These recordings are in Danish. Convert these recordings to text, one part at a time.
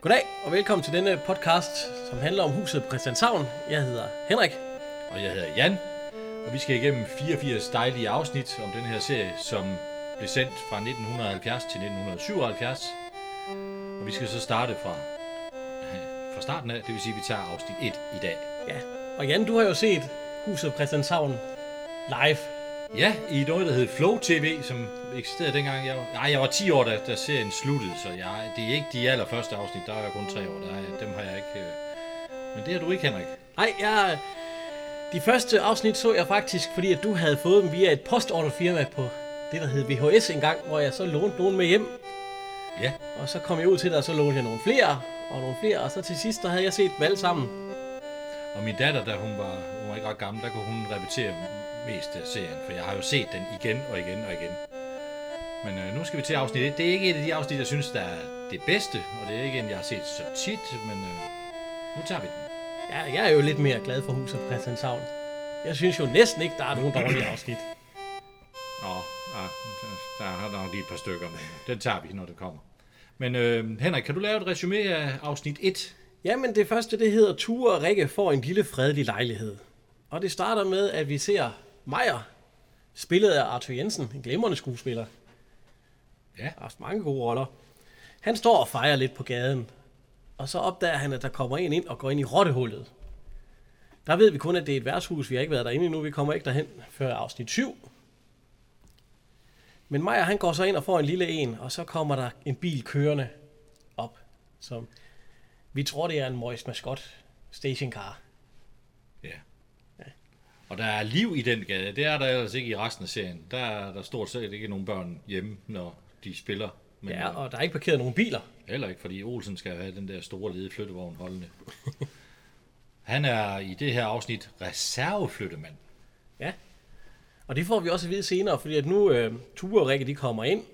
Goddag og velkommen til denne podcast, som handler om huset på Christianshavn. Jeg hedder Henrik. Og jeg hedder Jan, og vi skal igennem 84 dejlige afsnit om den her serie, som blev sendt fra 1970 til 1977. Og vi skal så starte fra, fra starten af, det vil sige, at vi tager afsnit 1 i dag. Ja, og Jan, du har jo set huset på Christianshavn live. Ja, i noget, der hed Flow TV, som eksisterede dengang. Jeg var, nej, jeg var 10 år, da, da serien sluttede, så jeg, det er ikke de allerførste afsnit. Der er jeg kun 3 år. Der, er- dem har jeg ikke... øh. Men det har du ikke, Henrik. Nej, jeg... De første afsnit så jeg faktisk, fordi at du havde fået dem via et postorderfirma på det, der hed VHS engang, hvor jeg så lånte nogen med hjem. Ja, Og så kom jeg ud til dig, og så lånte jeg nogle flere, og nogle flere, og så til sidst, der havde jeg set dem alle sammen. Og min datter, da hun var, hun var ikke ret gammel, der kunne hun repetere mest af serien, for jeg har jo set den igen og igen og igen. Men øh, nu skal vi til afsnit 1. Det er ikke et af de afsnit, jeg synes, der er det bedste, og det er ikke en, jeg har set så tit, men øh, nu tager vi den. Ja, jeg er jo lidt mere glad for huset på Christianshavn. Jeg synes jo næsten ikke, der er nogen dårlige afsnit. Nå, ah, der er nok lige et par stykker, men øh, den tager vi, når det kommer. Men øh, Henrik, kan du lave et resume af afsnit 1? Jamen det første, det hedder Ture og Rikke får en lille fredelig lejlighed. Og det starter med, at vi ser Meier, spillet af Arthur Jensen, en glimrende skuespiller. Ja. Har haft mange gode roller. Han står og fejrer lidt på gaden. Og så opdager han, at der kommer en ind og går ind i rottehullet. Der ved vi kun, at det er et værtshus. Vi har ikke været derinde endnu. Vi kommer ikke derhen før afsnit 7. Men Maja, han går så ind og får en lille en, og så kommer der en bil kørende op, som vi tror, det er en Morris Mascot stationcar. Ja. Og der er liv i den gade. Det er der ellers ikke i resten af serien. Der er der stort set ikke nogen børn hjemme, når de spiller. Men Ja, ja, og... og der er ikke parkeret nogen biler. Heller ikke, fordi Olsen skal have den der store lede flyttevogn holdende. Han er i det her afsnit reserveflyttemand. Ja. Og det får vi også at vide senere, fordi at nu øh, Ture og Rikke, de kommer ind,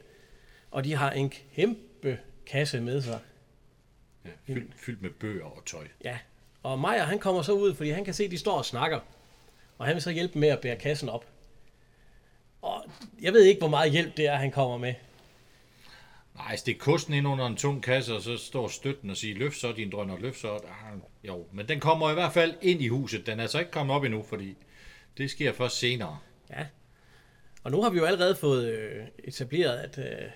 og de har en kæmpe kasse med sig. Ja, fyldt, fyldt med bøger og tøj. Ja. Og Maja, han kommer så ud, fordi han kan se, at de står og snakker. Og han vil så hjælpe dem med at bære kassen op. Og jeg ved ikke, hvor meget hjælp det er, han kommer med. Nej, stik kosten ind under en tung kasse, og så står støtten og siger, løft så din drønner, løft så. Ah, jo, men den kommer i hvert fald ind i huset. Den er altså ikke kommet op endnu, fordi det sker først senere. Ja. Og nu har vi jo allerede fået øh, etableret, at, øh,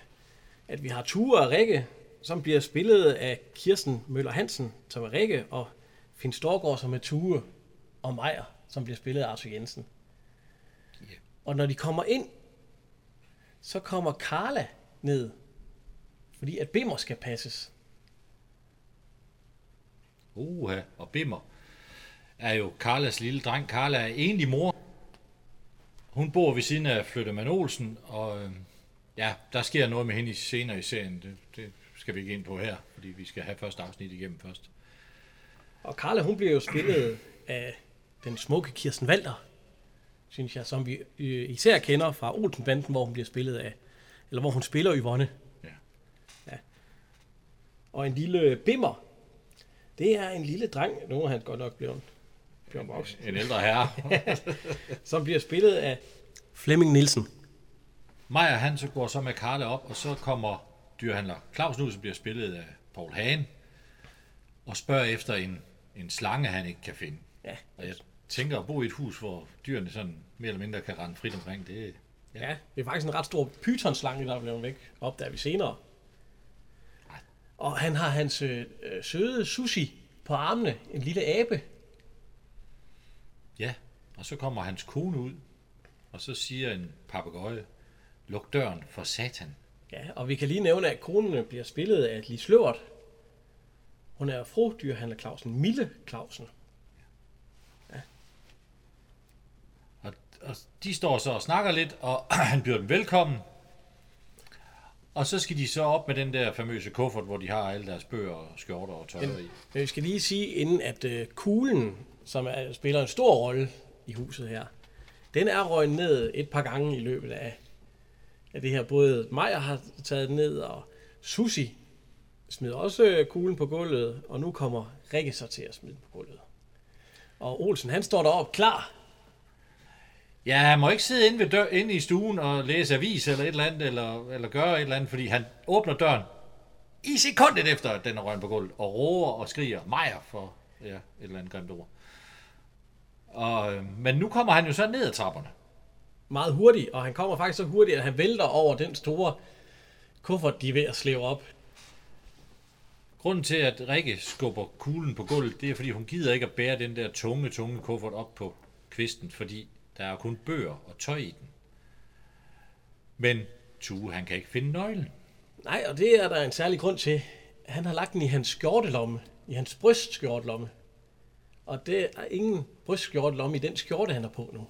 at vi har Ture og Rikke, som bliver spillet af Kirsten Møller Hansen, som er Rikke, og Finn Storgård, som er Ture, og Meier, som bliver spillet af Arthur Jensen. Ja. Og når de kommer ind, så kommer Karla ned, fordi at Bimmer skal passes. Uha, og Bimmer er jo Karlas lille dreng. Karla er egentlig mor. Hun bor ved siden af Flyttemann Olsen, og øh, ja, der sker noget med hende i- senere i serien. Det, det skal vi ikke ind på her, fordi vi skal have første afsnit igennem først. Og Karla, hun bliver jo spillet af den smukke Kirsten Walter, synes jeg, som vi øh, især kender fra Olsenbanden, hvor hun bliver spillet af, eller hvor hun spiller Yvonne. Ja. Og en lille bimmer, det er en lille dreng, nu er han godt nok blevet, blevet voksen, En ældre herre. som bliver spillet af Flemming Nielsen. Maja, han så går så med Karla op, og så kommer dyrhandler Claus nu, som bliver spillet af Paul Hagen, og spørger efter en, en slange, han ikke kan finde. Ja. Og jeg tænker at bo i et hus, hvor dyrene sådan mere eller mindre kan rende frit omkring, det, Ja, det er faktisk en ret stor pythonslange, der er blevet væk, opdager vi senere. Og han har hans øh, øh, søde sushi på armene, en lille abe. Ja, og så kommer hans kone ud, og så siger en papegøje, luk døren for satan. Ja, og vi kan lige nævne, at konen bliver spillet af Lis Løvert. Hun er fru dyrhandler Clausen, Mille Clausen. Og, og de står så og snakker lidt, og han byder dem velkommen. Og så skal de så op med den der famøse kuffert, hvor de har alle deres bøger og skjorter og tøj i. Men vi skal lige sige inden, at øh, kuglen, som er, spiller en stor rolle i huset her, den er røget ned et par gange i løbet af, af det her. Både Maja har taget den ned, og Susi smider også øh, kuglen på gulvet, og nu kommer Rikke så til at smide den på gulvet. Og Olsen, han står deroppe klar. Ja, han må ikke sidde inde, ved dør, inde i stuen og læse avis eller et eller andet, eller, eller gøre et eller andet, fordi han åbner døren, i sekundet efter, at den er røgnet på gulvet, og råber og skriger Majer for ja, et eller andet grimt ord. Og, øh, men nu kommer han jo så ned ad trapperne. Meget hurtigt, og han kommer faktisk så hurtigt, at han vælter over den store kuffert, de er ved at slæve op. Grunden til, at Rikke skubber kuglen på gulvet, det er, fordi hun gider ikke at bære den der tunge, tunge kuffert op på kvisten, fordi der er kun bøger og tøj i den. Men Tue, han kan ikke finde nøglen. Nej, og det er der en særlig grund til. Han har lagt den i hans skjortelomme, i hans brystskjortelomme. Og det er ingen brystskjortelomme i den skjorte, han har på nu.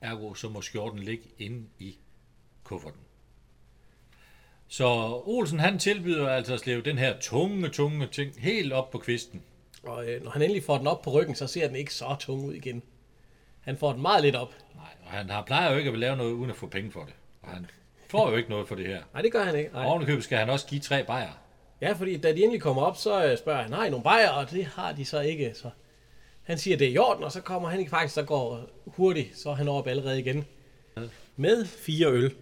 Ergo, så må skjorten ligge inde i kufferten. Så Olsen han tilbyder altså at slæve den her tunge, tunge ting helt op på kvisten. Og øh, når han endelig får den op på ryggen, så ser den ikke så tung ud igen. Han får den meget lidt op. Nej, og han har, plejer jo ikke at lave noget uden at få penge for det. Og han får jo ikke noget for det her. Nej, det gør han ikke. Og Nej. ovenikøbet skal han også give tre bajer. Ja, fordi da de endelig kommer op, så øh, spørger han, har I nogle bajer? Og det har de så ikke. Så han siger, det er i orden, og så kommer han ikke faktisk, så går hurtigt, så er han op allerede igen. Med fire øl.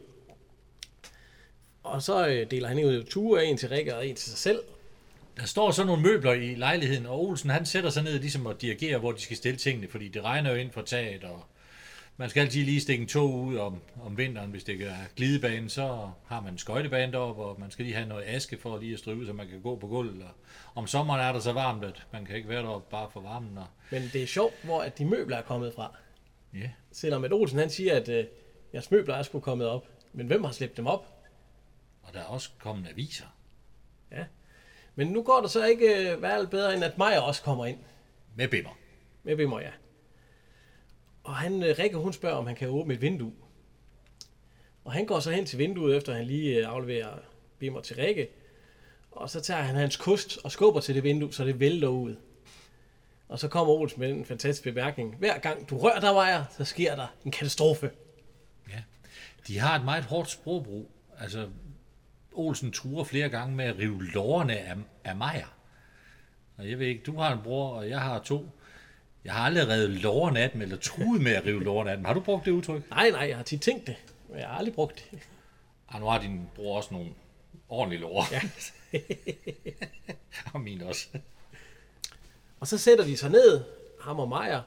Og så øh, deler han jo ture af en til Rikke og en til sig selv. Der står så nogle møbler i lejligheden, og Olsen han sætter sig ned ligesom og dirigerer, hvor de skal stille tingene, fordi det regner jo ind fra taget, og man skal altid lige stikke en tog ud om, om vinteren, hvis det er glidebane, så har man en skøjtebane deroppe, og man skal lige have noget aske for lige at stryge, så man kan gå på gulvet. Og om sommeren er der så varmt, at man kan ikke være deroppe bare for varmen. Og... Men det er sjovt, hvor at de møbler er kommet fra. Yeah. Selvom at Olsen han siger, at øh, jeres møbler er sgu kommet op. Men hvem har slæbt dem op? Og der er også kommet aviser. Men nu går det så ikke øh, værre bedre, end at Maja også kommer ind. Med bimmer. Med Bimmer, ja. Og han, øh, Rikke, hun spørger, om han kan åbne et vindue. Og han går så hen til vinduet, efter han lige øh, afleverer Bimmer til Rikke. Og så tager han hans kost og skubber til det vindue, så det vælter ud. Og så kommer Olsen med en fantastisk bemærkning. Hver gang du rører dig, Maja, så sker der en katastrofe. Ja. De har et meget hårdt sprogbrug. Altså, Olsen truer flere gange med at rive lårene af, af Majer. Og jeg ved ikke, du har en bror, og jeg har to. Jeg har aldrig revet lårene af dem, eller truet med at rive lårene af dem. Har du brugt det udtryk? Nej, nej, jeg har tit tænkt det, men jeg har aldrig brugt det. Ah, nu har din bror også nogle ordentlige lår. Ja. og min også. Og så sætter de sig ned, ham og Maja,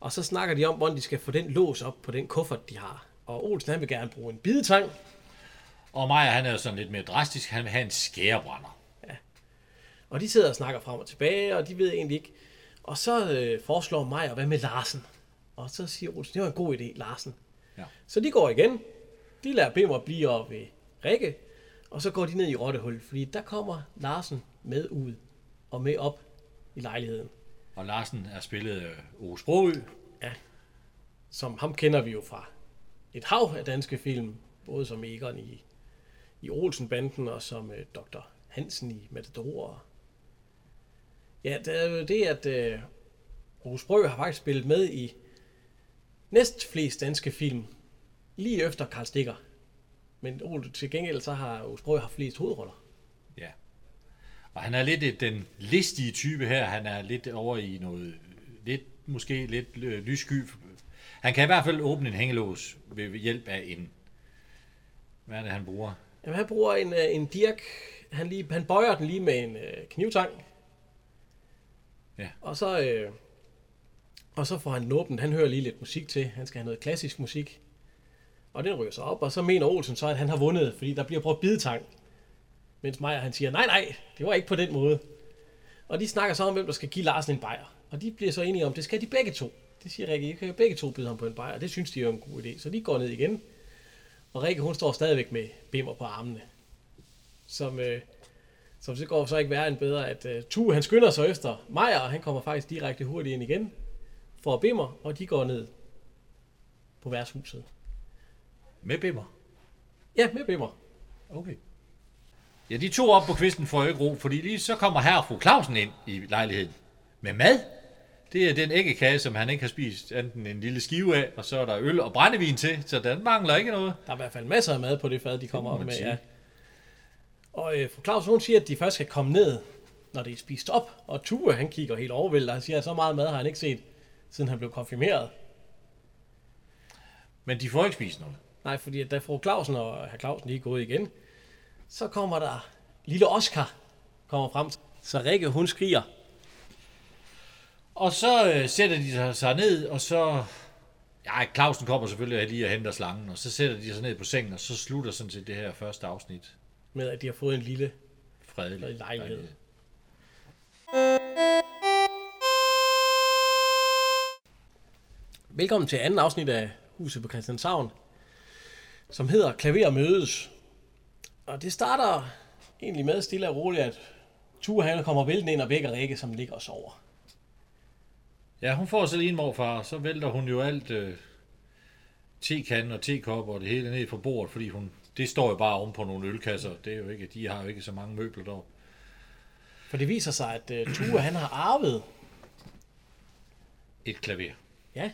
og så snakker de om, hvordan de skal få den lås op på den kuffert, de har. Og Olsen, han vil gerne bruge en bidetang, Og Maja, han er jo sådan lidt mere drastisk. Han vil have en skærebrænder. og de sidder og snakker frem og tilbage, og de ved egentlig ikke. Og så øh, foreslår Maja, hvad med Larsen? Og så siger Olsen, det var en god idé, Larsen. Ja. Så de går igen. De lader Bimmer blive oppe ved Rikke, og så går de ned i Rottehul, fordi der kommer Larsen med ud og med op i lejligheden. Og Larsen er spillet øh, Ove Sprogø. som ham kender vi jo fra et hav af danske film, både som Egon i, i Olsenbanden og som øh, Dr. Hansen i Matador. og- Ja, det er jo det, at øh, Rose Brø har faktisk spillet med i næst flest danske film, lige efter Karl Stikker. Men Ole, til gengæld så har Rose Brø haft flest hovedroller. Ja. Og han er lidt et, den listige type her. Han er lidt over i noget, lidt, måske lidt øh, lyssky. Han kan i hvert fald åbne en hængelås ved, ved hjælp af en... Hvad er det, han bruger? Jamen, han bruger en, øh, en dirk. Han, lige, han bøjer den lige med en øh, knivtang. Ja. Og så, øh, og så får han den åbent. Han hører lige lidt musik til. Han skal have noget klassisk musik. Og den ryger sig op, og så mener Olsen så, at han har vundet, fordi der bliver brugt bidetang. Mens Maja han siger, nej, nej, det var ikke på den måde. Og de snakker så om, hvem der skal give Larsen en bajer. Og de bliver så enige om, det skal de begge to. Det siger Rikke, I kan jo begge to byde ham på en bajer. Det synes de er jo en god idé. Så de går ned igen. Og Rikke, hun står stadigvæk med bimmer på armene. Som, øh, som så går så ikke værre end bedre, at øh, Tue, han skynder sig efter Maja, og han kommer faktisk direkte hurtigt ind igen. Får bimmer, og de går ned på værtshuset. Med bimmer. Ja, med bimmer. Okay. Ja, de to op på kvisten får jo ikke ro, fordi lige så kommer herre og fru Clausen ind i lejligheden. Med mad. Det er den æggekage, som han ikke har spist enten en lille skive af, og så er der øl og brændevin til, så den mangler ikke noget. Der er i hvert fald masser af mad på det fad, de kommer må op man med. sige. Ja. Og øh, fru Claus, hun siger, at de først skal komme ned, når det er spist op. Og Tue, han kigger helt overvældet, og han siger, at så meget mad har han ikke set, siden han blev konfirmeret. Men de får ikke spist noget. Nej, fordi at da fru Clausen og herr Clausen lige er gået igen, så kommer der lille Oscar kommer frem. Så Rikke, hun skriger. Og så øh, sætter de sig- sig ned, og så... Ja, Clausen kommer selvfølgelig lige og henter slangen, og så sætter de sig ned på sengen, og så slutter sådan set det her første afsnit med, at de har fået en lille... Og fredeligt. lejlighed. Dejligt. Velkommen til anden afsnit af Huset på Christianshavn, som hedder Klaver mødes. Og det starter egentlig med stille og roligt, at Ture han kommer væltende ind og vækker Rikke, som ligger og sover. Ja, hun får så lige en morfar, og så vælter hun jo alt øh, tekanden og tekopper og det hele ned fra bordet, fordi hun, det står jo bare oven på nogle ølkasser. Det er jo ikke, de har jo ikke så mange møbler deroppe. For det viser sig, at uh, Ture han har arvet Et klaver. Ja.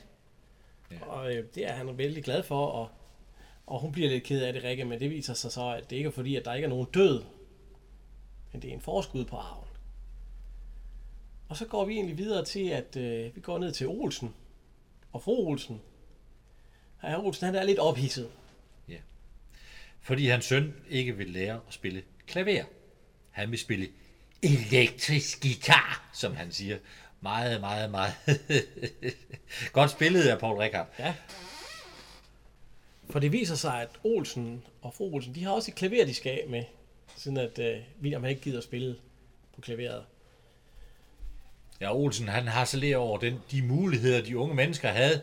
Ja. Og øh, det er han vældig glad for, og, og hun bliver lidt ked af det, Rikke, men det viser sig så, at det ikke er fordi, at der ikke er nogen død, men det er en forskud på arven. Og så går vi egentlig videre til, at øh, vi går ned til Olsen og fru Olsen. Herre Olsen, han er lidt ophidset. Fordi hans søn ikke vil lære at spille klaver. Han vil spille elektrisk guitar, som han siger. Meget, meget, meget. Godt spillet af Paul Rickard. Ja. For det viser sig, at Olsen og fru Olsen, de har også et klaver, de skal af med, siden at øh, William han ikke gider at spille på klaveret. Ja, Olsen, han har så lidt over den, de muligheder, de unge mennesker havde.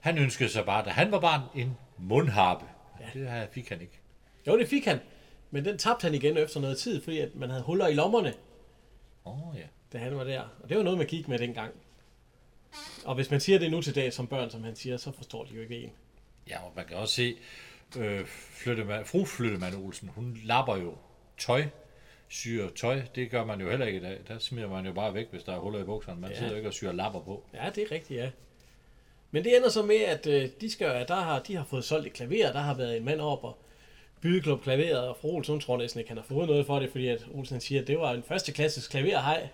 Han ønskede sig bare, da han var barn, en mundharpe. Ja. Det her fik han ikke. Jo, det fik han. Men den tabte han igen efter noget tid, fordi at man havde huller i lommerne, Åh, oh, ja. da han var der. Og det var noget, man gik med dengang. Og hvis man siger det nu til dag som børn, som han siger, så forstår de jo ikke en. Ja, og man kan også se, øh, flyttemand, fru Flyttemand Olsen, hun lapper jo tøj, syr tøj. Det gør man jo heller ikke i dag. Der smider man jo bare væk, hvis der er huller i bukserne. Man Ja. ja. sidder jo ikke og syr lapper på. Ja, det er rigtigt, ja. Men det ender så med, at øh, de, skal, at der har, de har fået solgt et klaver, der har været en mand op og bydeklub klaveret, og fru Olsen hun tror næsten ikke, han har fået noget for det, fordi at Olsen han siger, at det var en første klasses klaverhej,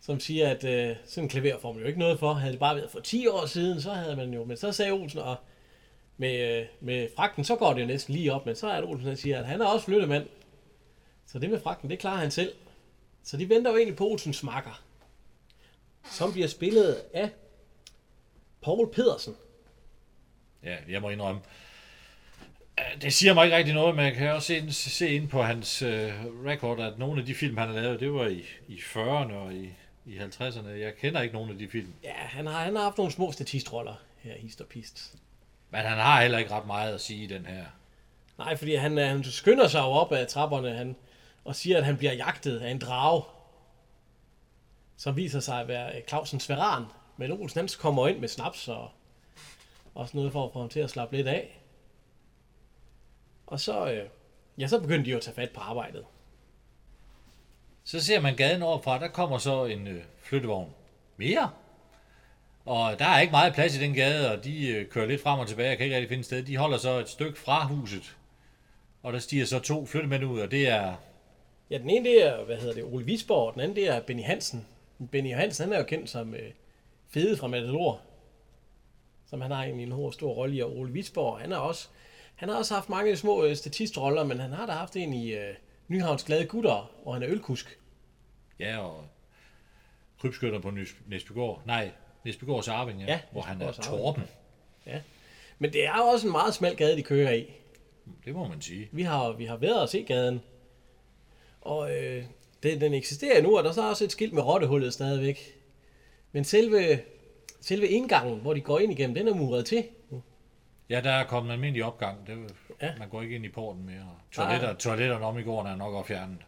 som siger, at øh, sådan en klaver får man jo ikke noget for. Havde det bare været for 10 år siden, så havde man jo, men så sagde Olsen, og med, øh, med fragten, så går det jo næsten lige op, men så er det Olsen, han siger, at han er også flyttemand. Så det med fragten, det klarer han selv. Så de venter jo egentlig på Olsens makker, som bliver spillet af Paul Pedersen. Ja, jeg må indrømme. Øh, Det siger mig ikke rigtig noget, men jeg kan også se, ind- se ind på hans øh, record, at nogle af de film, han har lavet, det var i, i 40'erne og i, i 50'erne. Jeg kender ikke nogen af de film. Ja, han har, han har haft nogle små statistroller her i Hist og Pist. Men han har heller ikke ret meget at sige i den her. Nej, fordi han, øh, han skynder sig jo op ad trapperne han, og siger, at han bliver jagtet af en drage, som viser sig at være øh, Clausens veran. Men Olsen han kommer ind med snaps og, og sådan noget for at få ham til at slappe lidt af. Og så, øh, ja, så begyndte de jo at tage fat på arbejdet. Så ser man gaden overfra, der kommer så en øh, flyttevogn mere. Og der er ikke meget plads i den gade, og de øh, kører lidt frem og tilbage, jeg kan ikke rigtig finde et sted. De holder så et stykke fra huset, og der stiger så to flyttemænd ud, og det er Ja, den ene det er, hvad hedder det, Ole Visborg, og den anden det er Benny Hansen. Benny Hansen, han er jo kendt som øh, Fede fra Matador, som han har egentlig en stor, stor rolle i, og Ole Visborg, han har også, han har også haft mange små øh, statistroller, men han har da haft en i øh, Nyhavns Glade Gutter, hvor han er ølkusk. Ja, og krybskytter på Nys- Næsbygård. Nej, Næsbygårds Arving, ja, Ja, hvor han er Næsbygårds Arving. Torben. Ja. Men det er jo også en meget smal gade, de kører i. Det må man sige. Vi har, vi har været og se gaden, og øh, den, den eksisterer nu, og der er så også et skilt med rottehullet stadigvæk. Men selve, selve indgangen, hvor de går ind igennem, den er muret til. Ja, der er kommet en almindelig opgang. Det, Ja. ja. Man går ikke ind i porten mere. Og Toiletter, Nej. toiletterne om i gården er nok også fjernet.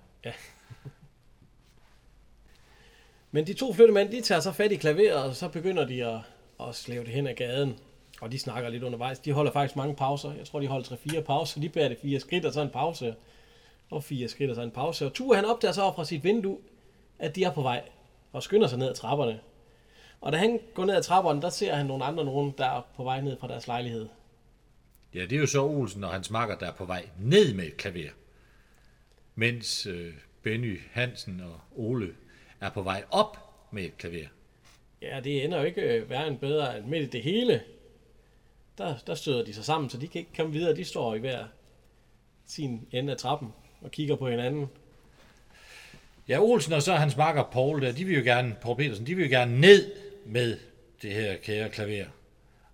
Men de to flyttemænd, de tager så fat i klaveret, og så begynder de at, at slæve det hen ad gaden. Og de snakker lidt undervejs. De holder faktisk mange pauser. Jeg tror, de holder 3-4 pauser. De bærer det fire skridt, og så en pause. Og fire skridt, og så en pause. Og Ture, han opdager så op fra sit vindue, at de er på vej. Og skynder sig ned ad trapperne. Og da han går ned ad trapperne, der ser han nogle andre nogen, der er på vej ned fra deres lejlighed. Ja, det er jo så Olsen og hans makker, der er på vej ned med et klaver. Mens øh, Benny Hansen og Ole er på vej op med et klaver. Ja, det ender jo ikke øh, værre end bedre end midt i det hele. Der, der støder de sig sammen, så de kan ikke komme videre. De står i hver sin ende af trappen og kigger på hinanden. Ja, Olsen og så hans makker Paul der, de vil jo gerne, Paul Petersen, de vil jo gerne ned med det her kære klaver.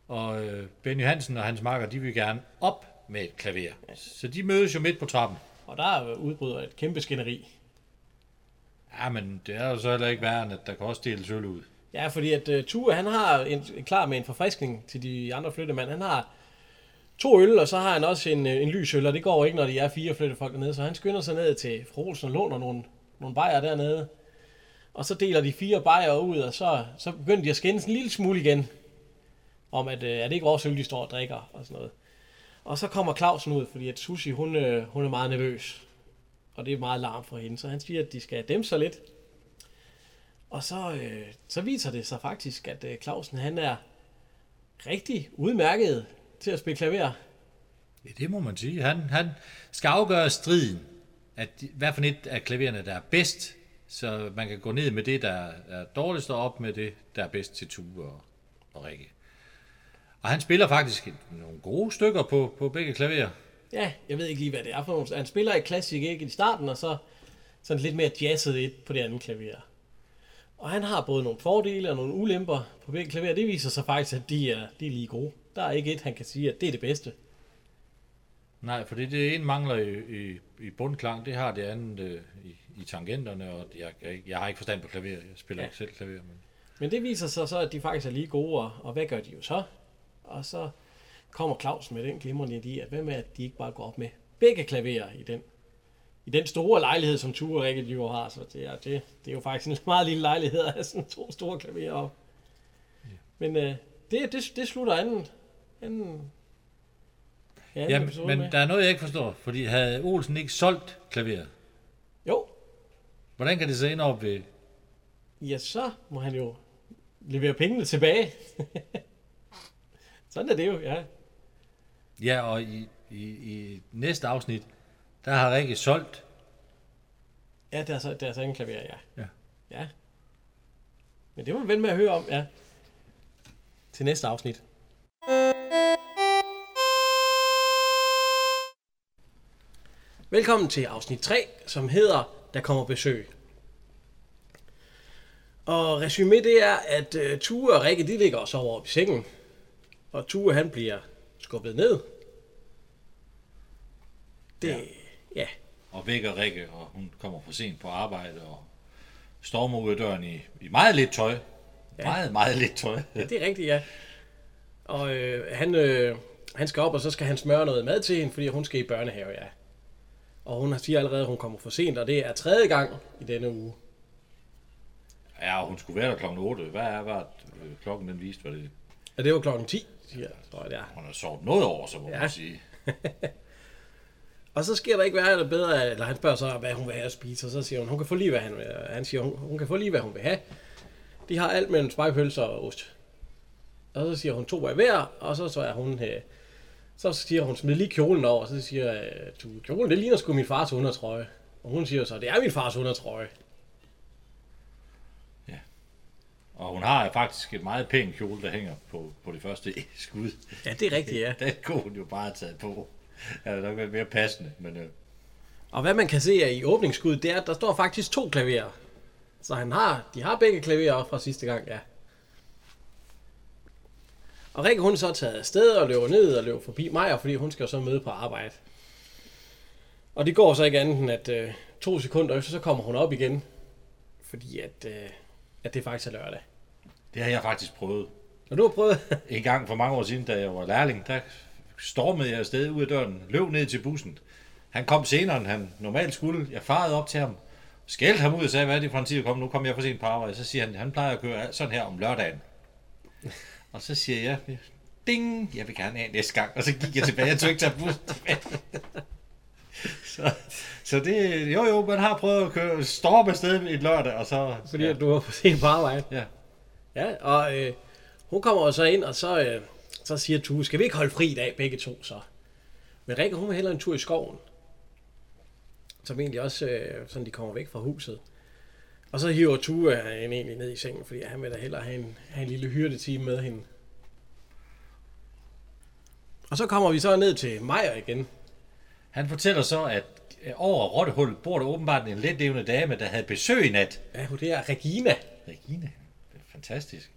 Og øh, Benny Hansen og hans makker, de vil gerne op med et klaver. Så de mødes jo midt på trappen. Og der øh, udbryder et kæmpe skænderi. Ja, men det er jo så heller ikke værre, end at der kan også deles øl ud. Ja, fordi at uh, Tue, han har en, klar med en forfriskning til de andre flyttemænd. Han har to øl, og så har han også en, øh, en lys øl, og det går ikke, når de er fire flyttefolk dernede. Så han skynder sig ned til fru Olsen og låner nogle, nogle bajer dernede. Og så deler de fire bajer ud, og så, så begynder de at skændes en lille smule igen. Om at øh, er det ikke vores øl, de står og drikker og sådan noget. Og så kommer Clausen ud, fordi at Susi, hun, øh, hun er meget nervøs. Og det er meget larm for hende, så han siger, at de skal dæmpe sig lidt. Og så, øh, så viser det sig faktisk, at øh, Clausen han er rigtig udmærket til at spille klaver. Ja, det må man sige. Han, han skal afgøre striden, at de- hvad for et af klavererne, der er bedst, så man kan gå ned med det, der er dårligst, og op med det, der er bedst til Tue og, og Rikke. Og han spiller faktisk nogle gode stykker på, på begge klaverer. Ja, jeg ved ikke lige, hvad det er for nogle. Han spiller et klassik ikke i starten, og så sådan lidt mere jazzet et på det andet klaver. Og han har både nogle fordele og nogle ulemper på begge klaver. Det viser sig faktisk, at de er, de er lige gode. Der er ikke et, han kan sige, at det er det bedste. Nej, for det, det ene mangler i, i, i bundklang, det har det andet øh, i, i tangenterne, og jeg, jeg, jeg har ikke forstand på klaver. Jeg spiller Ja. ja. ikke selv klaver. Men... Men det viser sig så, at de faktisk er lige gode, og, og hvad gør de jo så? Og så kommer Claus med den glimrende idé, at hvem er, at de ikke bare går op med begge klaverer i den, i den store lejlighed, som Ture og Rikke de jo har. Så det er, det, det er jo faktisk en meget lille lejlighed at have sådan to store klaverer op. Men øh, det, det, det slutter anden, anden, ja, anden Ja, episode men med. der er noget, jeg ikke forstår, fordi havde Olsen ikke solgt klaveret, Jo, hvordan kan det så ende op ved... ja, så må han jo levere pengene tilbage. sådan er det jo, ja. Ja, og i, i, i næste afsnit, der har Rikke solgt. Ja, altså, deres, deres anden klaver, ja. Ja. Ja. Men det må vi vente med at høre om, ja. Til næste afsnit. Velkommen til afsnit 3, som hedder Der kommer besøg. Og resumé det er, at uh, Tue og Rikke, de ligger og sover op i sengen. Og Tue, han bliver skubbet ned. Det, ja. ja. Og vækker Rikke, og hun kommer for sent på arbejde, og stormer ud af døren i, i meget lidt tøj. Ja. Meget, meget lidt tøj. Det er rigtigt, ja. Og øh, han, øh, han skal op, og så skal han smøre noget mad til hende, fordi hun skal i børnehave, ja. Og hun siger allerede, at hun kommer for sent, og det er tredje gang i denne uge. Ja, og hun skulle være der klokken 8. Hvad er, hvad øh, klokken den viste, var det? Og det var klokken 10, siger jeg, tror jeg, det er. Hun har sovet noget over, så må Ja. ja. man sige. Og så sker der ikke værre eller bedre, eller han spørger så, hvad hun vil have at spise, og så siger hun, hun kan få lige, hvad han vil. Og Han siger, hun, hun kan få lige, hvad hun vil have. De har alt mellem spejpølser og ost. Og så siger hun to af hver, og så, så er hun... Øh, så siger hun, smid lige kjolen over, og så siger øh, du, kjolen, det ligner sgu min fars undertrøje. Og hun siger så, det er min fars undertrøje. Og hun har faktisk et meget pænt kjole, der hænger på, på det første skud. Ja, det er rigtigt, ja. Den kunne hun jo bare have taget på. Ja, det nok været mere passende, men øh, Og hvad man kan se er i åbningsskuddet, det er, at der står faktisk to klaverer. Så han har, de har begge klaverer op fra sidste gang, ja. Og Rikke hun er så taget afsted og løber ned og løber forbi Maja, fordi hun skal jo så møde på arbejde. Og det går så ikke andet end, at øh, to sekunder efter, så kommer hun op igen. Fordi at, øh, at det faktisk er lørdag. det har jeg faktisk prøvet. Og du har prøvet... En gang for mange år siden, da jeg var lærling, der stormede jeg afsted ud af døren, løb ned til bussen. Han kom senere, end han normalt skulle. Jeg farede op til ham, skældte ham ud og sagde, hvad er det for en tid, du kom? Nu kom jeg for sent på arbejde. Så siger han, han plejer at køre sådan her om lørdagen. Og så siger jeg, ding, jeg vil gerne have næste gang. Og så gik jeg tilbage, jeg tog ikke tage bussen tilbage. Så, så det, jo jo, man har prøvet at køre, storme afsted et lørdag, og så... fordi ja, at du var for sent på arbejde. ja. Ja, og øh, hun kommer jo så ind, og så, øh, så siger Tue, skal vi ikke holde fri i dag, begge to så? Men Rikke, hun vil hellere en tur i skoven. Som egentlig også, øh, sådan de kommer væk fra huset. Og så hiver Tue øh, hende egentlig ned i sengen, fordi han vil da hellere have en, have en lille hyrdetime med hende. Og så kommer vi så ned til Majer igen. Han fortæller så, at øh, over rottehullet bor der åbenbart en letdævende dame, der havde besøg i nat. Ja, hun der Regina. Regina. Det er fantastisk.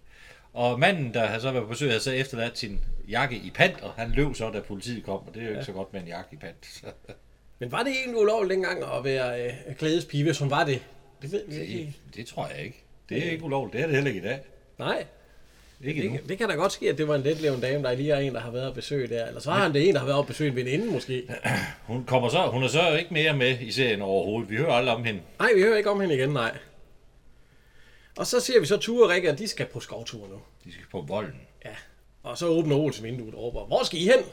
Og manden, der har så været på besøg, havde så efterladt sin jakke i pant, og han løb så, da politiet kom, og det er jo ikke så godt med en jakke i pant. Så, Men var det egentlig ulovligt dengang at være øh, glædespibe, som var det? Det ved vi ikke. det, det tror jeg ikke. Det er ikke ulovligt, det er det heller ikke i dag. Nej, Ikke endnu. det, det kan da godt ske, at det var en letlevende dame, der lige er en, der har været og besøg der. Eller så har han det en, der har været og besøg en veninde måske. Hun, kommer så, hun er så ikke mere med i serien overhovedet. Vi hører aldrig om hende. Nej, vi hører ikke om hende igen, nej. Og så ser vi så Ture og Rikke, at de skal på skovtur nu. De skal på volden. Ja. Og så åbner Olsen vinduet og råber, hvor skal I hen?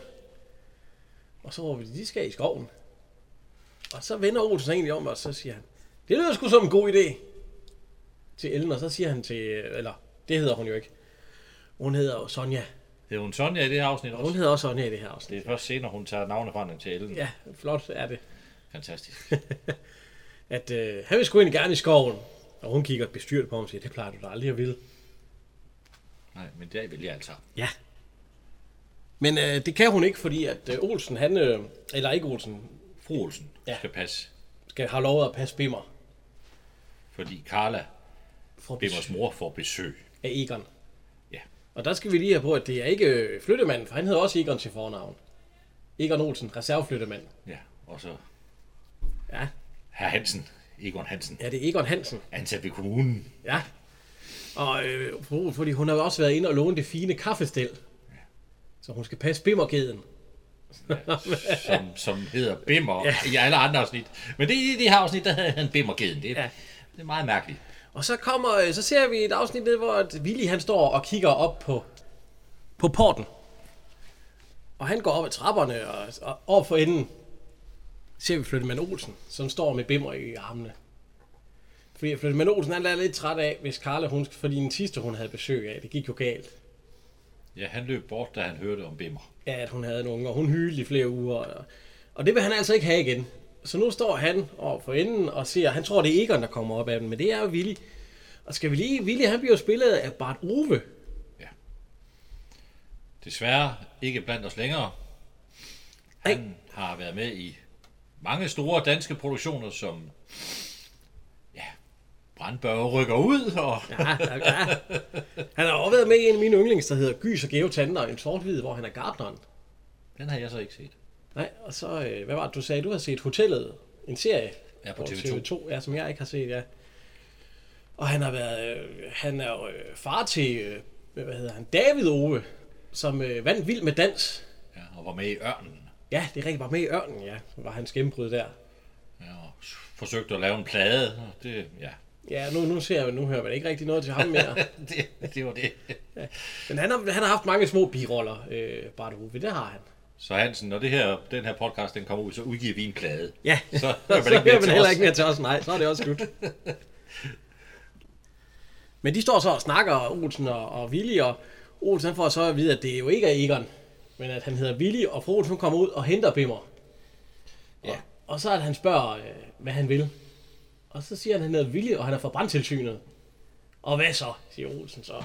Og så råber de, de skal i skoven. Og så vender Olsen sig egentlig om, og så siger han, det lyder sgu som en god idé. Til Ellen, og så siger han til, eller det hedder hun jo ikke. Hun hedder jo Sonja. Det er hun Sonja i det her afsnit Hun også. hedder også Sonja i det her afsnit. Det er først senere, hun tager navnefranden til Ellen. Ja. Ja, flot er det. Fantastisk. At øh, han vil sgu egentlig gerne i skoven. Og hun kigger bestyrt på ham og siger, det plejer du da aldrig at ville. Nej, men det vil jeg altså. Ja. Men øh, det kan hun ikke, fordi at øh, Olsen, han, øh, eller ikke Olsen, Fru Olsen Ja. ja. skal passe, skal have lov at passe Bimmer fordi Carla, for Bimmers mor, får besøg. af Egon. Ja. Og der skal vi lige have på, at det er ikke øh, flyttemanden, for han hedder også Egon til fornavn. Egon Olsen, reserveflyttemand. Ja, og så Ja. herr Hansen, Egon Hansen, Ja, det er Egon Hansen. ansat ved kommunen. Ja. Og øh, for- fordi hun har jo også været inde og låne det fine kaffestel. Så hun skal passe bimmerkæden. som, som hedder Bimmer ja. i alle andre afsnit. Men det, i det her afsnit, der havde han Bimmerkæden. Det, Ja. ja. det er meget mærkeligt. Og så kommer, øh, så ser vi et afsnit ned, hvor at Willy han står og kigger op på, på porten. Og han går op ad trapperne, og, og over for enden ser vi Flyttemand Olsen, som står med bimmer i armene. Fordi Flyttemand Olsen han er lidt træt af, hvis Karla, hun, fordi den sidste hun havde besøg af, det gik jo galt. Ja, han løb bort, da han hørte om Bimmer. Ja, at hun havde en unge, og hun hylede i flere uger. Og, og det vil han altså ikke have igen. Så nu står han over for enden og ser, han tror, det er Egon, der kommer op af dem, men det er jo Willy. Og skal vi lige, Willy han bliver jo spillet af Bart Ove. Desværre ikke blandt os længere. Han har været med i mange store danske produktioner, som ja, Brandbørge rykker ud, og ja. Ja, ja, ja. Han har også været med i en af mine yndlings, der hedder Gys og Geo Tanter, en sort hvor han er gardneren. den har jeg så ikke set. Nej, og så, øh, hvad var det, du sagde, du har set Hotellet, en serie Ja, på TV2. TV2 ja, som jeg ikke har set, ja. Og han har været, øh, han er jo, øh, far til, øh, hvad hedder han, David Ove, som øh, vandt vild med dans. Ja, og var med i Ørnen, Ja, det er rigtigt, var med i Ørnen, ja, var hans gennembrud der. ja, og s- forsøgte at lave en plade. og Det, ja, Ja, nu, nu ser jeg, nu hører man ikke rigtig noget til ham mere. det, det var det. Men han har, han har haft mange små biroller, øh, Bart Ove, det har han. Så Hansen, når det her, den her podcast den kommer ud, så udgiver vi en plade. Ja, Så hører så man ikke mere hører man til heller os. ikke mere til os. Nej, så er det også slut. Men de står så og snakker, Olsen og, og Willy, og Olsen han får så at vide, at det jo ikke er Egon, men at han hedder Willy, og fru Olsen hun kommer ud og henter Bimmer. Ja. Og, og så at han spørger, øh, hvad han vil. Og så siger han, at han hedder Willy, og han er fra brandtilsynet. Og hvad så, siger Olsen så.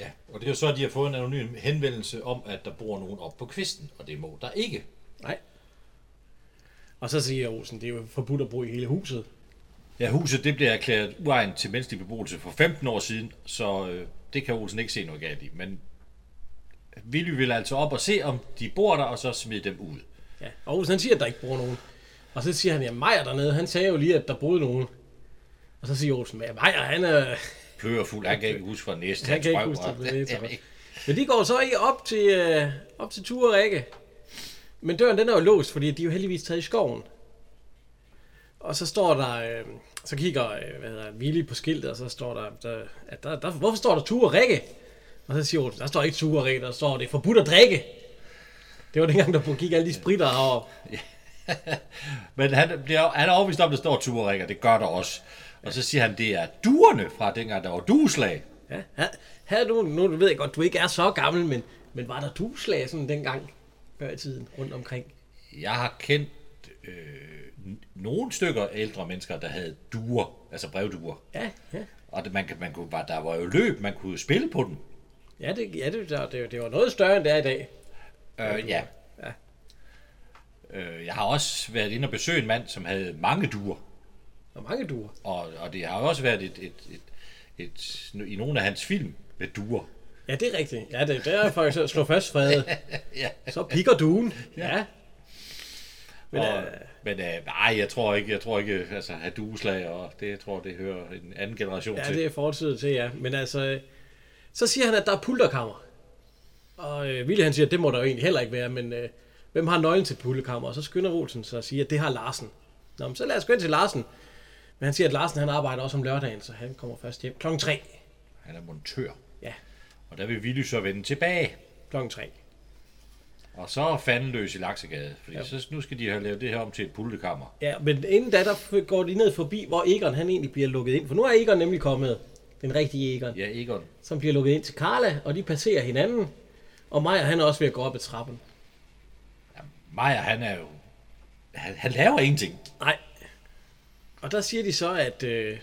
Ja, og det er jo så, at de har fået en anonym henvendelse om, at der bor nogen op på kvisten, og det må der ikke. Nej. Og så siger Olsen, det er jo forbudt at bo i hele huset. Ja, huset det bliver erklæret uegnet til menneskelig beboelse for 15 år siden, så øh, det kan Olsen ikke se noget galt i. Men Willy vil altså op og se, om de bor der, og så smide dem ud. Ja, og Olsen han siger, at der ikke bor nogen. Og så siger han, ja, Majer dernede, han sagde jo lige, at der boede nogen. Og så siger Olsen, ja, Majer, han er... Pløverfuld, han kan ikke huske fra næste. Han kan ikke sprøjter. huske det fra Det næste. er ikke- Men de går så ikke op til, øh, op til Ture og Rikke. Men døren, den er jo låst, fordi de er jo heldigvis taget i skoven. Og så står der, øh, så kigger, øh, hvad hedder han, Willy på skiltet, og så står der, der, at der, der hvorfor står der Ture og Rikke? Og så siger Olsen, der står ikke Ture og Rikke, der står, det er forbudt at drikke. Det var dengang, der gik alle de spritter heroppe. Men han, bliver, han er overbevist om, at der står Turik, og det gør der også. Og så siger han, det er duerne fra dengang, der var dueslag. Ja, ha- havde du, nu ved jeg godt, du ikke er så gammel, men, men var der duslag sådan dengang før i tiden rundt omkring? Jeg har kendt øh, n- nogle stykker ældre mennesker, der havde duer, altså brevduer. Ja, ja. Og det, man, kan- man kunne, bare- der var jo løb, man kunne jo spille på dem. Ja, det, ja det, det, det, det var noget større end det er i dag. Øh, ja. Ja. Øh, jeg har også været inde og besøge en mand, som havde mange duer. Og mange duer. Og, og det har også været et, et, et, et, i nogle af hans film med duer. Ja, det er rigtigt. Ja, det, det er faktisk at slå fast, Frede. Ja. Så pikker duen. Ja. Men, og, øh, men øh, nej, jeg tror ikke, jeg tror ikke, altså have dueslag, og det jeg tror det hører en anden generation ja, til. det er fortid til, ja. Men altså, øh, så siger han, at der er pulterkammer. Og øh, Ville han siger, at det må der jo egentlig heller ikke være, men øh, hvem har nøglen til pulterkammer? Og så skynder Olsen sig og siger, at det har Larsen. Nå, men så lad os gå ind til Larsen. Men han siger, at Larsen han arbejder også om lørdagen, så han kommer først hjem klokken 3. Han er montør. Ja, Og der vil Willy så vende tilbage. klokken 3. Og så er fanden løs i Laksegade. Fordi ja. så, nu skal de have lavet det her om til et pultekammer. Ja, men inden da, der går de ned forbi, hvor Egon han egentlig bliver lukket ind. For nu er Egon nemlig kommet, den rigtige Egon, Ja, Egon. som bliver lukket ind til Karla, og de passerer hinanden. Og Maja, han er også ved at gå op ad trappen. Maja, han er jo... Han, han laver ingenting. Nej. Og der siger de så, at... Øh,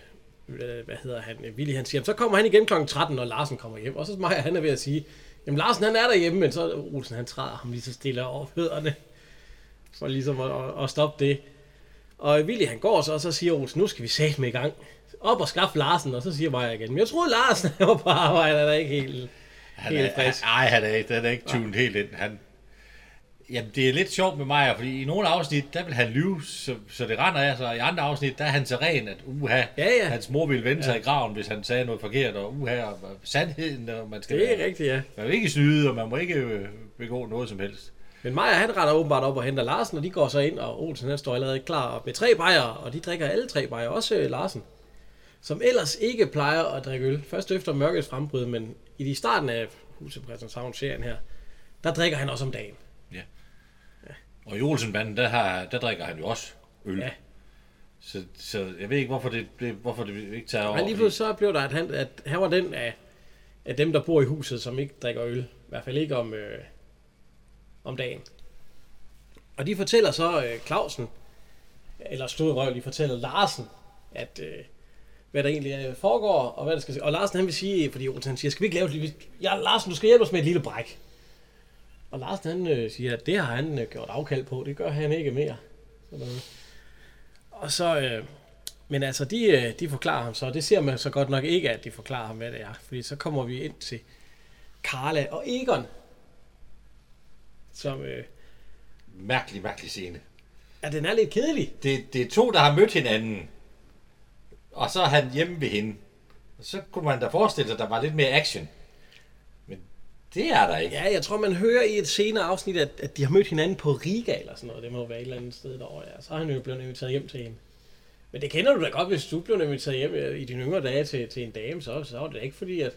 øh, hvad hedder han? øh, Willy, han siger, "Jamen, så kommer han igen kl. 13, når Larsen kommer hjem. Og så Maja, han er ved at sige, jamen Larsen, han er derhjemme, men så Olsen, han træder ham lige så stille over fødderne. For ligesom at, at, at stoppe det. Og Willy, han går så, og så siger Olsen, nu skal vi sætte med i gang. Op og skaffe Larsen, og så siger Maja igen, men jeg troede Larsen han var på arbejde, han er ikke helt... Han Helt er, frisk. han, nej, han er, ikke- han er ikke tunet helt ind. Han, jamen, det er lidt sjovt med Maja, fordi i nogle afsnit, der vil han lyve, så, så det render af sig. Og I andre afsnit, der er han seren, at uha, Ja, ja. hans mor ville vende sig i graven, hvis han sagde noget forkert, og uha, og, og sandheden, og man skal... Det er rigtigt, ja. Man må ikke snyde, og man må ikke øh, begå noget som helst. Men Maja, han render åbenbart op og henter Larsen, og de går så ind, og Olsen han står allerede klar med tre bajer, og de drikker alle tre bajer, også øh, Larsen, som ellers ikke plejer at drikke øl. Først efter mørkets frembrud, men i de starten af Huset på Christianshavn-serien her, der drikker han også om dagen. Og i Olsenbanden, der, har, der drikker han jo også øl. Ja. Så, så jeg ved ikke, hvorfor det, det, hvorfor det ikke tager over. Og lige fordi- pludselig så blev der, at han, at han var den af, af dem, der bor i huset, som ikke drikker øl. I hvert fald ikke om, øh, om dagen. Og de fortæller så øh, Clausen, eller Stodrøv, de fortæller Larsen, at øh, hvad der egentlig øh, foregår, og hvad der skal Og Larsen han vil sige, fordi Olsen han siger, skal vi ikke lave et lille... Ja, Larsen, du skal hjælpe os med et lille bræk. Og Larsen han øh, siger, at det har han øh, gjort afkald på, det gør han ikke mere. Sådan noget. Og så... Øh, men altså, de, øh, de forklarer ham så, og det ser man så godt nok ikke, at de forklarer ham, hvad det er. Fordi så kommer vi ind til Karla og Egon, som... Øh, Mærkelig, mærkelig scene. ja, den er lidt kedelig. Det, det er to, der har mødt hinanden, og så er han hjemme ved hende. Og så kunne man da forestille sig, at der var lidt mere action. Men det er der ikke. Ja, jeg tror, man hører i et senere afsnit, at, at de har mødt hinanden på Riga eller sådan noget. Det må jo være et eller andet sted derovre. Ja. Så har han jo blevet inviteret hjem til hende. Men det kender du da godt, hvis du blev inviteret hjem øh, i dine yngre dage til, til en dame, så, så var det da ikke fordi, at...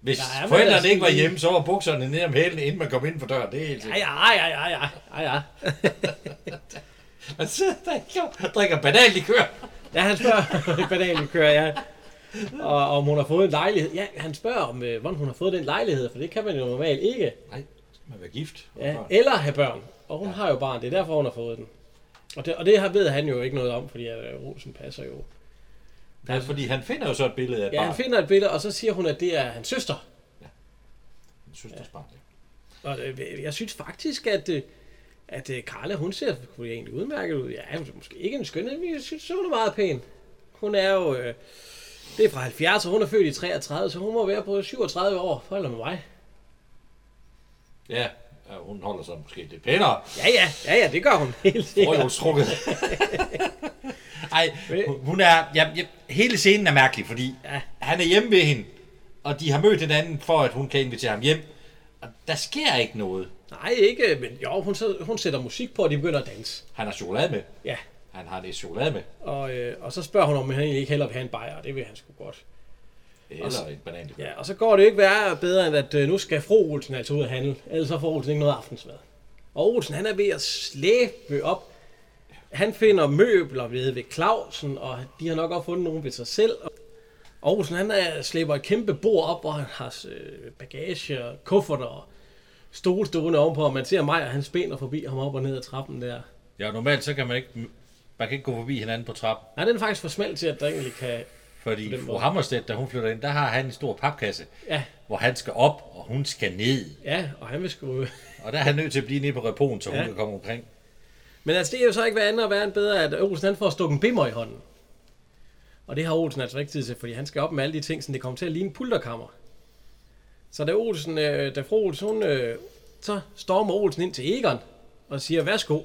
Hvis der er vel forældrene altså ikke var lige- hjemme, så var bukserne ned om hælen, inden man kom ind for døren. Det er helt Ja, sikkert. ja, ja, ja, ja, ja, ja. Man sidder der ikke og drikker banallikør. Ja, han spørger, banalen kører, ja. Og om hun har fået en lejlighed. Ja, han spørger, om, øh, hvordan hun har fået den lejlighed, for det kan man jo normalt ikke. Nej, skal man være gift. Ja, eller have børn. Og hun ja. har jo barn, det er derfor, hun har fået den. Og det, og det her ved han jo ikke noget om, fordi at, øh, Rosen passer jo. Ja, fordi han finder jo så et billede af et Ja, han barn. finder et billede, og så siger hun, at det er hans søster. Han søsters barn. ja. Og øh, jeg synes faktisk, at, øh, at øh, Carla, hun ser kunne egentlig udmærket ud. Ja, hun er måske ikke en skønhed, men jeg synes, hun er meget pæn. Hun er jo... Øh, det er fra 70, og hun er født i 33, så hun må være på 37 år, for eller med mig. Ja, ja, hun holder sig måske lidt pænere. Ja, ja, ja, ja, det gør hun helt sikkert. Røvstrukket. Ej, hun- hun er... Ja, ja, hele scenen er mærkelig, fordi Ja. han er hjemme ved hende, og de har mødt hinanden for, at hun kan invitere ham hjem. Og der sker ikke noget. Nej, ikke, øh, men jo, hun, så- hun sætter musik på, og de begynder at danse. Han har chokolade med. Ja, Han har det chokolade med. og, øh, og så spørger hun, om han egentlig ikke hellere vil have en bajer, og det vil han sgu godt. Eller en banan. Ja. Ja, og så går det jo ikke værre bedre, end at øh, nu skal fru Olsen altså ud og handle. Ellers så får Olsen ikke noget aftensmad. Og Olsen, han er ved at slæbe op. Han finder møbler ved, ved Clausen, og de har nok også fundet nogen ved sig selv. Og Olsen, han er, slæber et kæmpe bord op, hvor han har øh, bagage og kufferter og stole stående ovenpå. Og man ser mig, og han spænder forbi ham op og ned ad trappen der. ja, normalt så kan man ikke... Man kan ikke gå forbi hinanden på trappen. Nej, den er faktisk for smal til, at der egentlig kan... Fordi den fru måde. Hammerstedt, da hun flytter ind, der har han en stor papkasse, Ja, hvor han skal op, og hun skal ned. ja, og han vil sgu... Og der er han nødt til at blive nede på repoen, så hun Ja. kan komme omkring. Men altså, det er jo så ikke hvad andet og hvad end bedre, at Olsen han får stukket en bimmer i hånden. Og det har Olsen altså ikke tid til, fordi han skal op med alle de ting, så det kommer til at ligne en pulterkammer. Så da Olsen, øh, da fru Olsen, hun, øh, så stormer Olsen ind til Egon og siger, værsgo.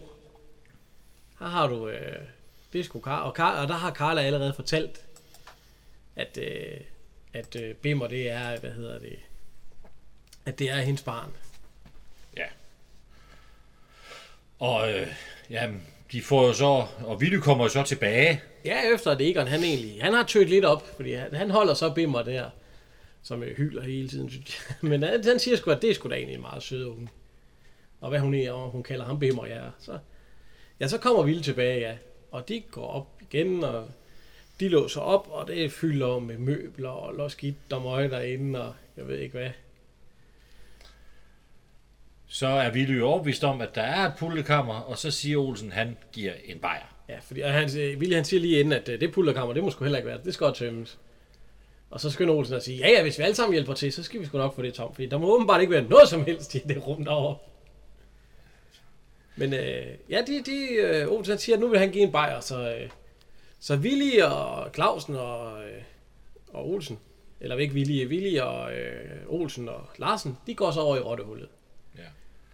Her har du øh, Bisko Karl, og, Karl, og der har Karla allerede fortalt, at, øh, at øh, Bimmer, det er, hvad hedder det, at det er hendes barn. Ja. Og øh, jamen, de får jo så, og Vilde kommer jo så tilbage. Ja, efter at Egon, han egentlig, han har tødt lidt op, fordi han, han holder så Bimmer der, som øh, hylder hele tiden, synes jeg. Men han, han siger sgu, at det er sgu da egentlig en meget sød unge. Og hvad hun er, og hun kalder ham Bimmer, ja. Så, ja, så kommer Ville tilbage, ja. Og de går op igen, og de låser op, og det fylder med møbler og låskidt og møg derinde, og jeg ved ikke hvad. Så er Vilde jo overbevist om, at der er et pultekammer, og så siger Olsen, han giver en bajer. Ja, fordi og han, siger- Willy han siger lige inden, at øh, det pulterkammer, det må sgu heller ikke være, det skal også tømmes. Og så skynder Olsen at sige, ja ja, hvis vi alle sammen hjælper til, så skal vi sgu nok få det tomt, fordi der må åbenbart ikke være noget som helst i det rum derovre. Men øh, ja, de, de, øh, Olsen han siger, at nu vil han give en bajer, så, øh, så Willy og Clausen og, øh, og Olsen, eller ikke Willy, Willy og øh, Olsen og Larsen, de går så over i rottehullet. Ja.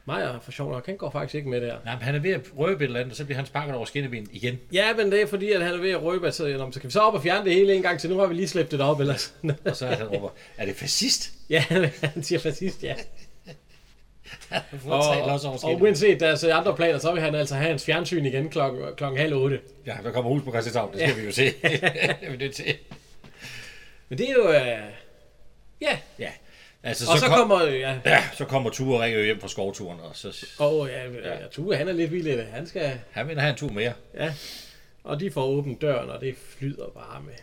Maja for sjov nok, han går faktisk ikke med der. Nej, men han er ved at røbe et eller andet, og så bliver han sparket over skinnebenet igen. Ja, men det er fordi, at han er ved at røbe, at så, jamen, så kan vi så op og fjerne det hele en gang til. Nu har vi lige slæbt det op, eller sådan noget. Og så er han råber, er det fascist? Ja, han siger fascist, ja. Og, Og, og, og uanset deres øh, andre planer, så vil han altså have hans fjernsyn igen klokken øh, klokken halv otte. Ja, der kommer hus på Christianshavn, det skal ja. vi jo se. det er vi nødt til. Men det er jo... Øh, ja, Ja, altså, og så, kom- kommer... øh, Ja, Ja, så kommer Ture og Rikke jo hjem fra skovturen, og så og ja, ja, Tue, han er lidt vild i det. Han skal... han vil have en tur mere. Ja. Og de får åbent døren, og det flyder bare med,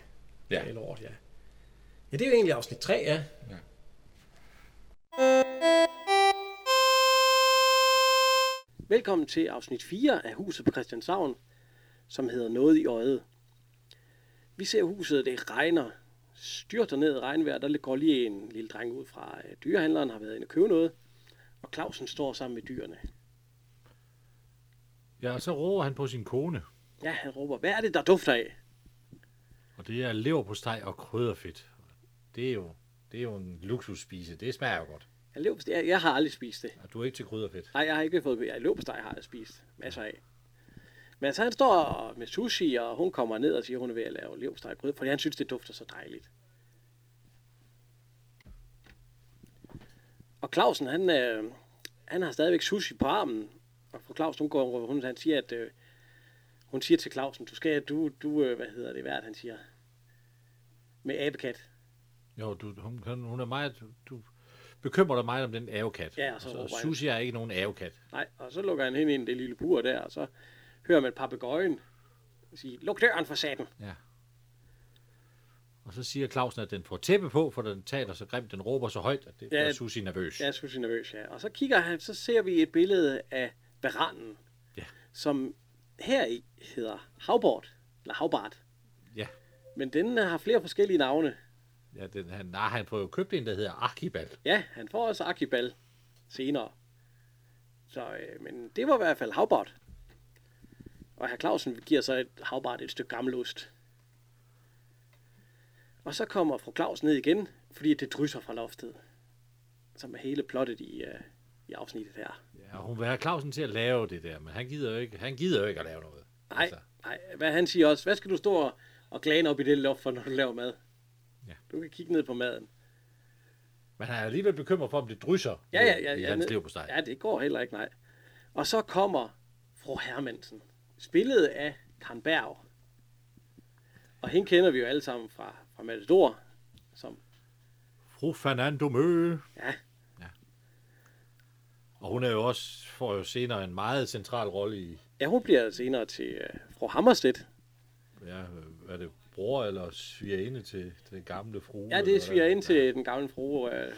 Ja. med lort, ja. Ja, det er jo egentlig afsnit 3, ja. Velkommen til afsnit 4 af Huset på Christianshavn, som hedder Noget i øjet. Vi ser huset, det regner, styrter ned i regnvejr, der går lige en lille dreng ud fra øh, dyrehandleren, har været inde og købe noget, og Clausen står sammen med dyrene. Ja, og så råber han på sin kone, Ja, han råber, hvad er det, der dufter af? og det er leverpostej og krydderfedt. Det er jo, det er jo en luksusspise, det smager jo godt. Jeg, løb, jeg, jeg har aldrig spist det. Og du er ikke til krydderfedt. Nej, jeg har ikke fået... Jeg løbesteg har jeg spist masser af. Men altså, han står med sushi, og hun kommer ned og siger, at hun er ved at lave leverpostejgrød, fordi han synes, det dufter så dejligt. Og Clausen, han, øh, han har stadigvæk sushi på armen. Og fru Clausen, hun, går, hun, han siger, at, øh, hun siger til Clausen, du skal, du, du, øh, hvad hedder det, hvert, han siger, med abekat. Jo, du, hun, hun- hun er meget, du bekymrer dig meget om den avokat. Ja, og så og råber jeg. Susie er ikke nogen avokat. Nej, og så lukker han hende ind i det lille bur der, og så hører man papegøjen sige, luk døren for satan. Ja. Og så siger Clausen, at den får tæppe på, for den taler så grimt, den råber så højt, at det Ja. ja. Susie nervøs. Jeg er sgu nervøs, ja. Og så kigger han, så ser vi et billede af baranen, Ja. som her i hedder Havbort, eller Havbart. ja. Men den øh, har flere forskellige navne. ja den, han, nej, han får jo købt en, der hedder Archibald. Ja, han får også Akibal senere. Så, øh, men det var i hvert fald Havbart. Og herr Clausen giver så et Havbart et stykke gammelost. Og så kommer fru Claus ned igen, fordi det drysser fra loftet. Som er hele plottet i, øh, i afsnittet her. Ja, og hun vil have Clausen til at lave det der, men han gider jo ikke, han gider jo ikke at lave noget. Altså, Nej, nej. Hvad han siger også, hvad skal du stå og- og glane op i det loft for, når du laver mad? Ja. Du kan kigge ned på maden. men han er alligevel bekymret for, om det drysser Ja, ja, ja. i ja, hans ned- liv på sig. Ja, det går heller ikke, nej. Og så kommer fru Hermansen, spillet af Karen Berg. Og hende kender vi jo alle sammen fra, fra Matador, som, Fru Fernando Mø. ja, Og hun er jo også, får jo senere en meget central rolle i, ja hun bliver senere til øh, fru Hammerstedt. ja, øh, er det bror eller svigerinde til til den gamle fru? Ja, det sviger ind til den gamle fru, øh,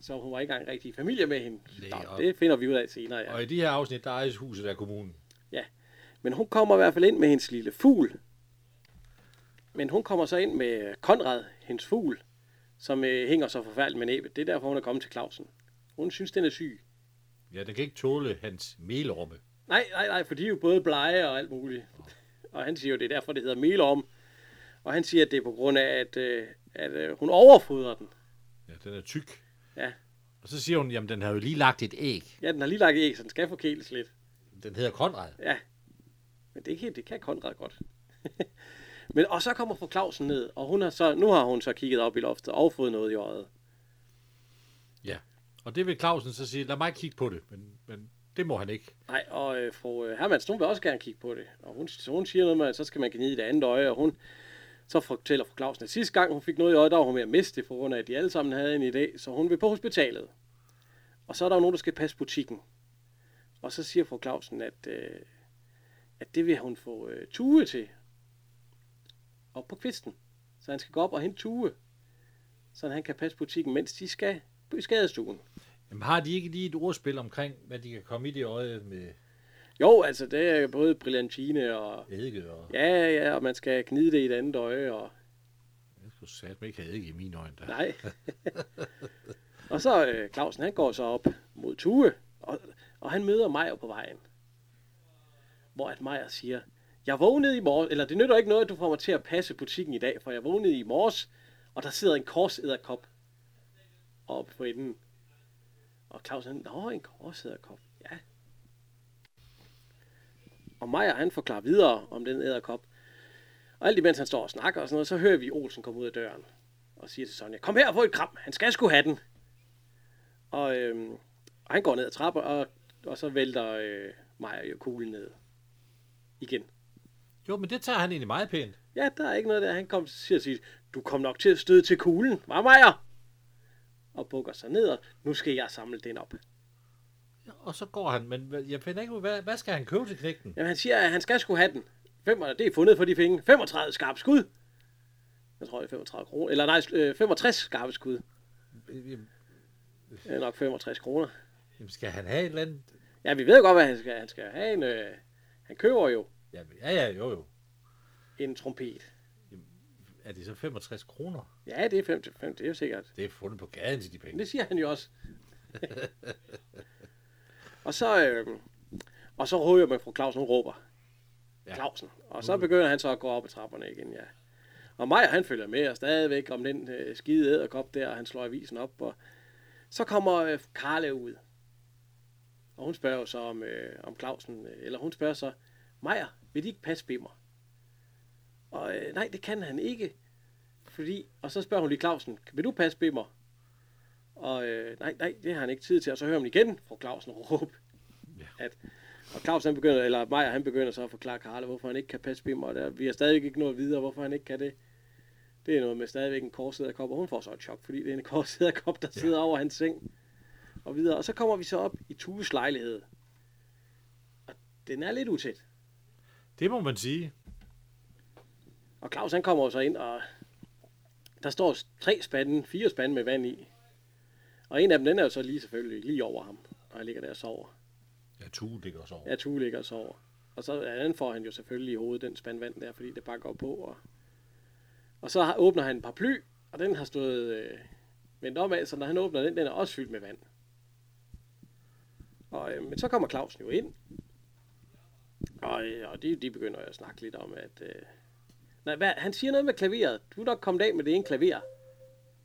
så hun var ikke engang rigtig i familie med hende. Nej, Nå, og- det finder vi ud af senere, ja. Og i de her afsnit, der ejes huset af kommunen. Ja, men hun kommer i hvert fald ind med hendes lille fugl. Men hun kommer så ind med Konrad, hendes fugl, som øh, hænger så forfærdeligt med næbet. Det er derfor, hun er kommet til Clausen. Hun synes, den er syg. Ja, den kan ikke tåle hans melrumme. Nej, nej, nej, for de er jo både blege og alt muligt. Og han siger jo, det er derfor, det hedder melorm. Og han siger, at det er på grund af, at, øh, at øh, hun overfodrer den. Ja, den er tyk. Ja. Og så siger hun, jamen den har jo lige lagt et æg. ja, den har lige lagt æg, så den skal forkæles lidt. Den hedder Konrad. Ja, men det kan, det kan Konrad godt. men, og så kommer fru Clausen ned, og hun har så, nu har hun så kigget op i loftet og fået noget i øjet. Ja. Og det vil Clausen så sige, lad mig kigge på det, men, men det må han ikke. Nej, og øh, fru øh, Hermans, hun vil også gerne kigge på det. Og hun, så hun siger noget med, at så skal man gnide det andet øje, og hun så fortæller fru Clausen, at sidste gang hun fik noget i øjet, der var hun ved at miste det, på grund af, at de alle sammen havde en idé, så hun vil på hospitalet. Og så er der jo nogen, der skal passe butikken. Og så siger fru Clausen, at, øh, at det vil hun få øh, Tue til. Op på kvisten. Så han skal gå op og hente Tue. Så han kan passe butikken, mens de skal i skadestuen. Jamen, har de ikke lige et ordspil omkring, hvad de kan komme i det øje med Jo, altså det er jo både brillantine og eddike og... Ja, ja, ja, og man skal gnide det i et andet øje, og Jeg skulle sat mig ikke have eddike i mine øjne. Der. nej. og så øh, Clausen, han går så op mod Tue, og, og han møder Majer på vejen. Hvor at Majer siger, jeg vågnede i morges, eller det nytter ikke noget, at du får mig til at passe butikken i dag, for jeg vågnede i morges, og der sidder en korsedderkop oppe på enden. Og Claus han, nå, en korsedderkop, ja. Og Majer, han forklarer videre om den æderkop. Og alt imens han står og snakker og sådan noget, så hører vi Olsen komme ud af døren og siger til Sonja, kom her og få et kram, han skal sgu have den. Og, øhm, og han går ned ad trapper, og, og så vælter øh, Maja jo kuglen ned. Igen. Jo, men det tager han egentlig meget pænt. Ja, der er ikke noget der. Han kom til at sige, du kom nok til at støde til kuglen, var Majer? Og bukker sig ned, og nu skal jeg samle den op. Og så går han, men jeg finder ikke ud, hvad, hvad skal han købe til knægten? Jamen, han siger, at han skal skulle have den. Fem, det er fundet for de penge. 35 skarpe skud. Jeg tror, det er 35 kroner. Eller nej, øh, 65 skarpe skud. Jamen, Det er nok 65 kroner. skal han have et eller andet? Ja, vi ved godt, hvad han skal. Han skal have en... Øh, han køber jo Jamen, ja, ja, jo, jo. en trompet. Er det så 65 kroner? Ja, det er 5 til 5, det er jo sikkert. Det er fundet på gaden til de Men penge. det siger han jo også. og så... Øh, og så ryger man fru Clausen, hun råber. Ja. Ja. Clausen. Og så begynder han så at gå op ad trapperne igen, ja. Og Maja, han følger med og stadigvæk om den øh, skide æderkop der, og han slår avisen op. Og så kommer øh, Karla ud. Og hun spørger jo så om, øh, om Clausen, øh, eller hun spørger så, Maja, vil de ikke passe bimmer? Og øh, nej, det kan han ikke. Fordi, og så spørger hun lige Clausen, vil du passe bimmer? Og øh, nej, nej, det har han ikke tid til. Og så hører man igen fra Clausen råbe. Ja. At, og Claus han begynder, eller Maja han begynder så at forklare Karle, hvorfor han ikke kan passe bimmer. Og der, vi har stadigvæk ikke noget videre, hvorfor han ikke kan det. Det er noget med stadigvæk en korsæderkop, og hun får så et chok, fordi det er en korsæderkop, der ja. sidder over hans seng. Og videre. Og så kommer vi så op i Tues lejlighed. Og den er lidt utæt. Det må man sige. Og Claus han kommer jo så ind, og der står tre spande, fire spande med vand i. Og en af dem, den er jo så lige selvfølgelig lige over ham, og han ligger der og sover. Ja, Tue, det går så over. Ja, Tue ligger og sover. Og så ja, den får han jo selvfølgelig i hovedet, den spand vand der, fordi det bare går på. Og, og så har, åbner han en paraply, og den har stået øh, vendt om af, så når han åbner den, den er også fyldt med vand. Og, øh, men så kommer Clausen jo ind, og, øh, og de, de begynder jo at snakke lidt om, at... Øh, nej, hvad, han siger noget med klaveret. Du er nok kommet af med det ene klaver.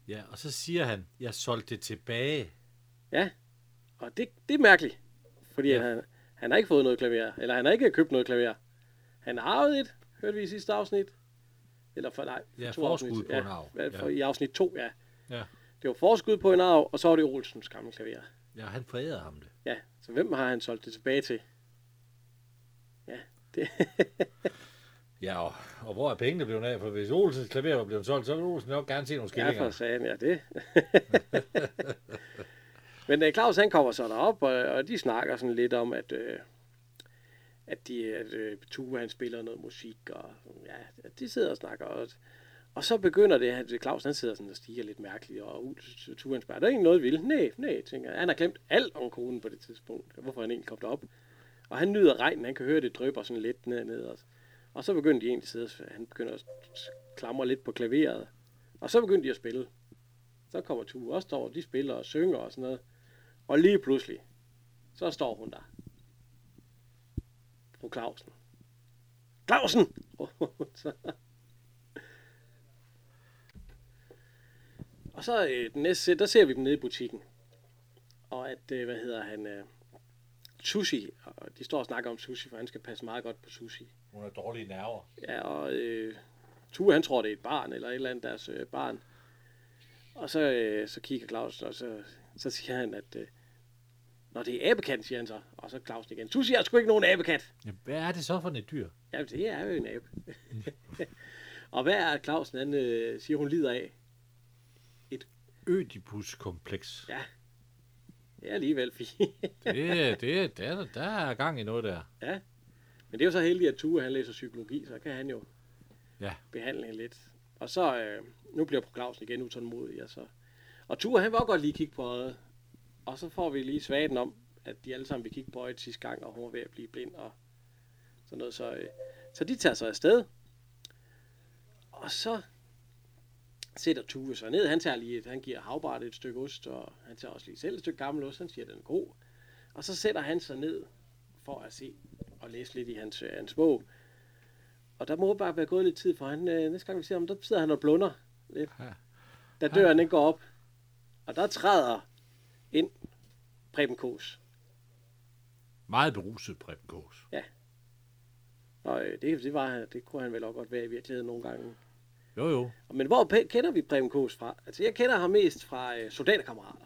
Ja, og så siger han, jeg solgte det tilbage. Ja, og det, det er mærkeligt, fordi ja. han, han har ikke fået noget klaver, eller han har ikke købt noget klaver. Han har arvet et, hørte vi i sidste afsnit. Eller for, nej, for Ja, to afsnit. forskud på ja, en arv. hvad- For, Ja. I afsnit 2, ja. Ja. Det var forskud på en arv, og så var det Olsens gamle klaver. Ja, han forærede ham det. Ja, så hvem har han solgt det tilbage til? Ja, det, Ja, og, og hvor er pengene blevet af? For hvis Olsens klaver var blevet solgt, så ville Olsen nok gerne se nogle skillinger. Ja, for sagen, ja det. Men øh, Claus han kommer så derop, og, og de snakker sådan lidt om, at, øh, at, de, at øh, Tue han spiller noget musik, og ja, at de sidder og snakker. Og, og så begynder det, at Claus han sidder sådan og stiger lidt mærkeligt, og Ulf- Tue han spørger, der er ikke noget vildt. Nej, nej, tænker jeg. Han har glemt alt om konen på det tidspunkt, og hvorfor han egentlig kom derop. Og han nyder regnen, han kan høre, det drøber sådan lidt ned, ned og, og så begynder de egentlig at sidde, og- han begynder at klamre lidt på klaveret. Og så begyndte de at spille. Så kommer Tue også over, de spiller og synger og sådan noget. Og lige pludselig, så står hun der. på Clausen. Clausen! Så- og så øh, den næste, se- der ser vi dem nede i butikken. Og at, øh, hvad hedder han, øh, Sushi, og de står og snakker om Sushi, for han skal passe meget godt på Sushi. Hun har dårlige nerver. Ja, og øh, Tue, han tror, det er et barn, eller et eller andet deres øh, barn. Og så, øh, så kigger Clausen, og så, så siger han, at øh, når det er abekat, siger han så. Og så Clausen igen, Tue siger, jeg sgu ikke nogen abekat. Jamen, hvad er det så for et dyr? Ja, det er jo en abe. og hvad er det, Clausen, han øh, siger, hun lider af? Ødipuskompleks. Ja, det er alligevel fint. Det, det, der, der er gang i noget der. ja, men det er jo så heldigt, at Tue, han læser psykologi, så kan han jo Ja. behandle hende lidt. Og så, øh, nu bliver Clausen igen utålmodig. Og, så. og Ture, han vil også godt lige kigge på øjet. Og så får vi lige svagen om, at de alle sammen vil kigge på øjet sidste gang, og hun var ved at blive blind og sådan noget. Så, øh, så de tager sig afsted. Og så sætter Tue sig ned. Han, tager lige et, han giver Havbart et stykke ost, og han tager også lige selv et stykke gammel ost. Han siger, den er god. Og så sætter han sig ned for at se og læse lidt i hans, øh, hans bog. Og der må bare være gået lidt tid, for han, øh, næste gang vi ser ham, der sidder han og blunder lidt. Ja. Da døren den går op, og der træder ind Preben Kås. Meget beruset Preben Kås. Og øh, det, det, var, han- det kunne han vel også godt være i virkeligheden nogle gange. Jo, jo. Men hvor pe- kender vi Preben Kås fra? Altså, jeg kender ham mest fra øh, Soldaterkammerater.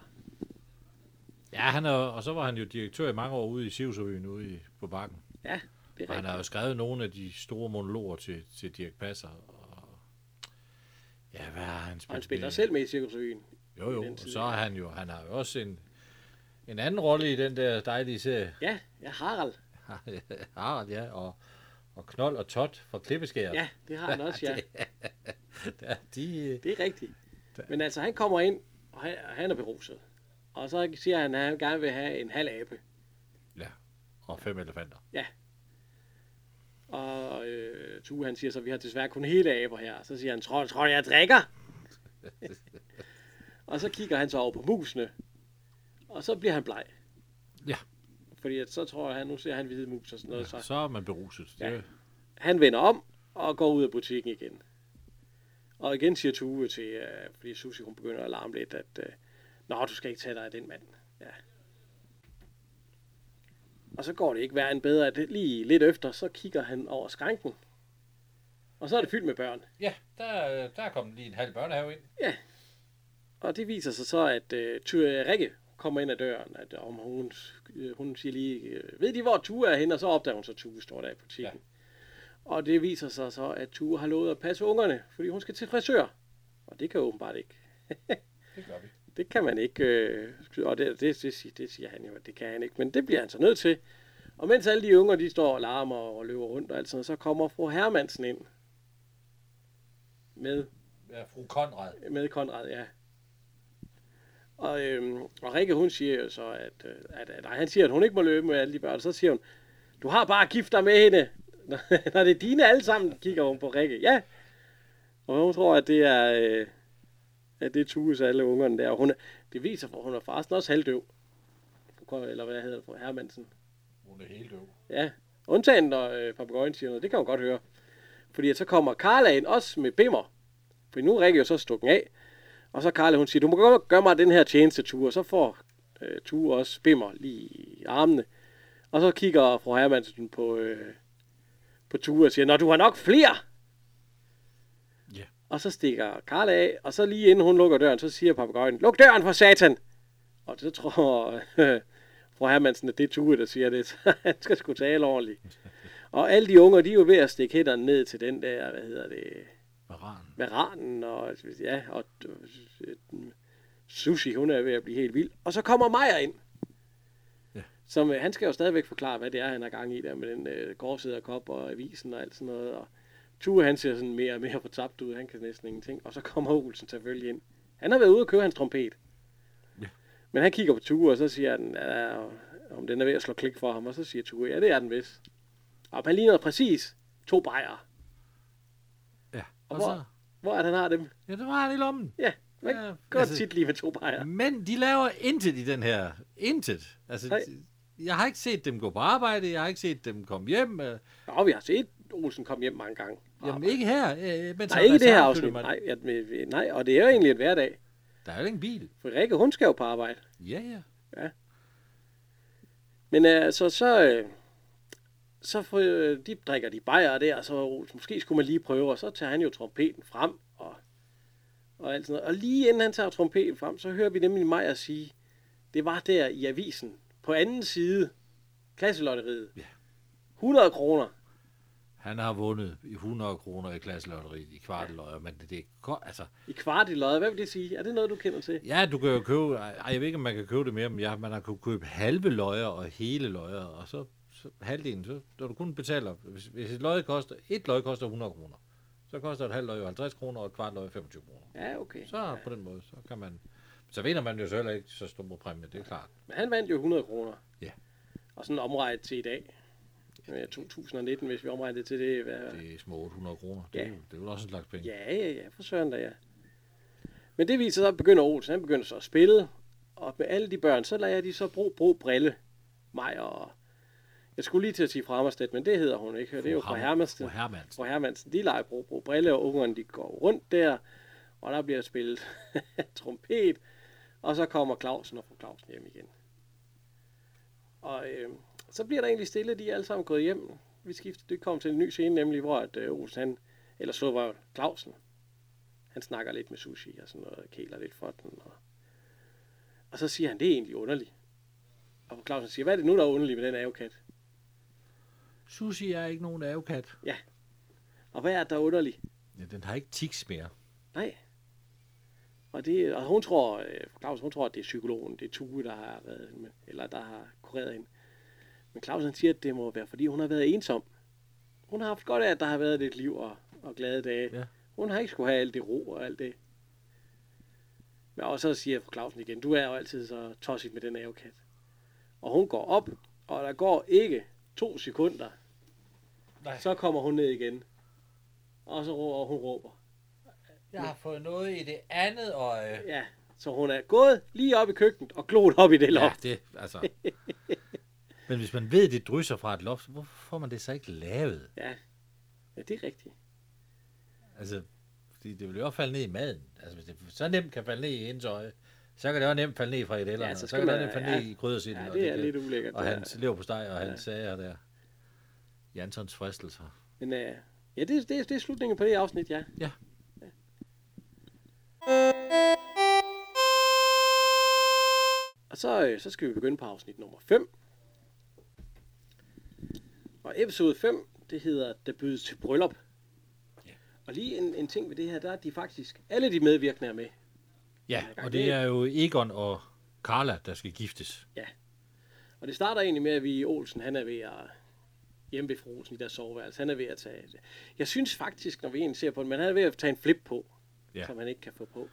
Ja, han er, og så var han jo direktør i mange år ude i Sivsøen ude i, på Bakken. Ja, det er Og han har rigtigt. jo skrevet nogle af de store monologer til, til Dirk Passer. Og, ja, hvad har han spillet? Og han spiller med? selv med i Cirkusøen. Jo, i jo. den Og tid, så ja. er han jo, han har jo også en, en anden rolle i den der dejlige serie. Ja, ja, Harald. Harald, ja, og, og Knold og Tot fra Klippeskær. Ja, det har han også, ja. Der, de, øh, Det er rigtigt. Men altså, han kommer ind, og han, og han er beruset. Og så siger han, at han gerne vil have en halv abe. ja, og fem elefanter. Og øh, Tue, han siger så, vi har desværre kun hele aber her. Så siger han, tror, tror du, jeg drikker? og så kigger han så over på musene. Og så bliver han bleg. Ja. Fordi at så tror jeg, han, nu ser han hvide mus og sådan noget. Så Så er man beruset. Ja. Ja. Det, han vender om og går ud af butikken igen. Og igen siger Tue til, øh, fordi Susie hun begynder at larme lidt, at øh, Nå, du skal ikke tage dig af den mand. Ja. Og så går det ikke værre end bedre, at lige lidt efter, så kigger han over skranken. Og så er det fyldt med børn. Ja, der, der er kommet lige en halv børnehave ind. Og det viser sig så, at øh, Tue Rikke kommer ind ad døren, at om hun, øh, hun siger lige, øh, ved de hvor Tue er henne, og så opdager hun så, at Tue står der i butikken. Ja. Og det viser sig så, at Tue har lovet at passe ungerne, fordi hun skal til frisør. Og det kan åbenbart ikke. Det gør vi. Det kan man ikke, øh, og det, det, det, siger, det siger han jo, at det kan han ikke, men det bliver han så nødt til. Og mens alle de unger, de står og larmer og løber rundt og alt sådan noget, så kommer fru Hermansen ind med Ja, fru Konrad. med Konrad, ja. Og, øhm, og Rikke, hun siger jo så, at, øh, at, at nej, han siger, at hun ikke må løbe med alle de børn. Og så siger hun, du har bare gift dig med hende. Når- Når det er dine alle sammen, kigger hun på Rikke. Ja. Og hun tror, at det er, øh, at det er Tues alle ungerne der. Og hun er, det viser, for hun er forresten også halvdøv. Fru Kon- Eller hvad hedder det, fru Hermansen. Hun er helt døv. Ja, undtagen når øh, papegøjen siger noget, det kan man godt høre. Fordi at så kommer Carla ind også med bimmer. For nu er Rikke jo så stukken af. Og så Carla, hun siger, du må godt gøre mig den her tjeneste, Tue. Og så får øh, Tue også bimmer lige i armene. Og så kigger fru Hermansen på, øh, på Tue og siger, Nå, du har nok flere! Ja. Og så stikker Carla af, og så lige inden hun lukker døren, så siger papegøjen, luk døren for satan! Og så tror øh, fru Hermansen, at det er Tue, der siger det, så han skal sgu tale ordentligt. Og alle de unger, de er jo ved at stikke hænderne ned til den der, hvad hedder det, Varan. med ranen, og, altså, ja, og øh, Sushi, hun er ved at blive helt vild. Og så kommer Maja ind. Ja. Som, øh, han skal jo stadigvæk forklare, hvad det er, han har gang i der med den øh, gårdsæderkop og avisen og alt sådan noget. Og Tue, han ser sådan mere og mere fortabt ud. Han kan næsten ingenting. Og så kommer Olsen selvfølgelig ind. Han har været ude og køre hans trompet. Ja. Men han kigger på Tue, og så siger han, ja, om den er ved at slå klik for ham. Og så siger Tue, ja, det er den vist. Og han ligner præcis to bajere. Ja. Og Og, hvor- så, Hvor er det, han har dem? ja, det var han i lommen. Ja, man Ja, kan godt altså- tit lige med to bajere. Men de laver intet i den her. Intet. Altså, Nej. de, jeg har ikke set dem gå på arbejde, jeg har ikke set dem komme hjem. Øh, Nå, vi har set Olsen komme hjem mange gange. jamen ikke her. Øh, mens Nej, han ikke var det her sammen, afsnit. flyttede man- Nej, at, vi- nej, og det er jo egentlig en hverdag. Der er jo ingen bil. For Rikke, hun skal jo på arbejde. Ja, ja. Men øh, så, så, øh, så får, øh, de drikker de bajer der, og så Olsen, måske skulle man lige prøve, og så tager han jo trompeten frem, og, og alt sådan noget. Og lige inden han tager trompeten frem, så hører vi nemlig Maja sige, det var der i avisen, på anden side, klasselotteriet. Ja. 100 kroner. Han har vundet i 100 kroner i klasselotteriet i kvarteløjer, men det er godt, altså... I kvart i løjet. Hvad vil det sige? Er det noget, du kender til? Ja, du kan jo købe... Ej, jeg ved ikke, om man kan købe det mere, men ja, man har kunnet købe halve løjer og hele løjer, og så, så halvdelen, så når du kun betaler... Hvis, hvis et løje koster... Et løje koster 100 kroner, så koster et halvt løje 50 kroner, og et kvart løje 25 kroner. Ja, okay. Så på den måde, så kan man... Så vinder man jo så heller ikke så stor præmie, det er klart. Men han vandt jo 100 kroner. Ja. Og sådan omregnet til i dag. Øh, 2019, hvis vi omregnede til det. Hvad, Det er små 800 kroner. Det, Ja. er, jo- det er jo også en slags penge. Ja, ja, ja, for søren da, ja. Men det viser sig, at begynder Olsen, han begynder så at spille, og med alle de børn, så lader jeg de så bruge brug brille. Mig og... Jeg skulle lige til at sige Framerstedt, men det hedder hun ikke, og det er jo fra Hermansen. Fra Hermansen. Fra Hermansen, de leger brug, brug brille, og ungerne de går rundt der, og der bliver spillet trompet, og så kommer Clausen og fru Clausen hjem igen. Og øh, så bliver der egentlig stille, de er alle sammen gået hjem. Vi skifter, det kommer til en ny scene, nemlig hvor at, øh, Olsen, han, eller så var Clausen, han snakker lidt med sushi og sådan noget, kæler lidt for den. Og, og så siger han, det er egentlig underligt. Og fru Clausen siger, hvad er det nu, der er underligt med den avokat? Sushi er ikke nogen avokat. Og hvad er det, der er underligt? Ja, den har ikke tiks mere. Nej. Og, det, og hun tror, øh, Claus, hun tror, at det er psykologen, det er Tue, der har været, hende med- eller der har kureret hende. Men Claus han siger, at det må være, fordi hun har været ensom. Hun har haft godt af, at der har været lidt liv og, og glade dage. Ja. Hun har ikke skulle have alt det ro og alt det. Men og så siger fru Clausen igen, du er jo altid så tosset med den avokat. Og hun går op, og der går ikke to sekunder. Nej. Så kommer hun ned igen. Og så råber og hun råber. Jeg har fået noget i det andet øje. Ja, så hun er gået lige op i køkkenet og glot op i det loft. Ja, det, altså. Men hvis man ved, at det drysser fra et loft, så hvorfor får man det så ikke lavet? Ja. ja. ja, det er rigtigt. Altså, fordi det vil jo også falde ned i maden. Altså, hvis det så nemt kan falde ned i hendes øje, så kan det også nemt falde ned i fredellerne, Ja, ja, så så, så skal kan det man- også nemt falde ned ja. i kryddersilden. Ja, og det er kan- lidt ulækkert. Og det hans der. leverpostej og hans sager der. Jansons fristelser. Men øh, ja, det, det, det er slutningen på det afsnit, ja. Ja. Og så, øh, så skal vi begynde på afsnit nummer 5. Og episode 5, det hedder, der bydes til bryllup. Og lige en, en ting ved det her, der er de faktisk, alle de medvirkende er med. Ja, gang og det. det er jo Egon og Carla, der skal giftes. Og det starter egentlig med, at vi Olsen, han er ved at hjemme ved fru Olsen i deres soveværelse. Han er ved at tage... Jeg synes faktisk, når vi egentlig ser på det, men han er ved at tage en flip på, ja. Ja. som han ikke kan få på.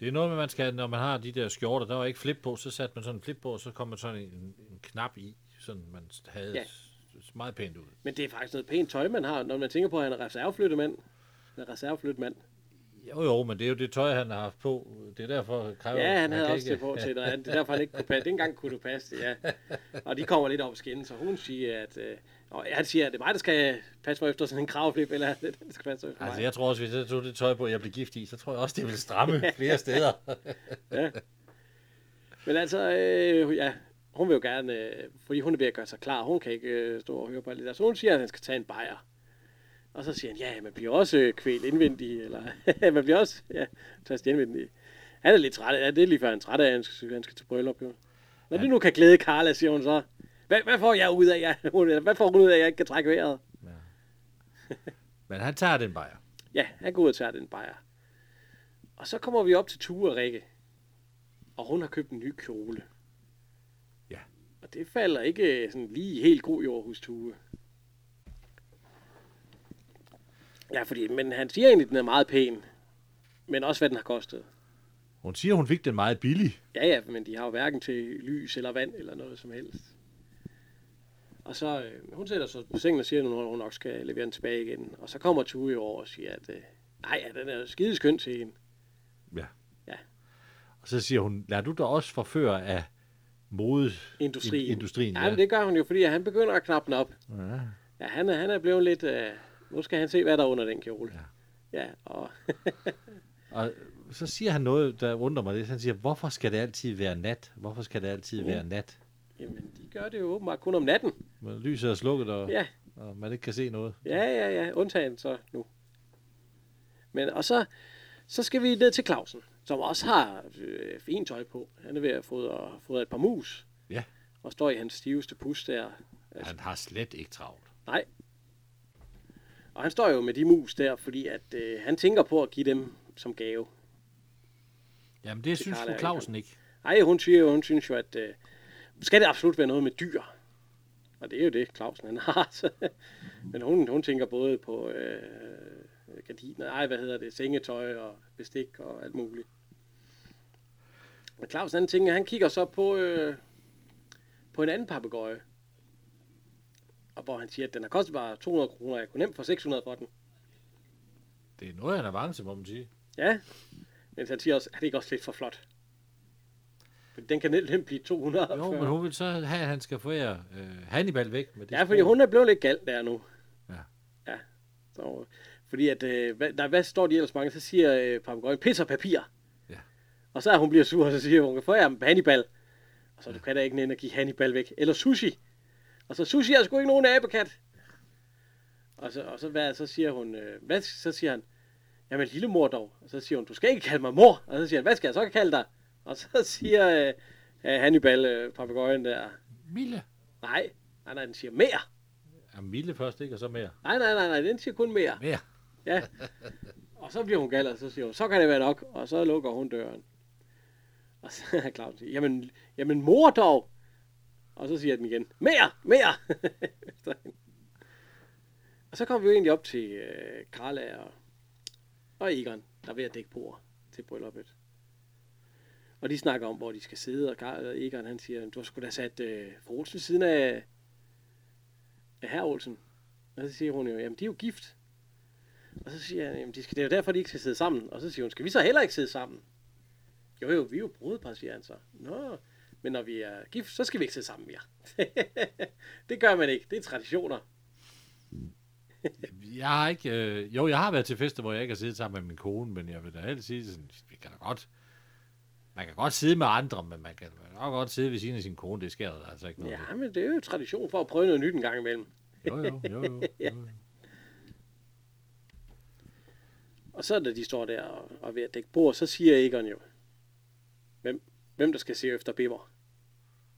Det er noget med, man skal, når man har de der skjorter, der var ikke flip på, så satte man sådan en flip på, og så kom man sådan en, en knap i, sådan man havde Ja. ja. meget pænt ud. Men det er faktisk noget pænt tøj, man har, når man tænker på, at han er reserveflyttemand. Han er reserveflyttemand. Jo, jo, men det er jo det tøj, han har haft på. Det er derfor, kræver, Ja, han havde kan også det på til noget andet. Det er derfor, han ikke kunne passe. Det engang kunne du passe det, ja. Og de kommer lidt op i skinnen, så hun siger, at... Øh, og han siger, at det er mig, der skal passe mig efter sådan en kravflip, eller er det, der skal passe mig efter mig. Altså, jeg tror også, hvis jeg tog det tøj på, jeg blev gift i, så tror jeg også, det ville stramme flere steder. Men altså, øh, ja, hun vil jo gerne, øh, fordi hun er ved at gøre sig klar. Hun kan ikke øh, stå og høre på alt det der. Så hun siger, at han skal tage en bajer. Og så siger han, ja, man bliver også øh, kvælt indvendig, eller man bliver også ja, tastet indvendig. Han er lidt træt af, ja, det er lige før han er træt af, at han skal, han skal til bryllup, jo. Når det nu kan glæde Carla, siger hun så. Hvad, hvad får jeg ud af, jeg, hvad får hun ud af, at jeg ikke kan trække vejret? Men han tager den bajer. Ja, han går ud og tager den bajer. Og så kommer vi op til Tue og Rikke. Og hun har købt en ny kjole. Ja. Og det falder ikke øh, sådan lige helt god jord hos Tue. Ja, fordi, men han siger egentlig, at den er meget pæn. Men også, hvad den har kostet. Hun siger, hun fik den meget billig. Ja, ja, men de har jo hverken til lys eller vand eller noget som helst. Og så, øh, hun sætter sig på sengen og siger, at hun nok skal levere den tilbage igen. Og så kommer Tue jo over og siger, at øh, nej, ja, den er skideskøn til hende. Ja. Ja. Og så siger hun, lad du dig også forføre af mode Industrien. in- industrien ja. ja. men det gør hun jo, fordi han begynder at knappe den op. Ja. Ja, han er, han er blevet lidt... Øh, nu skal han se, hvad der er under den kjole. Ja, ja og... Og så siger han noget, der undrer mig lidt. Han siger, hvorfor skal det altid være nat? Hvorfor skal det altid Mm. være nat? Jamen, de gør det jo åbenbart kun om natten. Men lyset er slukket, og, Ja. og man ikke kan se noget. Ja, ja, ja. Undtagen så nu. Men, og så, så skal vi ned til Clausen, som også har øh, fint tøj på. Han er ved at få fået et par mus, Ja. og står i hans stiveste pus der. Altså- Han har slet ikke travlt. Nej. Og han står jo med de mus der, fordi at, øh, han tænker på at give dem som gave. Jamen det, synes Karla er fru ikke. Clausen ikke. Ej, hun, siger, jo- hun synes jo, at øh, skal det absolut være noget med dyr? Og det er jo det, Clausen han har. Så. Men hun, hun tænker både på øh, gardiner, ej, hvad hedder det, sengetøj og bestik og alt muligt. Men Clausen han tænker, han kigger så på, øh, på en anden papegøje. Og hvor han siger, at den har kostet bare 200 kroner, jeg kunne nemt få 600 for den. Det er noget, han er vant til, må man sige. Ja, men han siger også, er det ikke også lidt for flot? For den kan nemt blive 200. Jo, men hun vil så have, at han skal forære øh, Hannibal væk. Med det Ja, sprog. fordi hun er blevet lidt gal der nu. Ja. Ja. Så, fordi at, øh, hvad, der, hvad står de ellers mange? Så siger øh, papagøjen, pisser papir. Ja. Og så er hun bliver sur, og så siger hun, får jeg Hannibal? Og så, du kan da ikke nænde at give Hannibal væk. Eller sushi. Og så, sushi er sgu ikke nogen abekat. Og så, og så, hvad, så siger hun, øh, hvad, så siger han, jamen lille mor dog. Og så siger hun, du skal ikke kalde mig mor. Og så siger han, hvad skal jeg så kalde dig? Og så siger øh, øh, Hannibal, øh, papagøjen der, Mille. nej, nej, nej, den siger mere. Ja, Mille først, ikke? Og så mere. Nej, nej, nej, nej, den siger kun mere. Mere. Ja. Og så bliver hun gal, og så siger hun, så kan det være nok, og så lukker hun døren. Og så er Claus siger, jamen, jamen mor dog. Og så siger den igen, mere, mere. Efter hende. og så kommer vi jo egentlig op til øh, Carla og, og Egon, der er ved at dække bord til brylluppet. Og de snakker om, hvor de skal sidde, og, Carla, og Egon han siger, du har sgu da sat øh, fru Olsen ved siden af, af herr Olsen. Og så siger hun jo, jamen de er jo gift. Og så siger han, jamen, de skal, det er jo derfor, de ikke skal sidde sammen. Og så siger hun, skal vi så heller ikke sidde sammen? Jo, jo, vi er jo brudepar, siger han så. Nå, men når vi er gift, så skal vi ikke sidde sammen mere. det gør man ikke. Det er traditioner. Jeg har ikke... Øh, jo, jeg har været til fester, hvor jeg ikke har siddet sammen med min kone, men jeg vil da helst sige sådan, vi kan da godt... Man kan godt sidde med andre, men man kan nok godt sidde ved siden af sin kone. Det sker der altså ikke noget. Ja, men det er jo tradition for at prøve noget nyt en gang imellem. ved. Jo, jo, jo, jo. jo. Og så da de står der og, og er ved at dække bord, så siger Egon jo, hvem, hvem der skal se efter Bimmer.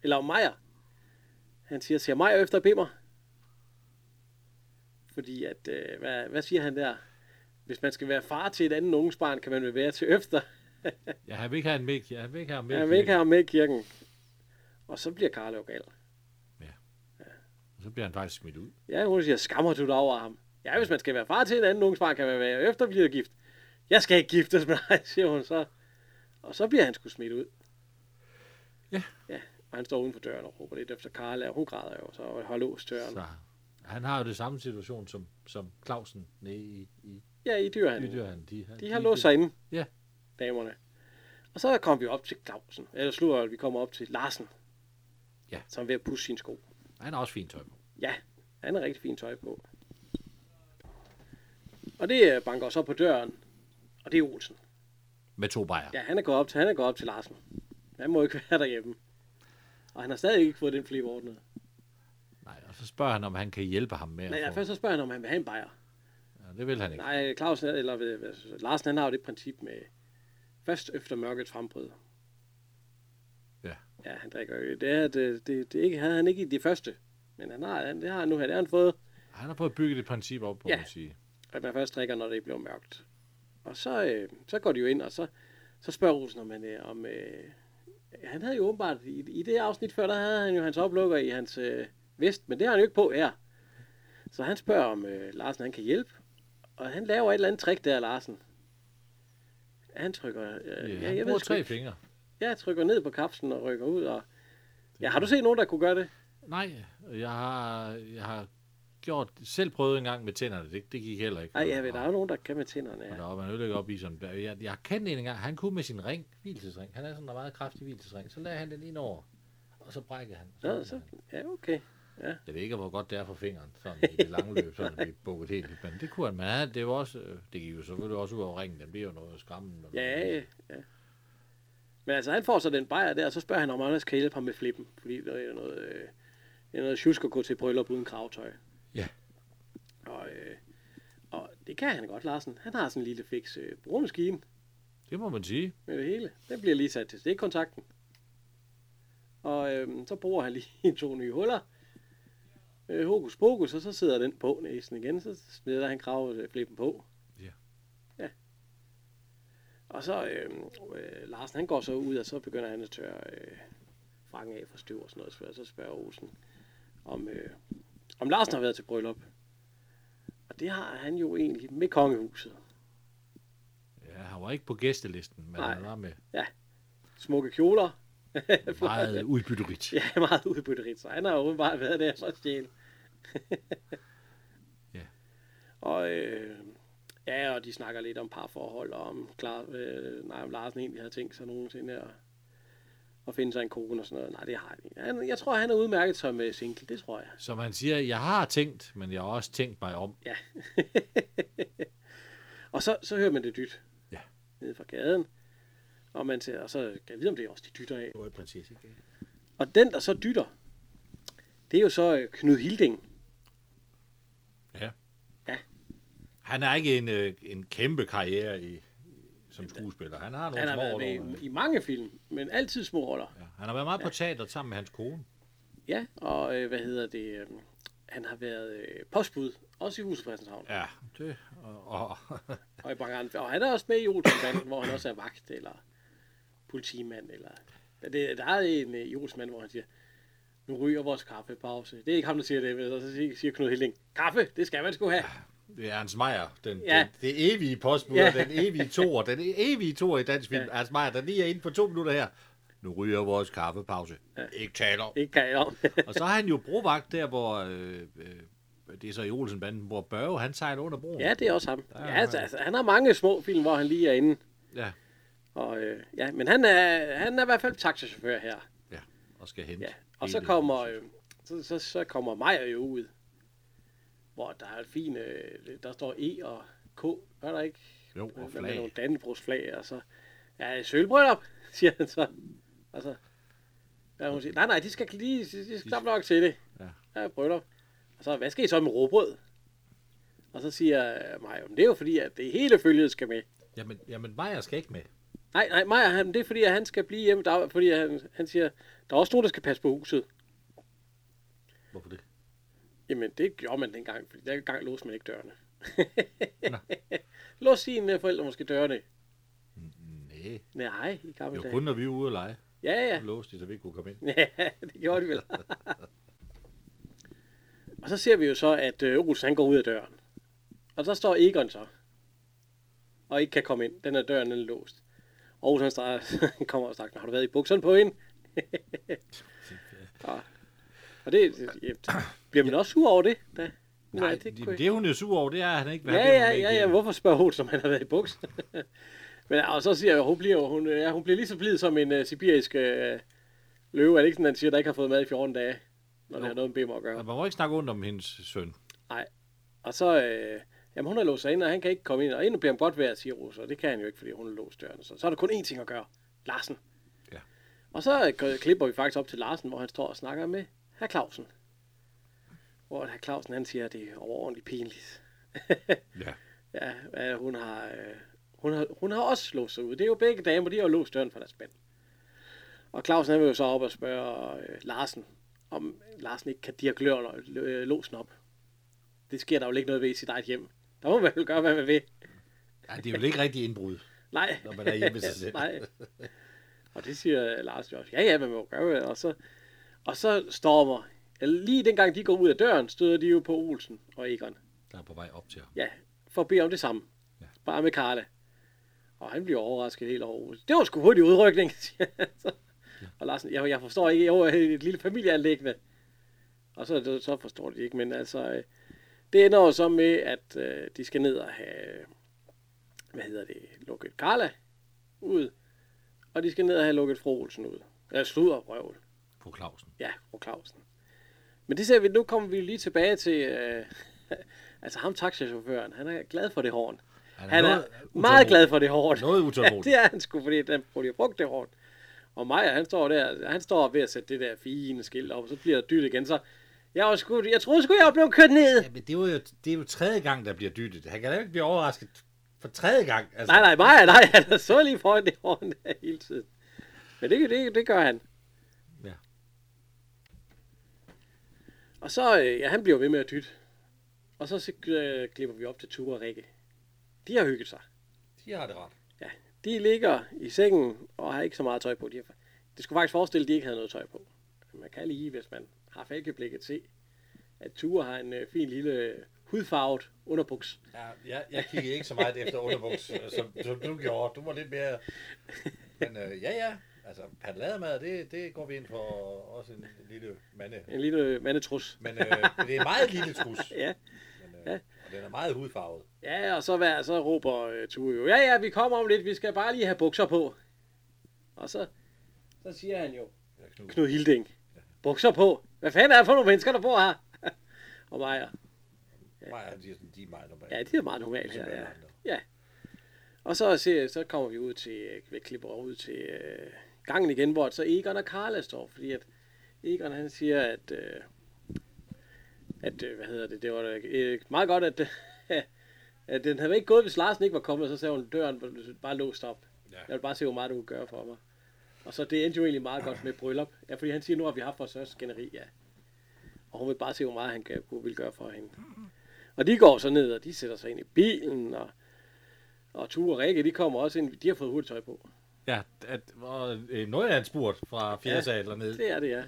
Eller om Meier. Han siger, ser Meier efter Bimmer. Fordi at, øh, hvad, hvad siger han der? Hvis man skal være far til et andet unges barn, kan man vel være til efter. Ja, han vil ikke have en mæk. Ja, han vil ikke have en mæk. Han vil ikke have ham med i kirken. Og så bliver Karl jo gal. Så bliver han faktisk smidt ud. Ja, hun siger, skammer du dig over ham? Ja, hvis man skal være far til en anden unges barn, kan man være efter bliver gift. Jeg skal ikke giftes med dig, siger hun så. Og så bliver han sgu smidt ud. Ja. Ja, og han står uden for døren og råber lidt efter Karla, og hun græder jo, så og har låst døren. Så. Så han har jo det samme situation som, som Clausen nede i, i, Ja, i dyrhandlen. i Dyrhan. De, De har låst sig inde. Ja. Damerne. Og så kom vi op til Clausen. Eller slutter, vi kommer op til Larsen. Ja. Som er ved at pusse sine sko. Han har også fint tøj på. Ja, han har rigtig fint tøj på. Og det øh, banker så på døren. Og det er Olsen. Med to bajer. Ja, han er gået op til, han er gået op til Larsen. Han må ikke være derhjemme. Og han har stadig ikke fået den flip ordnet. Nej, og så spørger han, om han kan hjælpe ham med Men ja, at få... først så spørger han, om han vil have en bajer. Ja, det vil han ikke. Nej, Clausen, eller øh, Larsen, han har jo det princip med først efter mørket frembrud. Ja. Ja, han drikker jo. Det, er, det, det, det ikke, havde han ikke i det første. Men han har, han, det har han nu her. Det har han fået, Han har fået bygget et princip op, må Ja. man sige. at man først drikker, når det bliver mørkt. Og så, øh, så går de jo ind, og så, så spørger Olsen, om han, øh, om, øh, han havde jo åbenbart, i, i det afsnit før, der havde han jo hans oplukker i hans øh, vest, men det har han jo ikke på her. Så han spørger, om øh, Larsen han kan hjælpe, og han laver et eller andet trick der, Larsen. Han trykker, øh, Ja, ja, jeg han ved bruger sgu tre ikke. fingre. Jeg trykker ned på kapslen og rykker ud, og ja, har du set nogen, der kunne gøre det? Nej, jeg har, jeg har gjort, selv prøvet en gang med tænderne. Det, det gik heller ikke. Ej, jeg ved, der er jo nogen, der kan med tænderne. Og Ja. der var man ødelægger op i sådan jeg, jeg kendte en engang, han kunne med sin ring, hvilesesring. Han er sådan en meget kraftig hvilesesring. Så lagde han den ind over. og så brækkede han. Så, Nå, så, ja, okay. Jeg ved ikke, hvor godt det er for fingeren, sådan i det lange løb, sådan at blive bukket helt. lidt, Men det kunne han, men han, det var også, øh, det gik jo selvfølgelig også ud over ringen, den bliver jo noget skræmmende. Ja, ja. Men altså, han får så den bajer der, og så spørger han, om Anders kan hjælpe ham med flippen. Fordi det er noget, øh, det er noget tjusk at gå til bryllup uden kravtøj. Ja. Og, øh, og det kan han godt, Larsen. Han har sådan en lille fix øh, brugmaskine Det må man sige. med det hele. Den bliver lige sat til stikkontakten. Og øh, så bruger han lige to nye huller. Øh, hokus pokus, og så sidder den på næsen igen. Så smider han kravet flippen på. Ja. Ja. Og så øh, øh, Larsen, han går så ud, og så begynder han at tørre øh, frakken af for støv og sådan noget. Så- Så spørger Olsen, om, øh, om Larsen har været til bryllup. Og det har han jo egentlig med kongehuset. Ja, han var ikke på gæstelisten, men Nej. han var med Smukke kjoler. meget udbytterigt. Ja, meget udbytterigt, så han har jo bare været der for at stjæle. Ja. Og øh, ja, og de snakker lidt om parforhold, og om, klar, øh, nej, om Larsen egentlig havde tænkt sig nogensinde at, at finde sig en kone og sådan noget. Nej, det har han ikke. Han, jeg tror, han er udmærket som øh, single, det tror jeg. Som han siger, jeg har tænkt, men jeg har også tænkt mig om. Ja. og så, så hører man det dyt. Ja. Nede fra gaden. Og man ser, og så kan jeg vide, om det er også de dytter af. Det var prinsesse. Og den, der så dytter, det er jo så øh, Knud Hilding. Han er ikke en, øh, en kæmpe karriere i, som skuespiller. Han har Han nogle har små været med roller. i, i mange film, men altid små roller. Ja, han har været meget på teateret sammen med hans kone. Ja, og øh, hvad hedder det? Øh, han har været øh, postbud, også i Huset Christianshavn. Ja, det, og, og Og, i mange andre, og han er også med i Olsenbanden, hvor han også er vagt, eller politimand, eller... Det, der er en øh, i Olsenbanden, hvor han siger, nu ryger vores kaffepause. Det er ikke ham, der siger det, men så siger, siger Knud Hilling, kaffe, det skal man sgu have. det er Ernst Meier, den, Ja. ja. den, det evige postbud, Ja. ja. den evige toer, den e-, evige toer i dansk film. Ja. Ernst Meier, der lige er inde på to minutter her. Nu ryger vores kaffepause. Ja. Ikke taler. Det kan jeg om. Og så har han jo brovagt der, hvor... Øh, øh, det er så i Olsenbanden, hvor Børge, han sejler under broen. ja, det er også ham. Ja, altså, altså, han har mange små film, hvor han lige er inde. ja. Og, øh, ja, men han er, han er i hvert fald taxachauffør her. ja. Og skal hente. Ja, og så hele- kommer, øh, så, så, så kommer Majer jo ud, hvor der er et fint, øh, der står E og K, er der ikke? Jo, og Med- Med flag. nogle Dannebrogsflag, og så, ja, sølvbryllup, siger han så. Altså, Og så, ja, hun siger, nej, nej, de skal lige, de, de skal knap nok til det. Ja. Ja, bryllup. Og så, hvad skal I så med råbrød? Og så siger øh, Maja, men det er jo fordi, at det hele følget skal med. Jamen, jamen Meier skal ikke med. Nej, nej, Maja, han, det er fordi, at han skal blive hjemme, der, fordi han, han siger, der er også nogen, der skal passe på huset. Hvorfor det? Jamen, det gjorde man dengang, fordi dengang låste man ikke dørene. Lås sine forældre måske dørene. Nej. Nej, i Det gamle var dage. kun, når vi var ude at lege. Ja, ja. Så låste de, så vi ikke kunne komme ind. Ja, det gjorde de vel. og så ser vi jo så, at øh, Olsen han går ud af døren. Og så står Egon så. Og ikke kan komme ind. Den er døren den er låst. Og Olsen han starter, han kommer og snakker, har du været i bukserne på hende? og, og det, det, ja, bliver man også sur over det? Da? Nej, Nej det, kunne jeg- det, det, hun jo sur over, det er, at han ikke vil Ja, have det, hun ja, ikke ja, vil. ja, hvorfor spørger hun, som han har været i buks? Men og så siger jeg, hun bliver, jo- hun, øh, ja, hun bliver lige så blid som en uh, sibirisk uh, løve. Er det ikke sådan, han siger, der ikke har fået mad i 14 dage? Når det har noget med bimmer at Ja, gøre. Man må ikke snakke ondt om hendes søn. Og så, øh, jamen hun har låst sig ind, og han kan ikke komme ind. Og endnu bliver han godt værd, siger Rosa. Og det kan han jo ikke, fordi hun har låst døren. Så, så er der kun én ting at gøre. Larsen. Ja. Og så øh, går- klipper vi faktisk op til Larsen, hvor han står og snakker med herr Clausen. Hvor herr Clausen, han siger, at det er overordentligt pinligt. Ja. Ja, ja hun, har, øh, hun, har, hun har også låst sig ud. Det er jo begge damer, de har jo låst døren for deres mænd. Og Clausen han vil jo så op og spørge øh, Larsen, om Larsen ikke kan dirke løren, øh, låsen op. Det sker der jo ikke noget ved i sit eget hjem. Der må man vel gøre, hvad man vil. ja det er jo ikke rigtig indbrud, Nej. når man er hjemme ved sig selv. Nej. Og det siger øh, Lars jo også. Ja, ja, man må gøre det. Og så, og så stormer. Ja, lige dengang de går ud af døren, støder de jo på Olsen og Egon. Der er på vej op til ham. Ja, for at bede om det samme. Ja. Ja. Bare med Karla. Og han bliver overrasket helt over. Det var sgu hurtig udrykning, siger han så. Og Larsen, jeg, jeg forstår ikke, jeg var et lille familieanlæggende. Og så, så forstår de ikke, men altså, øh, det ender jo så med, at øh, de skal ned og have, øh, hvad hedder det, lukket Karla ud, og de skal ned og have lukket Fro Olsen ud. Eller sludder røvel. på Clausen. Ja, og Clausen. Men det ser vi, nu kommer vi lige tilbage til, øh, altså ham taxachaufføren, han er glad for det horn. Han er, han er noget meget utålmodig. glad for det horn. Noget utålmodig. Ja, det er han sgu, fordi han burde have brugt det horn. Og Maja, han står der, han står ved at sætte det der fine skilt op, og så bliver der dyt igen, så jeg, var sgu, jeg troede sgu, jeg var blevet kørt ned. Ja, men det, var jo, det er jo tredje gang, der bliver dyttet. Han kan da ikke blive overrasket for tredje gang. Altså, Nej, nej, Maja, nej, han er så lige foran det horn der hele tiden. Men det, det, det gør han. Ja. Og så, øh, ja, han bliver ved med at dytte. Og så øh, klipper vi op til Ture og Rikke. De har hygget sig. De har det ret. Ja, de ligger i sengen og har ikke så meget tøj på. De har, det skulle faktisk forestille, at de ikke havde noget tøj på. Men Man kan lige, hvis man har falkeblikket, se, at Ture har en øh, fin lille hudfarvet underbuks. Ja, jeg, jeg kiggede ikke så meget efter underbuks, øh, som, som du gjorde. Du var lidt mere... Men øh, ja, ja. Altså, pandelademad, det, det går vi ind for øh, også en lille mande. En lille mandetrus. Men øh, det er en meget lille trus. Ja. Men, øh, og den er meget hudfarvet. Ja, og så, hvad, så råber øh, Tue jo, ja, ja, vi kommer om lidt, vi skal bare lige have bukser på. Og så, så siger han jo, Ja, øh, Knud. Knud Hilding, bukser på. Hvad fanden er det for nogle mennesker, der bor her? og Maja, Maja, han siger sådan, de er meget normale. ja, det er meget normalt Ligesom her, ja. alle andre. ja. Og så, ser, så kommer vi ud til, øh, vi klipper ud til øh, gangen igen, hvor så Egon og Karla står, fordi at Egon han siger, at, øh, at øh, hvad hedder det, det var da, øh, meget godt, at, at den havde ikke gået, hvis Larsen ikke var kommet, og så sagde hun, døren var bare låst op. Ja. Jeg vil bare se, hvor meget du kunne gøre for mig. Og så det endte jo egentlig meget godt med bryllup. Ja, fordi han siger, nu har vi haft vores største skænderi, ja. Og hun vil bare se, hvor meget han kan- kunne vil gøre for hende. Og de går så ned, og de sætter sig ind i bilen, og, og Ture og Rikke, de kommer også ind. De har fået hurtigt tøj på. Ja, at, og øh, Nordjyllandsburt fra 4. Ja, sal og ned. Det er det, ja.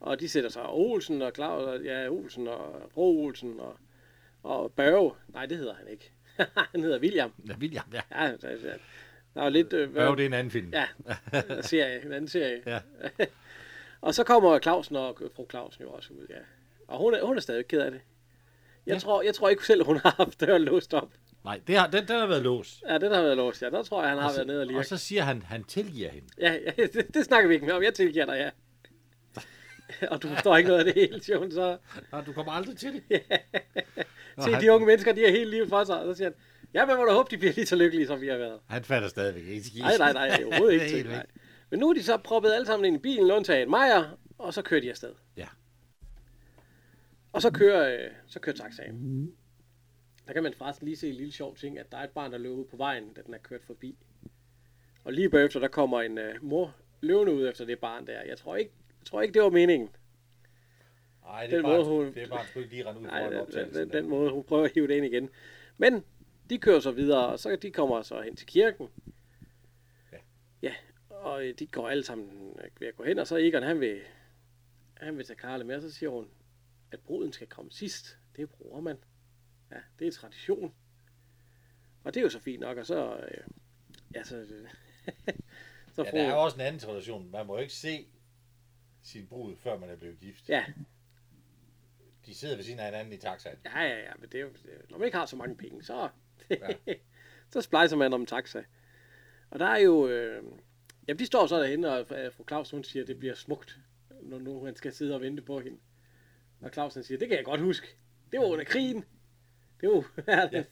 Og de sætter sig, og Olsen og Claus, og, ja, Olsen og Bro Olsen og, og Børge. Nej, det hedder han ikke. han hedder William. Ja, William, ja. Ja, der, der, der er jo lidt... Øh, Børge, det er en anden film. Ja, en serie, en anden serie. Ja. og så kommer Clausen og fru Clausen jo også ud, ja. Og hun er, hun er stadig ked af det. Jeg, ja. tror, jeg tror ikke selv, hun har haft døren låst op. Nej, det har, den, den har været låst. Ja, den har været låst, ja. Der tror jeg, han har Og så- været nede og lige. Altså, Og så siger han, han tilgiver hende. Ja, ja det, det, snakker vi ikke mere om. Jeg tilgiver dig, ja. og du forstår ikke noget af det hele, siger hun så. Nej, du kommer aldrig til det. Se, han- de unge mennesker, de har hele livet for sig. Og så siger han, ja, men må du håbe, de bliver lige så lykkelige, som vi har været. Han fatter stadigvæk ikke. skid. Nej, nej, nej, overhovedet Det ikke. er Til, helt nej. væk. Men nu er de så proppet alle sammen ind i bilen, undtagen Maja, og så kører de afsted. Ja. Og så kører, øh, så kører taxaen. Der kan man forresten lige se en lille sjov ting, at der er et barn, der løber ud på vejen, da den er kørt forbi. Og lige bagefter, der kommer en øh, mor løvende ud efter det barn der. Jeg tror ikke, jeg tror ikke det var meningen. Nej, det Den er bare, måde, hun- det er bare, du ikke lige rende ud Nej, foran den, den, optagelsen. den, den måde, hun prøver at hive det ind igen. Men de kører så videre, og så de kommer så hen til kirken. Ja. Ja, og øh, de går alle sammen øh, ved at gå hen, og så Egon, han vil, han vil tage Karle med, og så siger hun, at bruden skal komme sidst. Det bruger man. Ja, det er tradition. Og det er jo så fint nok, og så... Øh, ja, så... Øh, så Ja, fru- der er jo også en anden tradition. Man må ikke se sin brud, før man er blevet gift. ja, De sidder ved siden af hinanden i taxaen. Ja, ja, ja, men det er jo, det er jo- når man ikke har så mange penge, så, ja. så splejser man om en taxa. Og der er jo, øh, jamen de står så derinde, og øh, fru Claus, hun siger, at det bliver smukt, når nu han skal sidde og vente på hende. Og Clausen siger, det kan jeg godt huske. Det var under krigen. Det var ja.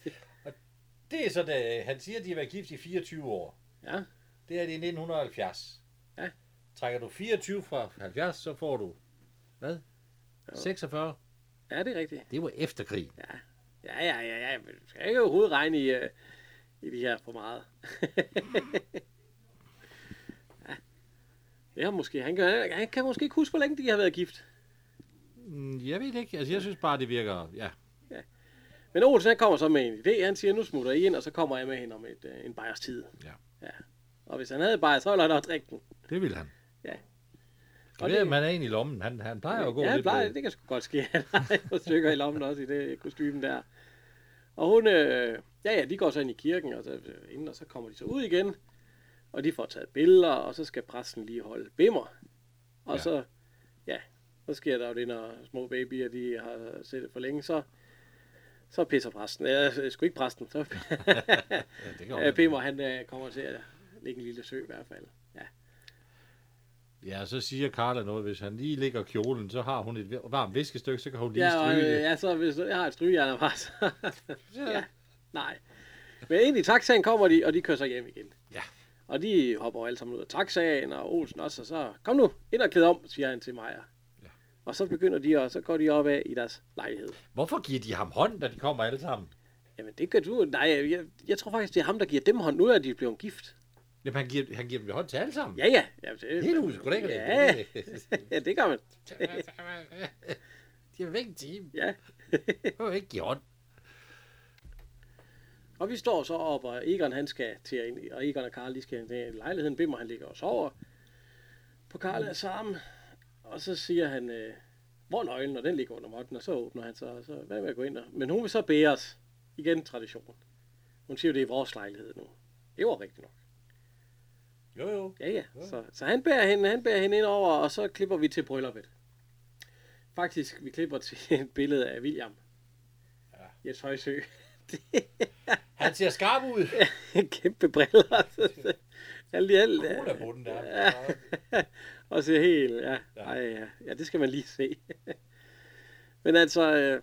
Det er så, det, han siger, at de har været gift i 24 år. ja. Det er det i 1970. Ja. Trækker du 24 fra... 70, så får du, hvad? 46. ja, det er rigtigt. Det var efter krigen. Ja, ja, ja, ja, men du skal ikke overhovedet regne i, øh, i de her for meget. Ja. Det har måske, han kan, han kan måske ikke huske, hvor længe de har været gift. Mm, Jeg ved det ikke. Altså, jeg synes bare, det virker... Ja, Men Olsen han kommer så med en idé. Han siger, nu smutter I ind, og så kommer jeg med hende om et, øh, en bajers tid. Ja. ja. Og hvis han havde bajer, så ville han også drikke den. det vil han. Ja. Og det, man er en i lommen. Han, han plejer jo at gå ja, lidt han plejer, på- det kan sgu godt ske. Han har et par stykker i lommen også i det kostyme der. Og hun, øh, ja ja, de går så ind i kirken, og så, øh, inden, og så kommer de så ud igen. Og de får taget billeder, og så skal præsten lige holde bimmer. Og ja. Ja. så, ja, så sker der jo det, når små babyer, de har set det for længe, så, så pisser præsten. Ja, øh, sgu ikke præsten, så Ja, det kan Ja, også- Pimmer, han øh, kommer til at lægge en lille sø i hvert fald. Ja. Ja, så siger Carla noget, hvis han lige ligger kjolen, så har hun et varmt viskestykke, så kan hun lige Ja, og, stryge øh, det. ja, så hvis jeg har et strygejern af så... Ja. ja, nej. Men ind i taxaen kommer de, og de kører så hjem igen. Ja. Og de hopper jo alle sammen ud af taxaen, og Olsen også, og så, kom nu, ind og klæd om, siger han til Maja. Ja. Ja. Og så begynder de, og så går de op af i deres lejlighed. Hvorfor giver de ham hånd, da de kommer alle sammen? Jamen, det gør du. Nej, jeg, jeg tror faktisk, det er ham, der giver dem hånd, nu er de blevet gift. Jamen, han giver, han giver dem jo hånd til alle sammen. Ja, ja. ja det, Hele huset, goddag, goddag. Ja, ja, det gør man. de er væk en time. Ja. Hvorfor ikke give hånd? Og vi står så op, og Egon han skal til, ind- og Egon og Karl de skal ind i lejligheden. Bimmer han ligger og sover på Karlas arm. Og så siger han, øh, hvor er nøglen, og den ligger under måtten, og så åbner han sig, og så hvad vil jeg gå ind og... Men hun vil så bære os. Igen tradition. Hun siger jo, det er vores lejlighed nu. Det var rigtigt nok. Jo, jo. Ja, ja. Så, så han bærer hende, han bærer hende ind over, og så klipper vi til brylluppet. Faktisk, vi klipper til et billede af William. Ja. Jes Højsø. Det Han ser skarp ud. er kæmpe briller. Alt i alt. ja. Hun er på den der. og se helt, ja. Ej, ja. ja, det skal man lige se. Men altså, øh,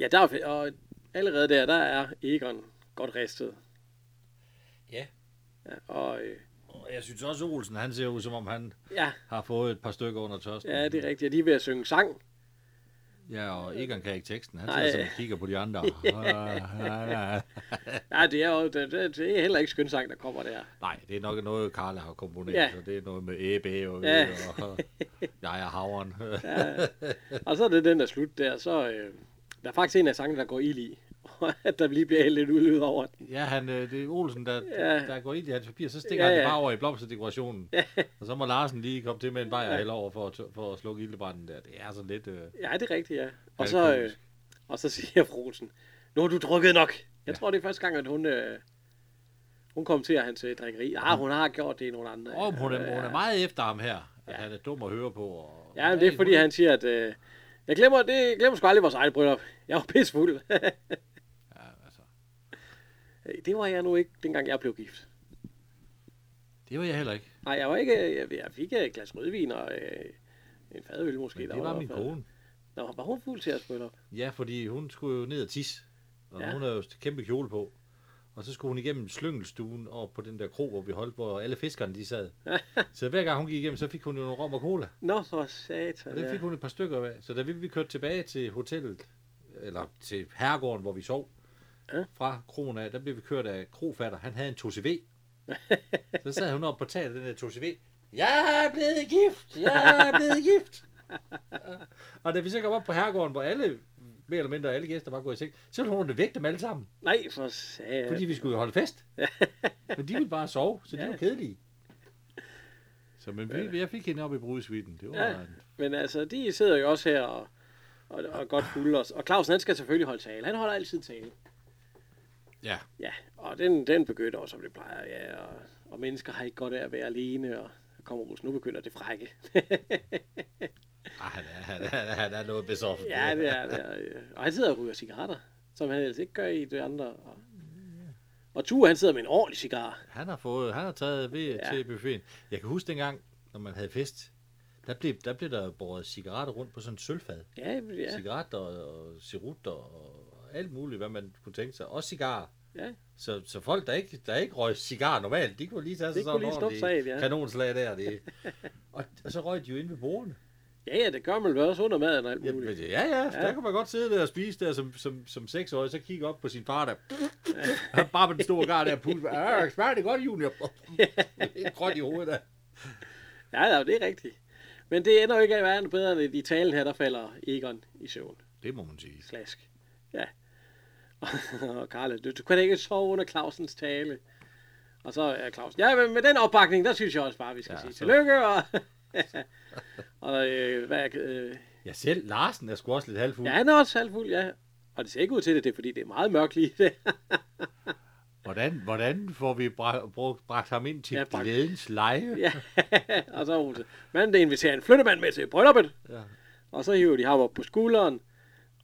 ja, der er, og allerede der, der er Egon godt ristet. Ja. ja og øh, Og Jeg synes også, Olsen, han ser ud, som om han ja, har fået et par stykker under tørsten. ja, det er rigtigt. Og de er ved at synge sang. Ja, og Egon kan ikke teksten. Han Nej. sidder sådan og kigger på de andre. Ah, ah, ah. Nej, det er jo det, det, det er heller ikke skønsang, der kommer der. Nej, det er nok noget, Karla har komponeret, Ja. ja. så det er noget med æbe og, Ja. ja. og jeg er havren. Og så er det den, der slut der. Så øh, der er faktisk en af sangene, der går ild i. Og at der lige bliver hældt lidt udlyd over den. ja, han, øh, det er Olsen, der, Ja. ja. der går ind i hans papir, så stikker Ja, ja, han det ja. bare over i blomsterdekorationen. Ja. Og så må Larsen lige komme til med en bajer ja. over for at, tø- for at slukke ildebranden der. Det er sådan lidt... Øh, Ja, det er rigtigt, ja. Ja, Og det så, er øh, komisk. og så siger Frosen, nu har du drukket nok. Jeg tror, det er første gang, at hun, øh, hun kommenterer hans øh, drikkeri. Ah, hun har gjort det i nogle andre. om hun, er, hun er ja. meget efter ham her, at han er dum at høre på. Og, Ja, men det er fordi, han siger, at øh, jeg glemmer, det, jeg glemmer sgu aldrig vores eget bryllup. Jeg var pissfuld. Ja, altså, det var jeg nu ikke, dengang jeg blev gift. det var jeg heller ikke. Nej, jeg var ikke, jeg, jeg fik øh, et glas rødvin og øh, en fadøl måske. Men der det var i min hvert fald. kone. Nå, var hun fuld til at spille op? Ja, fordi hun skulle jo ned og tisse. Og Ja. ja. hun havde jo kæmpe kjole på. Og så skulle hun igennem slyngelstuen over på den der kro, hvor vi holdt, hvor alle fiskerne de sad. så hver gang hun gik igennem, så fik hun jo nogle rom og cola. Nå, for Og satan. det Ja. fik hun et par stykker af. Så da vi, vi kørte tilbage til hotellet, eller til herregården, hvor vi sov, Ja. ja. fra kroen af, der blev vi kørt af krofatter. Han havde en 2CV. så sad hun oppe på taget af den der 2CV. Jeg er blevet gift! Jeg er blevet gift! og da vi så kom op på herregården, hvor alle, mere eller mindre alle gæster var gået i seng, så ville hun vække dem alle sammen, Nej, for satan. fordi vi skulle jo holde fest. men de ville bare sove, så de Ja. var kedelige. Så men vi, jeg fik hende op i brudesvitten. Det var Ja. ja. en Men altså, de sidder jo også her og, og, og godt fulde os. Og Clausen, han skal selvfølgelig holde tale. Han holder altid tale. Ja. Ja, og den, den begynder også, som det plejer. Ja, og, og mennesker har ikke godt af at være alene, og så kommer Rus, nu begynder det frække. Ej, Ah, han, er, han, er, han er noget besoffen. ja, det er det. er, ja. Og han sidder og ryger cigaretter, som han ellers ikke gør i det andre. Og, og Tue, han sidder med en ordentlig cigar. Han har, fået, han har taget ved Ja. ja. til buffeten. Jeg kan huske dengang, når man havde fest, der blev der, blev der båret cigaretter rundt på sådan en sølvfad. Ja, Ja. ja, Cigaretter og sirutter og alt muligt, hvad man kunne tænke sig. Også cigarer. ja. Så, så folk, der ikke, der ikke røg cigar normalt, de kunne lige tage De sig kunne sådan lige en snuppe ordentlig sig af, ja. kanonslag der. Det. Og, og, så røg de jo inde ved bordene. Ja, ja, det gør man vel også under maden og alt Ja, muligt. ja, ja, der kunne man godt sidde der og spise der som, som, som seksårig, så kigge op på sin far der. Bare med den store gar der pul. Øh, smager det godt, junior? Helt grønt i hovedet der. Ja, ja, det er rigtigt. Men det ender jo ikke af verden bedre end i talen her, der falder Egon i søvn. Det må man sige. Slask. Ja. og Karla, du, du kan ikke sove under Clausens tale. Og så er Clausen, ja, men med den opbakning, der synes jeg også bare, vi skal ja, Ja, sige så- tillykke. Og, og øh, hvad, er- øh, Ja, selv Larsen er sgu også lidt halvfuld. ja, Ja. han er også halvfuld, ja. Og det ser ikke ud til det, det er fordi, det er meget mørkt lige der. Hvordan, hvordan får vi bra- brugt, bragt ham ind til Ja, ja, bragt- glædens leje? ja. og så er hun så, manden der inviterer en flyttemand med til brylluppet. Ja. Og så hiver de ham op på skulderen,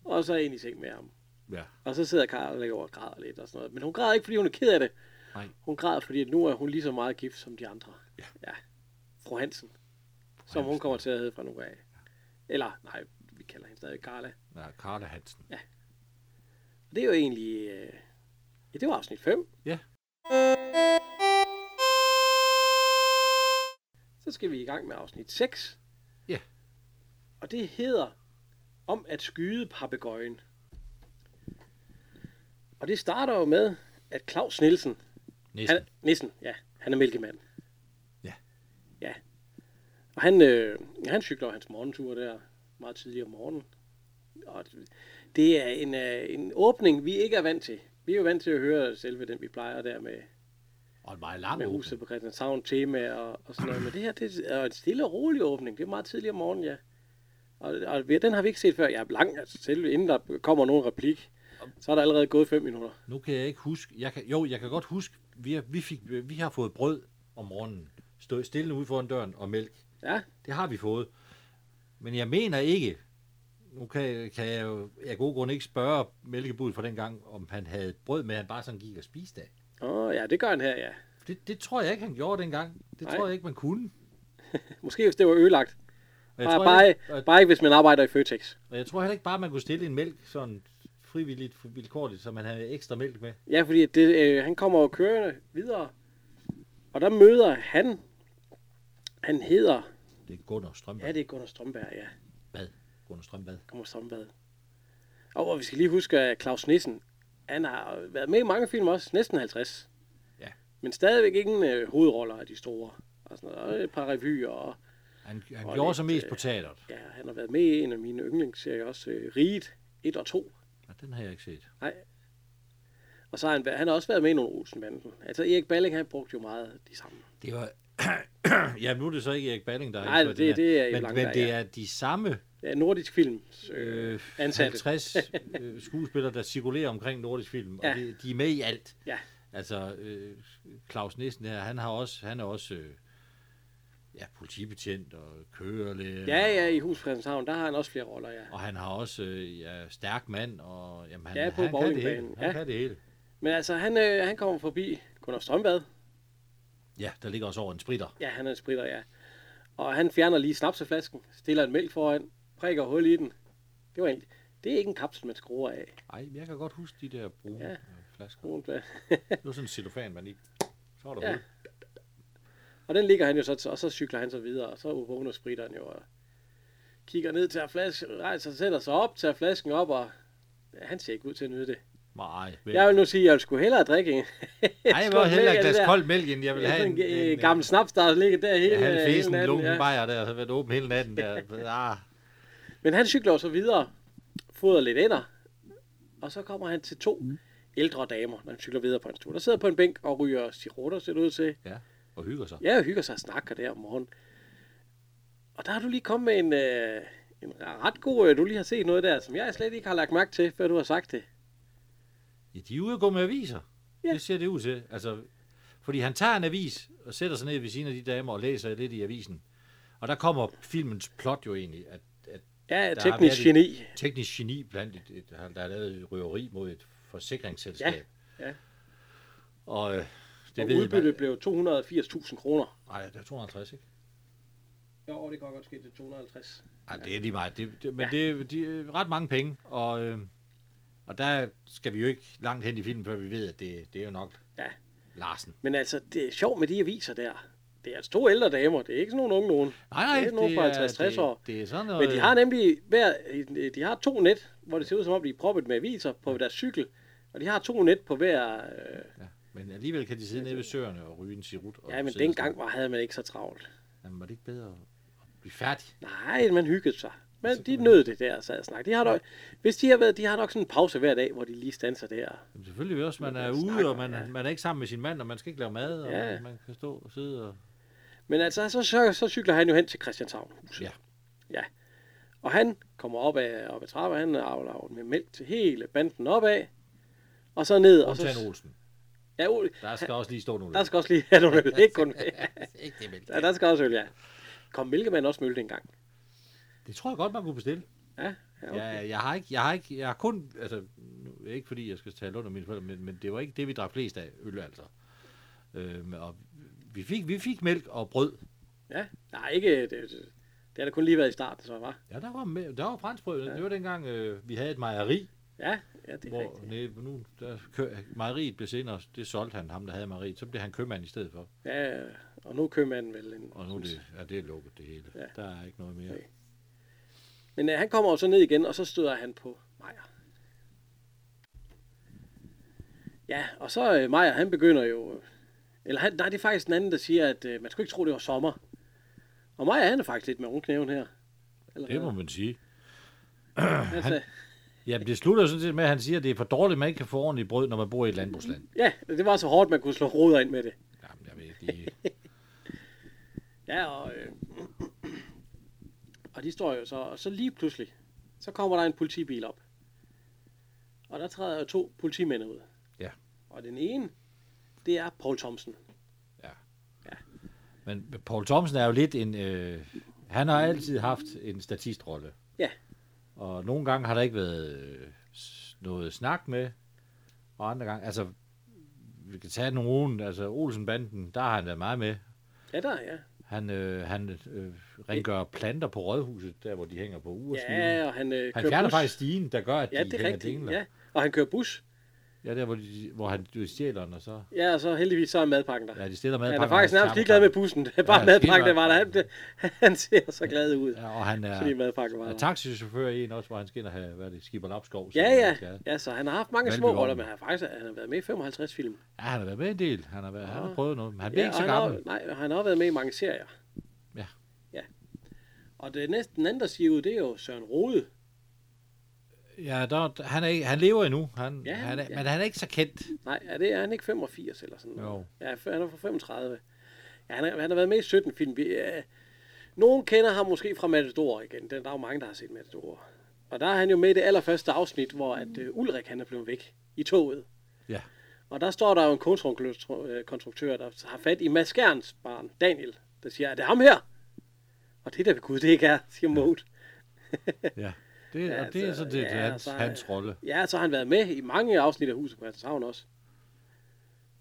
og så ind i seng med ham. ja. Og så sidder Karla ligger over og græder lidt og sådan noget. Men hun græder ikke, fordi hun er ked af det. Nej. Hun græder, fordi at nu er hun lige så meget gift som de andre. Ja. ja. Fru Hansen. som hun kommer til at hedde fra nu af. Eller, nej, vi kalder hende stadig Carla. Nej, Karla Hansen. Og det er jo egentlig... Øh, ja, det var afsnit 5. Ja. Så skal vi i gang med afsnit 6. Ja. Og det hedder Om at skyde papegøjen. Og det starter jo med, at Claus Nielsen, Næsten. han, Nissen, ja, han er mælkemand. Ja. Ja. Og han, øh, han cykler jo hans morgentur der meget tidligt om morgenen. Og det er en, øh, en åbning, vi ikke er vant til. Vi er jo vant til at høre selve den, vi plejer der med, Og en meget lang med åbning. huset på Christianshavn, temaer og, og sådan noget. Men det her det er en stille og rolig åbning. Det er meget tidlig om morgenen, ja. Og, og vi- den har vi ikke set før. Jeg er lang, altså selv inden der kommer nogen replik, så er der allerede gået fem minutter. Nu kan jeg ikke huske. Jeg kan, jo, jeg kan godt huske, vi har, vi, fik, vi har fået brød om morgenen. Stå stille ude foran døren og mælk. Ja, Det har vi fået. Men jeg mener ikke, nu kan, kan jeg jo af gode grunde ikke spørge mælkebudet fra den gang, om han havde et brød med, han bare sådan gik og spiste af. Åh, ja det gør han her, ja. Det, det tror jeg ikke, han gjorde dengang. Det Nej. tror jeg ikke, man kunne. Måske hvis det var ødelagt. Og jeg, Bare, tror bare, ikke, og, bare ikke, hvis man arbejder i Føtex. og jeg tror heller ikke bare, man kunne stille en mælk sådan frivilligt, vilkårligt, så man havde ekstra mælk med. Ja, fordi at det, øh, han kommer jo kørende videre, og der møder han, han hedder, Det er Gunnar Strømberg. ja det er Gunnar Strømberg, ja, Bad. Gunnar Strømberg. Gunnar Strømberg. Og hvor vi skal lige huske, at Claus Nissen, han har været med i mange film også, næsten 50. Ja. Men stadigvæk ingen øh, hovedroller af de store. Og, sådan noget. og et par revyer, og Han, han Og gjorde lidt, så mest øh, på teateret. ja, han har været med i en af mine yndlingsserier også, øh, Riget 1 og 2. Og den har jeg ikke set. Og så har han, væ- han har også været med i nogle Olsenbanden. Altså Erik Balling, han brugte jo meget de samme. Det var... ja, nu er det så ikke Erik Balling, der har Nej, indført det- den her. det er Erik men, Langberg, men det ja. er de samme Ja, nordisk film. Øh, øh, ansatte. 50 øh, skuespillere, der cirkulerer omkring nordisk film, og Ja. ja. de, de er med i alt. Ja. Altså, øh, Claus Nissen her, han har også, han er også øh, ja, politibetjent og kørelærer. Ja, ja, i Hus på Christianshavn, der har han også flere roller, ja. Og han har også øh, ja, stærk mand, og jamen, han, Ja, på han kan det bowlingbanen, hele. Han ja. kan det hele. Men altså, han, øh, han kommer forbi Gunnar Strømbad. Ja, der ligger også over en spritter. Ja, han er en spritter, ja. Og han fjerner lige snapseflasken, stiller en mælk foran, prikker hul i den. Det var egentlig, det er ikke en kapsel, man skruer af. øh, Ej, jeg kan godt huske de der brune Ja. ja. flasker. Nogen bla- Det var sådan en cellofan, man lige... Så var der Ja. ja. Og den ligger han jo så, til- og så cykler han så videre, og så vågner spritteren jo og kigger ned, tager flasken, rejser sig, sætter sig op, tager flasken op, og ja, han ser ikke ud til at nyde det. Nej, vel. Jeg vil nu sige, at jeg skulle hellere drikke en Ej, jeg skål vil hellere mælk et af det glas der. kold mælk, end jeg vil have Sådan en, en, øh, en, øh, en gammel snaps, der ligger der hele, Jeg havde hele fesen natten. lunken Ja. bajer der, og så været åben hele natten der. Ah, Men han cykler jo så videre, fodrer lidt ender, og så kommer han til to Mm. ældre damer, når han cykler videre på en tur. Der sidder på en bænk og ryger cigaretter, ser det ud til. ja, og hygger sig. Ja, og hygger sig og snakker der om morgenen. Og der har du lige kommet med en, øh, en ret god, øh, du lige har set noget der, som jeg slet ikke har lagt mærke til, før du har sagt det. Ja, de er ude og gå med aviser. Ja. Ja. Det ser det ud til. Altså, fordi han tager en avis og sætter sig ned ved siden af de damer og læser lidt i avisen. Og der kommer filmens plot jo egentlig, at, at Ja, Der har teknisk været et- geni. teknisk geni blandt et, et, der har lavet et røveri mod et forsikringsselskab. Ja, ja. Og øh, det og ved man. udbyttet blev 280.000 kroner. Ej, det er 250, ikke? Jo, det går godt ske til 250. Ej, det er lige meget. Det, det, men det, er- de, er ret mange penge, og, øh, og der skal vi jo ikke langt hen i filmen, før vi ved, at det, det er jo nok Ja. Larsen. Men altså, det er sjovt med de aviser der. Det er altså to ældre damer, det er ikke sådan nogen unge nogen. Nej, nej, det er sådan nogen fra 50-60 år. Det, det er øh, sådan noget. Men de har nemlig hver, de har to net, hvor det ser ud som om, de er proppet med aviser på deres cykel. Og de har to net på hver... Øh, Ja, men alligevel kan de sidde nede ved søerne og ryge en sirut. Og ja, men sidde dengang sådan. var, havde man ikke så travlt. Jamen, var det ikke bedre at blive færdig? Nej, man hyggede sig. Men de nød det der, sad og snakkede. De har nok, hvis de har været, de har nok sådan en pause hver dag, hvor de lige standser der. Jamen, selvfølgelig også, man Men er man ude, snakker, og man, ja. ja. man er ikke sammen med sin mand, og man skal ikke lave mad, og Ja. ja. man, man kan stå og sidde og... Men altså, så, så, så cykler han jo hen til Christianshavn. Ja. Ja. Og han kommer op ad, op ad trappen, han avler jo med mælk til hele banden opad. Og så ned. Og Undtagen så, Olsen. ja, Ole, Der skal også lige stå nogle der skal også lige have nogle øl. Ikke kun, Ikke det, men... Ja, der skal også øl, ja. Kom Mælkemand også med øl dengang? det tror jeg godt, man kunne bestille. Ja, ja, okay. Ja, jeg har ikke, jeg har ikke, jeg har kun, altså, nu, ikke fordi jeg skal tale under mine forældre, men, men det var ikke det, vi drak flest af, øl altså. Øhm, og vi fik, vi fik mælk og brød. ja. Nej, ikke... øh, Det, det, Det har da kun lige været i starten, så var. Ja, der var, med, der var franskbrød. Ja. Det var dengang, øh, vi havde et mejeri, Ja, ja, det er hvor rigtigt. nej, nu, der, kø, mejeriet blev senere, det solgte han, ham der havde mejeriet. Så blev han købmand i stedet for. Ja, og nu køber man vel en... Og nu er det, ja, det er lukket det hele. Ja. Ja. Der er ikke noget mere. Nej. Men øh, han kommer jo så ned igen, og så støder han på Meier. Ja, og så øh, Meier, han begynder jo... øh, Eller han, nej, det er faktisk den anden, der siger, at øh, man skulle ikke tro, det var sommer. Og Meier, han er faktisk lidt med rundknæven her. Eller Altså, Det må man sige. han, sagde, Ja, det slutter sådan set med, at han siger, at det er for dårligt, at man ikke kan få ordentligt brød, når man bor i et landbrugsland. ja, det var så hårdt, man kunne slå ruder ind med det. Jamen, jeg ved ikke lige. Ja, og, øh, og de står jo så, og så lige pludselig, så kommer der en politibil op. Og der træder jo to politimænd ud. Ja. Og den ene, det er Paul Thomsen. Men Paul Thomsen er jo lidt en... Øh, han har altid haft en statistrolle. Ja. Og nogle gange har der ikke været øh, s- noget snak med, og andre gange... Altså, vi kan tage nogen, altså Olsenbanden, der har han været meget med. Ja, der er, ja. Han, øh, han øh, rengør planter på rådhuset, der hvor de hænger på ugerskiven. Ja, og han øh, han kører fjerner bus. faktisk stigen, der gør, at Ja, de det er hænger rigtigt. dingler. Ja. Og han kører bus. ja, der hvor, de, hvor han du, stjæler den, og så... Ja, og så heldigvis så er madpakken der. Ja, de stiller han madpakker. er faktisk og nærmest stammer ligeglad med sammen. bussen. Det er bare Ja, ja, skidt madpakken, der nok. var der. Han, han ser så glad ud, Ja, og han er, fordi madpakken var er der. taxichauffør i en også, hvor han skal ind og have, hvad er det, skipper Lapskov. som Ja, han ja. skal have. Ja, så han har haft mange Valby små roller, Ormen. men han har faktisk han har været med i 55 film. Ja, han har været med en del. Han har, været, han har prøvet noget. Men han bliver Ah. Ja, og ikke så han har, gammel. nej, og han har også været med i mange serier. Ja. ja. Og det næste, den anden, der siger ud, det er jo Søren Rode. Ja, der, han, er, ikke- han lever endnu. Han, ja, Ja, han er, ja. ja. Men han er ikke så kendt. Nej, er, det, er han ikke 85 eller sådan noget? Jo. Ja, for- han er fra 35. Ja, han, er, han har været med i 17 film. Vi, øh, nogen kender ham måske fra Matador igen. Den, der er jo mange, der har set Matador. Og der er han jo med i det allerførste afsnit, hvor at, øh, Ulrik han er blevet væk i toget. Ja. Og der står der jo en konstruktør, øh, konstruktør, der har fat i Mads Gerns barn, Daniel, der siger, er det ham her? Og det er da ved Gud, det ikke er, siger Mode. Ja. Det, ja, Ja, og det er altså, sådan set ja, hans, så er- hans rolle. Ja, så har han været med i mange afsnit af Huset på Christianshavn også.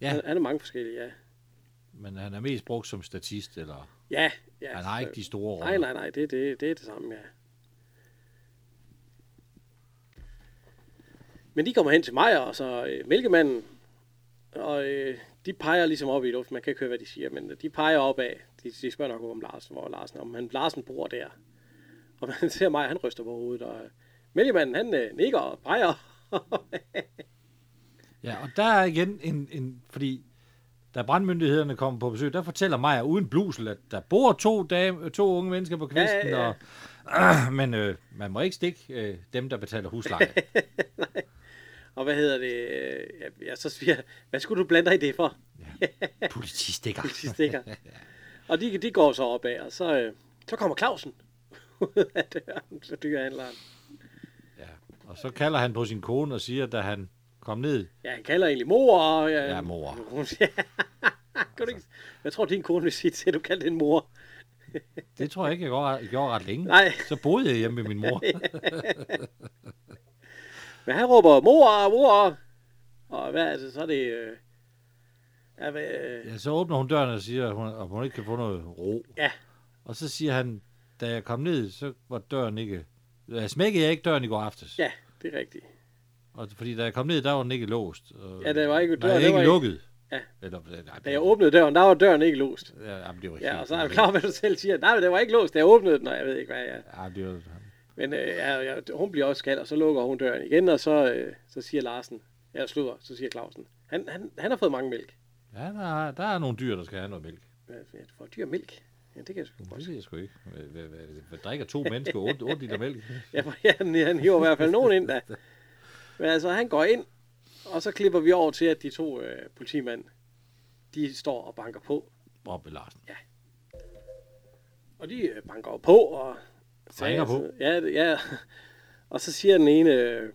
Ja. Ja. Han, han er mange forskellige, ja. Men han er mest brugt som statist, eller Ja, ja. han har ikke de store roller. Altså, Nej, nej, nej, det, det, det er det samme, ja. Men de kommer hen til mig og så øh, mælkemanden, og øh, de peger ligesom op i luften. Man kan ikke høre, hvad de siger, men de peger opad. De, de spørger nok om Larsen, hvor Larsen er, om han Larsen bor der. Og man ser mig, han ryster på hovedet, og øh, mælkemanden, han øh, nikker og peger. Ja, og der er igen en, en fordi da brandmyndighederne kommer på besøg, der fortæller Maja uden blusel, at der bor to, dame, to unge mennesker på kvisten, ja, Ja, ja, ja. ja. og øh, men øh, man må ikke stikke øh, dem, der betaler husleje. Og hvad hedder det? Øh, ja, ja, så siger jeg, hvad skulle du blande dig i det for? Politistikker. Politistikker. og de, de går så opad, og så, øh, så kommer Clausen ud af døren, så dyrehandleren. Ja. Og så kalder han på sin kone og siger, da han kom ned, Ja, han kalder egentlig mor. Og, øh, Ja, mor. Hun siger, kan du ikke, jeg tror, din kone vil sige til, at du kaldte hende mor. det tror jeg ikke, jeg gjorde, jeg gjorde ret længe. Nej. Så boede jeg hjemme med min mor. Men han råber, mor, mor. Og hvad er det, så er det... Øh, ja, hvad, øh, Ja, så åbner hun døren og siger, at hun, at hun ikke kan få noget ro. Ja. Og så siger han, da jeg kom ned, så var døren ikke... Jeg smækkede jeg ikke døren i går aftes. ja, det er rigtigt. Og fordi da jeg kom ned, der var den ikke låst. Og, Ja, den var ikke- nej, døren, den den ikke var ikke- lukket. Ja. Eller, nej, Da jeg åbnede døren, der var døren ikke låst. Ja, jamen, det var Ja, helt- og så er du klar, over, hvad du selv siger. Nej, men det var ikke låst, da jeg åbnede den, og jeg ved ikke, hvad jeg... Ja, det var, Men øh, ja, ja, hun bliver også skaldt, og så lukker hun døren igen, og så, øh, så siger Larsen, ja, slutter, så siger Clausen, han, han, han har fået mange mælk. ja der, er, der er nogle dyr, der skal have noget mælk. Hvad er det for dyr mælk? Ja, det kan jeg sgu godt. Det ved jeg sgu ikke. Hvad, hvad, hvad, hvad drikker to mennesker 8, 8 liter mælk? Ja, for ja, han, han hiver i hvert fald nogen ind, da. Men altså, han går ind, og så klipper vi over til, at de to øh, politimænd, de står og banker på. Bobbe Larsen. Og de øh, banker jo på, og... Ringer på. Ja, det- ja. Og så siger den ene, øh,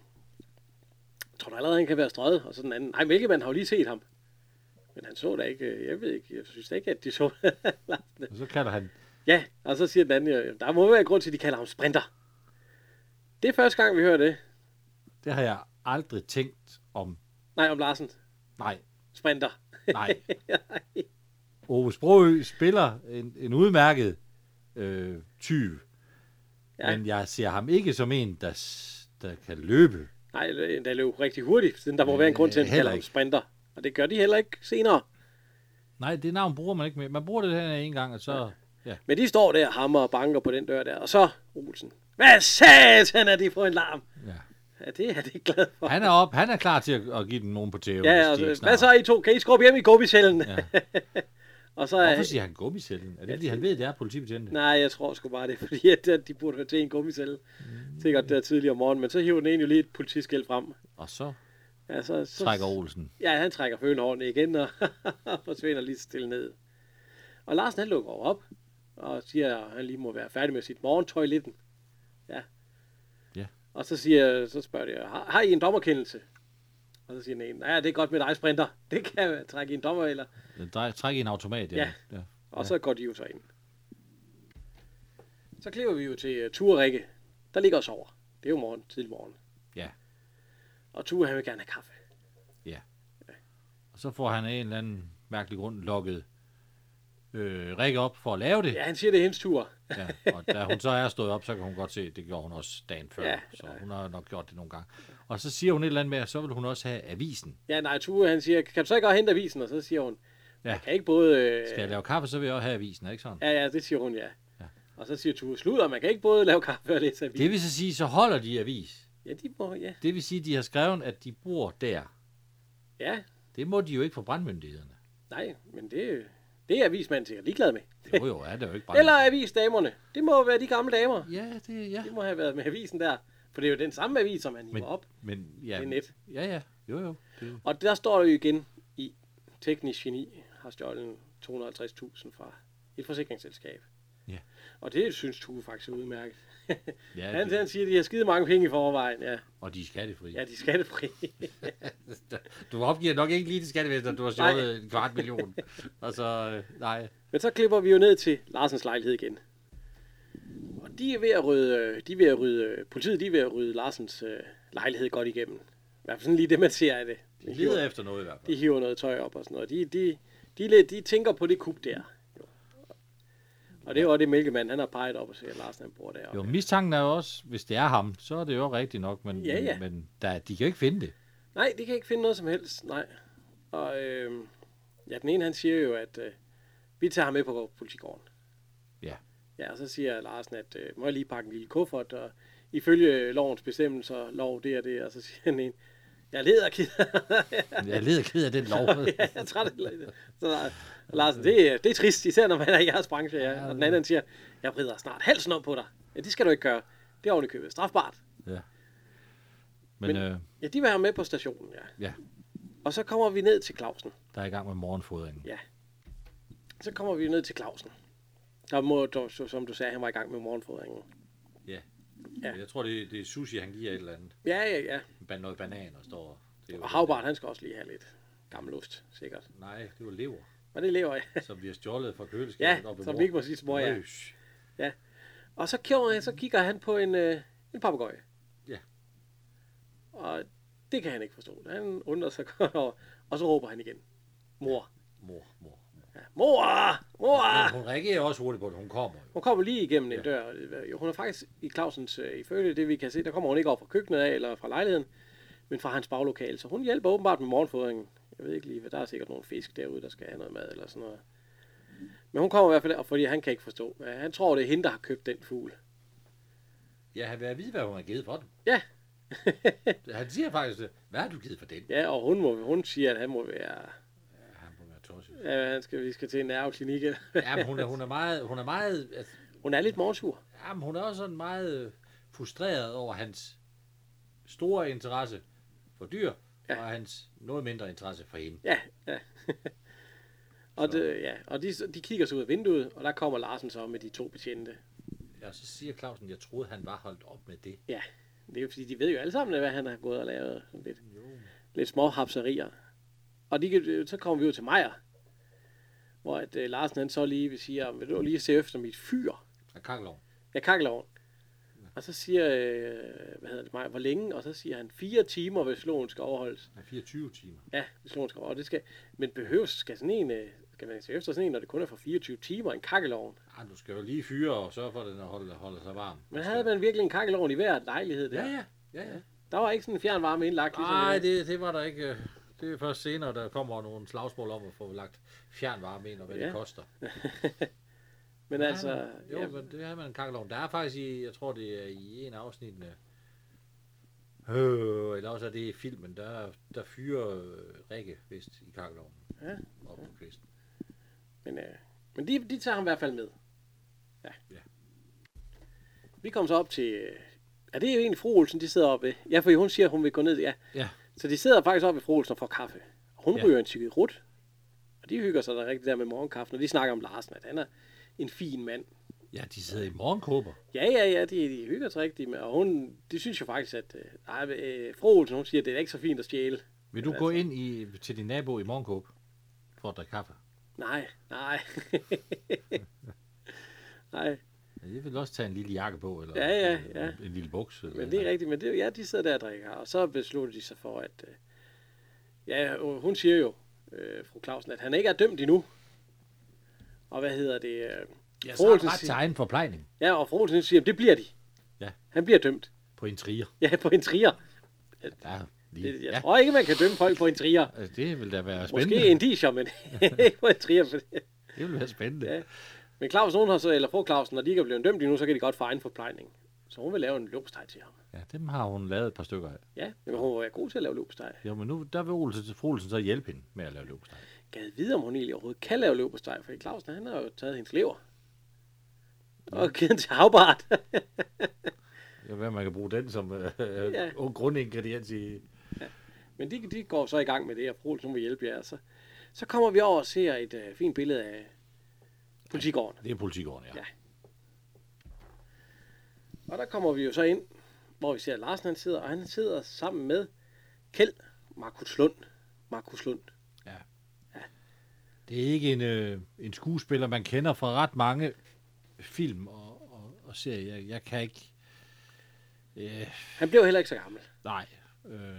tror du allerede, han kan være strøget? Og så den anden, nej, Mælkemand har jo lige set ham. Men han så da ikke, øh, jeg ved ikke, jeg synes da ikke, at de så Larsen. Og så kalder han... Ja, og så siger den anden, øh, der må være en grund til, at de kalder ham sprinter. Det er første gang, vi hører det. Det har jeg aldrig tænkt om. Nej, om Larsen. Nej, Sprinter. nej. Ove Sprogø spiller en, en udmærket øh, tyv. Ja. Ja. Men jeg ser ham ikke som en, der, s- der kan løbe. Nej, lø- den løb rigtig hurtigt, siden der må være en grund til, at den heller kalder ham ikke. sprinter. Og det gør de heller ikke senere. Nej, det navn bruger man ikke mere. Man bruger det her en gang, og så... Ja. Men de står der, hammer og banker på den dør der, og så Olsen. Hvad satan er de for en larm? ja. Ja, det er han ikke glad for. Han er op, han er klar til at, at give den nogen på tæven. Ja, hvis ja, de og, ikke så- snakker. hvad så I to? Kan I skrubbe hjem i gummicellen? Ja. og så Hvorfor er, siger han gummicellen? Er det, fordi han ved, det er politibetjente? Nej, jeg tror sgu bare, det er fordi, at at de burde høre til i en gummicelle. Mm. Sikkert der tidligere om morgenen, men så hiver den ene jo lige et politiskilt frem. Og så Ja, så, så, trækker Olsen. Ja, han trækker følen ordentligt igen og forsvinder lige stille ned. Og Larsen han lukker op og siger, at han lige må være færdig med sit morgentøj lidt. Ja. Ja. Og så, siger, så spørger de, har, har I en dommerkendelse? Og så siger den ene, ja, det er godt med dig, sprinter. Det kan jeg trække i en dommer, eller... Den drej- Trækker i en automat, ja. Ja. ja. Og så går de jo så ind. Så kliver vi jo til uh, Ture Rikke. Der ligger os over. Det er jo morgen, tidlig morgen. Ja. Og Ture, han vil gerne have kaffe. Og så får han af en eller anden mærkelig grund lukket øh, Rikke op for at lave det. Ja, han siger, det er hendes tur. Ja, og da hun så er stået op, så kan hun godt se, at det gjorde hun også dagen før. Ja. Ja. Så hun har nok gjort det nogle gange. Og så siger hun et eller andet med, at så vil hun også have avisen. Ja, nej, Ture, han siger, kan du så ikke også hente avisen? Og så siger hun, Ja. ja. kan ikke både... Øh... Skal jeg lave kaffe, så vil jeg også have avisen, er det ikke sådan? Ja, ja, det siger hun, ja. ja. Og så siger Ture, slutter, man kan ikke både lave kaffe og læse avisen. Det vil så sige, så holder de avis. Ja, de må, ja. Det vil sige, at de har skrevet, at de bor der. Ja, Det må de jo ikke for brandmyndighederne. nej, men det, det er avismanden sikkert ligeglad med. Jo, jo, er det jo ikke Eller brandmyndighederne. avisdamerne. Det må være de gamle damer. Ja, det, ja. Det må have været med avisen der. For det er jo den samme avis, som han hiver Men, op. men, ja, Det er net. Ja, ja, jo, jo. Det, Og der står jo igen i teknisk geni har stjålet 250.000 fra et forsikringsselskab. Ja. Og det synes Tue faktisk er udmærket. ja, Han, det, han siger, at de har skide mange penge i forvejen. Ja, og de er skattefri. ja de er skattefri. Du opgiver nok ikke lige til skattevæsenet, du har Nej. stjålet en kvart million. og så, øh, nej. Men så klipper vi jo ned til Larsens lejlighed igen. Og de er ved at rydde, de er ved at rydde politiet de er ved at rydde Larsens øh, lejlighed godt igennem. I hvert fald sådan lige det, man ser af det. De leder efter noget i hvert fald. de hiver noget tøj op og sådan noget. De, de, de, er lidt- de tænker på det kub der. Og det er jo også det mælkemand, han har peget op og siger, at Larsen han bor der. Jo, mistanken er jo også, hvis det er ham, så er det jo rigtigt nok, men, Ja, ja. men, men der, de kan jo ikke finde det. Nej, de kan ikke finde noget som helst, nej. Og øh, ja, den ene han siger jo, at øh, vi tager ham med på politigården. Ja. Ja, og så siger Larsen, at øh, må jeg lige pakke en lille kuffert, og ifølge øh, lovens bestemmelser, lov det og det, og så siger han en, jeg leder kid. Jeg leder ked af den lov. ja, jeg er træt af det. Så der, Larsen, det, er- det er trist, især når man er i jeres branche. Ja. Og den anden siger, jeg vrider snart halsen om på dig. Ja, det skal du ikke gøre. Det er oven i købet strafbart. ja. Men, men Men- øh, Ja, de vil have med på stationen, ja. ja, Og så kommer vi ned til Clausen. der er i gang med morgenfodringen. Ja. Så kommer vi ned til Clausen. Der må, der, så- som du sagde, han var i gang med morgenfodringen. Ja. Ja. Jeg tror, det, det er sushi, han giver et eller andet. Ja, ja, ja. Ban- Noget banan og står... Det er jo, Og Havbart, han skal også lige have lidt gammel luft, sikkert. Nej, det var lever, Men det lever jeg. som vi har stjålet fra køleskabet. Ja, oppe i som Mor- vi ikke må sige små, ja. Øj. Og så, kigger han, så kigger han på en, øh, en papegøje. Ja. Og det kan han ikke forstå. Han undrer sig godt over. Og så råber han igen. Mor. Mor, mor. Ja. Mor! Mor! Men hun reagerer også hurtigt på det. Hun kommer jo. Hun kommer lige igennem en dør. Jo, Hun er faktisk i Clausens, øh, ifølge det vi kan se, der kommer hun ikke op fra køkkenet af eller fra lejligheden, men fra hans baglokale. Så hun hjælper åbenbart med morgenfodringen. Jeg ved ikke lige, hvad der er sikkert nogle fisk derude, der skal have noget mad eller sådan noget. Men hun kommer i hvert fald, og fordi han kan ikke forstå. Øh, Han tror, det er hende, der har købt den fugl. Jeg har været vide, hvad hun har givet for den. Ja, Han siger faktisk, hvad har du givet for den? Ja, og hun, må, hun siger, at han må være... Ja, han må være tosset. Ja, han skal, vi skal til en nerveklinik. Ja, men hun er, hun er meget... Hun er meget altså, hun er lidt morgensur. ja, men hun er også sådan meget øh, frustreret over hans store interesse for dyr, Ja. ja. og hans noget mindre interesse for hende. Ja, ja. og det, ja, og de, de kigger så ud af vinduet, og der kommer Larsen så med de to betjente. Ja, så siger Clausen, jeg troede, han var holdt op med det. Ja, det er jo fordi, de ved jo alle sammen, hvad han har gået og lavet. Sådan lidt, lidt små hapserier. Og de, kan- så kommer vi jo til Meier, hvor at, uh, Larsen han så lige vil sige, vil du lige se efter mit fyr? Og kakkeloven. Ja, kakkeloven. Og så siger, øh, hvad hedder det, Meier, hvor længe? Og så siger han, fire timer, hvis loven skal overholdes. Han er 24 timer. Ja, hvis loven skal over. Det skal, men behøves, skal sådan en, øh, Skal man se efter sådan en, når det kun er for 24 timer, en kakkelovn? Ah, du skal jo lige fyre og sørge for, at den holder, holder sig varm. Men havde man virkelig en kakkelovn i hver lejlighed der? Ja, ja. ja, ja. Der var ikke sådan en fjernvarme indlagt. Ligesom Nej, i- det, det var der ikke. øh, Det er først senere, der kommer nogle slagsmål om at få lagt fjernvarme ind, og hvad ja. Ja. det koster. Men altså, Jo, ja, men det havde man en kakkelovn. Der er faktisk i, jeg tror det er i en afsnit, øh, eller også er det i filmen, der, der fyrer øh, Rikke vist i kakkelovnen. Ja. Op på kvisten. men, øh, men de, de tager ham i hvert fald med. Ja. Ja. Vi kom så op til... Øh, ja, det er jo egentlig fru Olsen, de sidder oppe ved. Ja, for hun siger, hun vil gå ned. Ja. Ja. Så de sidder faktisk oppe ved fru Olsen og får kaffe. Og hun Ja. ja. ryger en cigaret. Og de hygger sig da rigtig der med morgenkaffen. Og de snakker om Larsen, at han er en fin mand. Ja, de sidder i morgenkåber. Ja, ja, ja, de, de hygger sig rigtig med, og hun, de synes jo faktisk, at øh, nej, øh, fru Olsen, hun siger, at det er ikke så fint at stjæle. Vil du Ja, gå altså. ind i, til din nabo i morgenkåb for at drikke kaffe? Nej, nej. nej, Ja, jeg vil også tage en lille jakke på, eller Ja, ja, øh, ja. en lille bukse. Eller men det er rigtigt, men det, ja, de sidder der og drikker, og så beslutter de sig for, at øh, ja, hun siger jo, øh, fru Clausen, at han ikke er dømt endnu. Og hvad hedder det? Øh, Ja, fru så er Olsen Ret til siger, egen forplejning ja, og fru Olsen siger, at det bliver de. Ja. Han bliver dømt. på en trier. Ja, på en trier. Ja, lige. Det, jeg ja. tror ikke, man kan dømme folk på en trier. Altså, det vil da være spændende. Måske en diger, men ikke på en trier. For det. Det vil være spændende. Ja. Men Claus, nogen har så, eller på Clausen, når de ikke er blevet dømt endnu, så kan de godt få egen forplejning. Så hun vil lave en løbsteg til ham. Ja, dem har hun lavet et par stykker af. Ja, men hun må være god til at lave løbsteg. Jo, men nu der vil Olsen, fru Olsen så hjælpe hende med at lave løbsteg. Gad vide, om hun egentlig overhovedet kan lave løbsteg, for Clausen, han har jo taget hendes lever. Og givet den til havbart. Jeg ved, man kan bruge den som øh, Ja. ja. grundingrediens i... men de, de, går så i gang med det, og Froels, hun vil hjælpe jer. Så, så kommer vi over og ser et øh, fint billede af politigården. Det er politikåren, ja. Ja. ja. Og der kommer vi jo så ind, hvor vi ser, at Larsen han sidder, og han sidder sammen med Kjeld Markus Lund. Markus Lund. Det er ikke en, øh, en skuespiller, man kender fra ret mange film og, og, og serier. Jeg, jeg kan ikke... Øh, Han blev heller ikke så gammel. nej. Øh,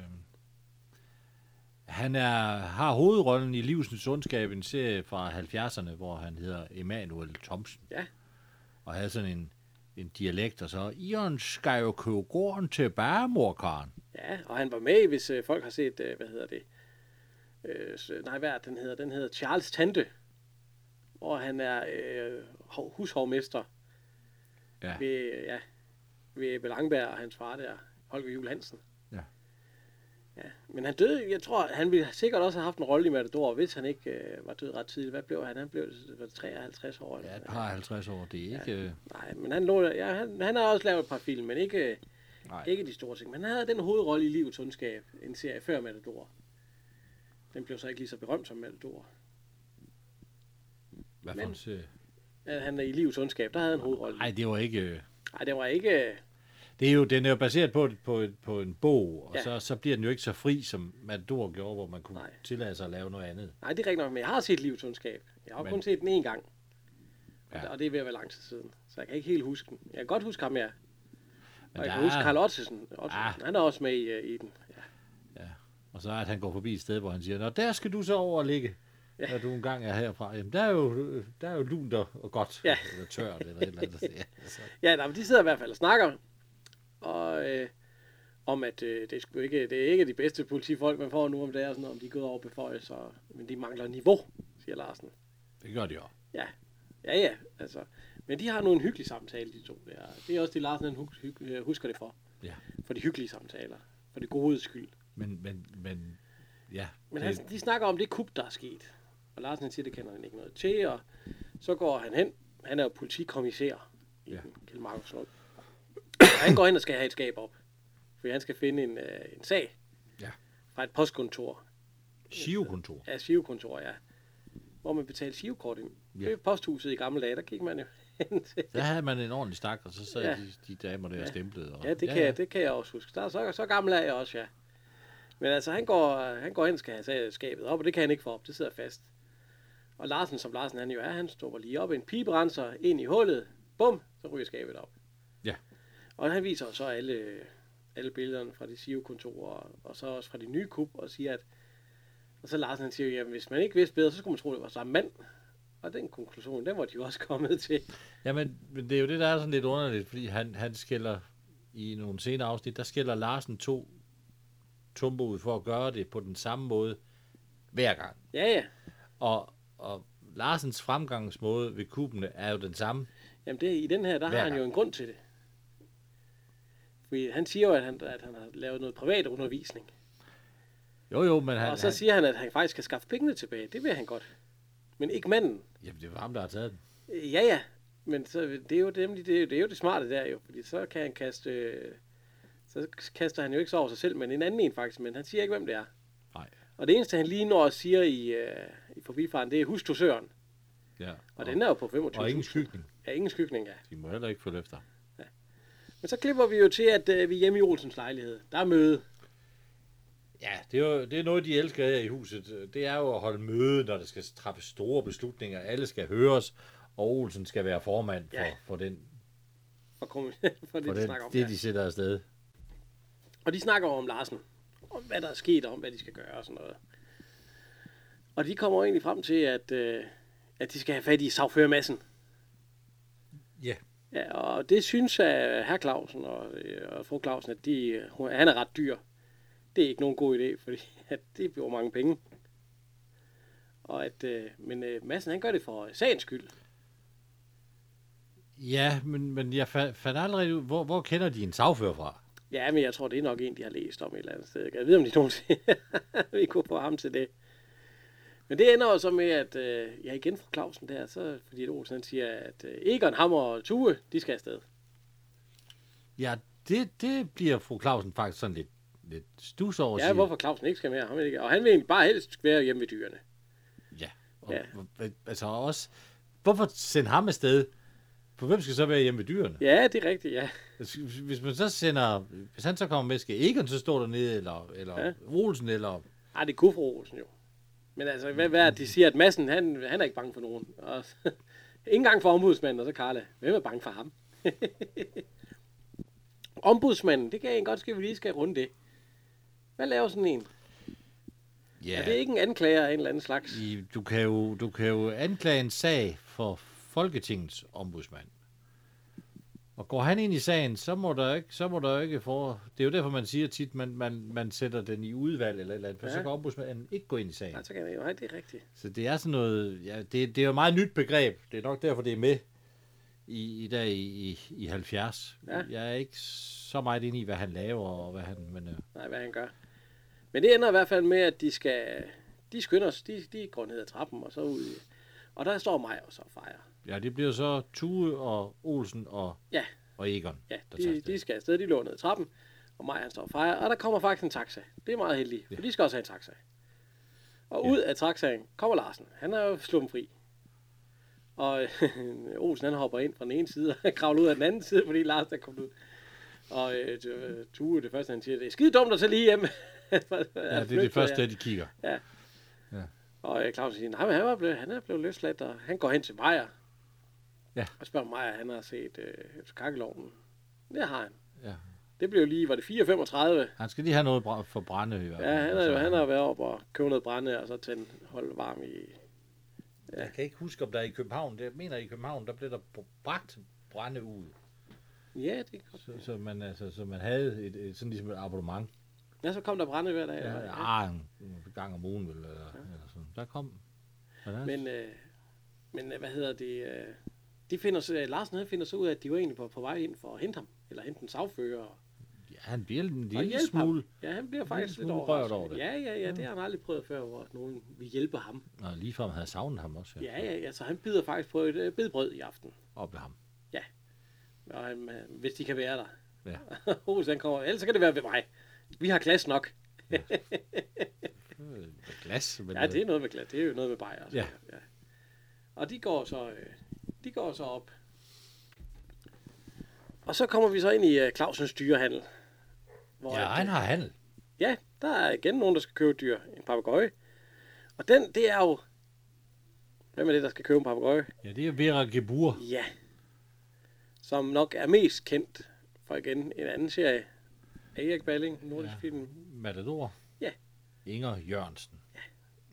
han er, har hovedrollen i Livsens Ondskab, en serie fra 70'erne, hvor han hedder Emanuel Thomsen. Ja. Og havde sådan en, en dialekt, og så... Ion skal jo købe gården tilbage, morkaren. Ja, og han var med, hvis øh, folk har set, øh, hvad hedder det? Øh, s- nej, hvad er den hedder? Den hedder Charles Tante. Hvor han er øh, hov- hushovmester Ja. ved, øh, ja, ved Ebbe Langberg og hans far der, Holger Juhl Hansen. Ja. ja. Men han døde, jeg tror, han ville sikkert også have haft en rolle i Matador, hvis han ikke øh, var død ret tidligt. Hvad blev han? Han blev var det 53 år. eller Ja, et sådan par 50 år, det er ikke... Øh, noget. Nej, men han, lå, der- ja, han, han har også lavet et par film, men ikke... Øh, nej. Ikke de store ting. Men han havde den hovedrolle i Livets Ondskab, en serie før Matador. Den blev så ikke lige så berømt som Matador. Hvad men- for en, Ja, Han er i Livets Ondskab, der havde han hovedrolle. nej, det var ikke... øh, Nej, det var ikke... Det er jo, den er jo baseret på, på, på en bog, og Ja. ja. så, så bliver den jo ikke så fri, som Matador gjorde, hvor man kunne Nej. nej. tillade sig at lave noget andet. Nej, det er rigtigt nok, men jeg har set Livets Ondskab. Jeg har men... Men- kun set den én gang. Ja. Ja. Og det er ved at være lang tid siden. Så jeg kan ikke helt huske den. Jeg kan godt huske ham, ja. Men Og jeg der kan huske er- Carl Ottesen. Ottesen. Ah. Han er også med i, øh, i den. Ja. Og så er at han går forbi et sted, hvor han siger, Nå, der skal du så over og ligge, ja. når du engang er herfra. Jamen, der er jo, der er jo lunt og, og godt, Ja. ja. eller tørt, eller et eller andet. Ja, så, Ja, nej, men de sidder i hvert fald og snakker og, øh, om, at øh, det, er sgu ikke, det er ikke de bedste politifolk, man får nu om dagen, og sådan noget, om de er gået over beføjelser, og- men de mangler niveau, siger Larsen. det gør de jo. Ja, ja, ja, altså. Men de har nu en hyggelig samtale, de to der. Det er også det, Larsen han hus- hygge- øh, husker det for. Ja. For de hyggelige samtaler. For det gode skyld. Men, men, men, ja. Men det, han, de snakker om det kup, der er sket. Og Larsen han siger, det kender han ikke noget til, og så går han hen. Han er jo politikommissær i ja. Ja. Kjell Markus Lund. Og han går hen og skal have et skab op. Fordi han skal finde en, øh, en sag Ja. fra et postkontor. Shiv-kontor. Ja, Sivekontor, ja. Hvor man betalte Sivekort ind. Ja. Ja. Det er posthuset i gamle dage, der gik man jo hen til. Der havde man en ordentlig stak, og så sad Ja. ja. de, de damer der og stemplede. Og, Ja, det kan, Jeg, det kan jeg også huske. Der er så, så gammel er jeg også, ja. Men altså, han går, han går hen og skal have sag- skabet op, og det kan han ikke få op. Det sidder fast. Og Larsen, som Larsen han jo er, han stopper lige op i en piberenser ind i hullet. Bum, så ryger skabet op. Ja. Og han viser så alle, alle billederne fra de SIO-kontorer, og så også fra de nye kub, og siger, at Og så Larsen han siger, jamen hvis man ikke vidste bedre, så skulle man tro, det var samme mand. Og den konklusion, den var de jo også kommet til. Jamen, men det er jo det, der er sådan lidt underligt, fordi han, han skælder i nogle senere afsnit, der skælder Larsen to tumbo ud for at gøre det på den samme måde hver gang. Ja, ja. Og, og Larsens fremgangsmåde ved kubene er jo den samme. Jamen det, i den her, der Hver har han jo en grund til det. Fordi han siger jo, at han, at han har lavet noget privat undervisning. Jo, jo, men han, Og så han, siger han, at han faktisk kan skaffe pengene tilbage. Det vil han godt. Men ikke manden. jamen, det var ham, der har taget den. Øh, Ja, ja. Men så, det, er jo det, det, er jo, det er jo det smarte der jo. Fordi så kan han kaste... Øh, så kaster han jo ikke så over sig selv, men en anden en faktisk. Men han siger ikke, hvem det er. Nej, Og det eneste, han lige når at siger i, øh, i forbifaren, det er husk du søren. ja. Og den er jo på 25.000. og ingen skygning. Ja, ingen skygning, ja. De må heller ikke følge efter. Men så klipper vi jo til, at øh, vi er hjemme i Olsens lejlighed. Der er møde. Ja, det er, jo, det er noget, de elsker her i huset. Det er jo at holde møde, når der skal træffes store beslutninger. Alle skal høres, og Olsen skal være formand for, Ja. for, den, For, kom, for det, for de den, snakker om. det, ja. de sætter afsted. Og de snakker om Larsen. Om hvad der er sket, og om hvad de skal gøre og sådan noget. Og de kommer jo egentlig frem til, at, øh, at de skal have fat i sagførermassen. Ja. Ja, og det synes at herr Clausen og, øh, og fru Clausen, at de, øh, hun- han er ret dyr. Det er ikke nogen god idé, fordi at det bliver mange penge. Og at, øh, men øh, Madsen, han gør det for øh, sagens skyld. Ja, men, men jeg fa- fandt aldrig ud, hvor, hvor kender de en sagfører fra? Ja, men jeg tror, det er nok en, de har læst om et eller andet sted. Jeg ved, om de nogensinde vi kunne få ham til det. Men det ender jo så med, at øh, ja, igen fra Clausen der, så, fordi at Olsen han siger, at øh, Egon, ham og Tue, de skal afsted. Ja, det, det bliver fru Clausen faktisk sådan lidt, lidt stus over. Ja, siger, hvorfor Clausen ikke skal med ham. Ikke? Og han vil egentlig bare helst være hjemme ved dyrene. Ja, og, Ja. ja. Altså også, hvorfor sende ham afsted? For hvem skal så være hjemme ved dyrene? Ja, det er rigtigt, ja. Altså, Hvis man så sender, hvis han så kommer med, skal Egon så stå dernede, eller, eller Ja. ja. Olsen, eller... Ej, Ah, det kunne fru Olsen jo. Men altså, hvad, hvad er det, de siger, at Madsen, han, han er ikke bange for nogen. Og, ikke engang for ombudsmanden, og så Karla. Hvem er bange for ham? ombudsmanden, det kan jeg godt ske, at vi lige skal runde det. Hvad laver sådan en? Ja. Er det ikke en anklager af en eller anden slags? I, du, kan jo, du kan jo anklage en sag for Folketingets ombudsmand. Og går han ind i sagen, så må der ikke, så må der ikke for... Det er jo derfor, man siger tit, man, man, man sætter den i udvalg eller et eller andet, for Ja. så kan ombudsmanden ikke gå ind i sagen. Nej, så kan jeg jo. Nej, det er rigtigt. Så det er sådan noget, ja, det, det er jo et meget nyt begreb. Det er nok derfor, det er med i, i dag i, i, i 70. Ja. Ja. Jeg er ikke så meget inde i, hvad han laver og hvad han... Men, øh, Nej, hvad han gør. Men det ender i hvert fald med, at de skal... De skynder sig, de, de går ned ad trappen og så ud. i- Og der står mig og så og fejrer. ja, det bliver så Tue og Olsen og, Ja, og Egon, Ja, der tager de, afsted. de skal afsted, de løber ned ad trappen, og Maja han står og fejrer, og der kommer faktisk en taxa. Det er meget heldigt, for de skal også have en taxa. Og ud af taxaen kommer Larsen. Han er jo slået dem fri. Og øh, Olsen han hopper ind fra den ene side og kravler ud af den anden side, fordi Larsen er kommet ud. Og øh, øh, Tue, det første han siger, det er skide dumt at tage lige hjem. ja, Ja, det er det første, de kigger. og øh, Claus siger, nej, men han, var blevet, han er blevet løsladt, og han går hen til Maja. Ja. Og spørger om Maja, han har set øh, kakkeloven. Det har han. Ja. Det blev lige, var det 4,35? Han skal lige have noget bra- for brænde i hvert fald. Ja, han, er, jo- Altså, han har været op og købt noget brænde, og så tændt holde varm i... Jeg kan ikke huske, om der i København, det mener jeg, i København, der blev der bragt brænde ud. Ja, det er godt. Så, så, man, altså, så man havde et, et, sådan ligesom et abonnement. Ja, så kom der brænde hver dag. Ja, eller- ja. ah, en en gang om ugen, eller, ja. eller sådan. Der kom. Hvordan? Men, Men, øh, men øh, hvad hedder det... Øh, de finder så, Larsen han finder så ud af, at de var egentlig på, på vej ind for at hente ham. Eller hente en sagfører. Og, ja, han bliver en og lille hjælpe ham. smule Ja, han bliver faktisk lidt smule overrasket. rørt over det. Ja, ja, ja, det har han aldrig prøvet før, hvor nogen vil hjælpe ham. Og ligefrem havde savnet ham også. Ja, ja, ja, så han bider faktisk på et øh, bedbrød i aften. Op ved ham. Og han, øh, hvis de kan være der. Ja. Hos han kommer, ellers så kan det være ved mig. Vi har glas nok. Øh, Med glas. Men, Ja, det er noget med glas. Det er jo noget med bajer. Ja. ja. Og de går så, øh, de går så op. Og så kommer vi så ind i øh, Clausens dyrehandel. Hvor Ja, at, han har handel. ja, der er igen nogen, der skal købe dyr. En papegøje. Og den, det er jo... Hvem er det, der skal købe en papegøje? Ja, det er Vera Gebur. Ja. Som nok er mest kendt for igen en anden serie. Erik Balling, nordisk ja. film. Matador. Ja. Inger Jørgensen.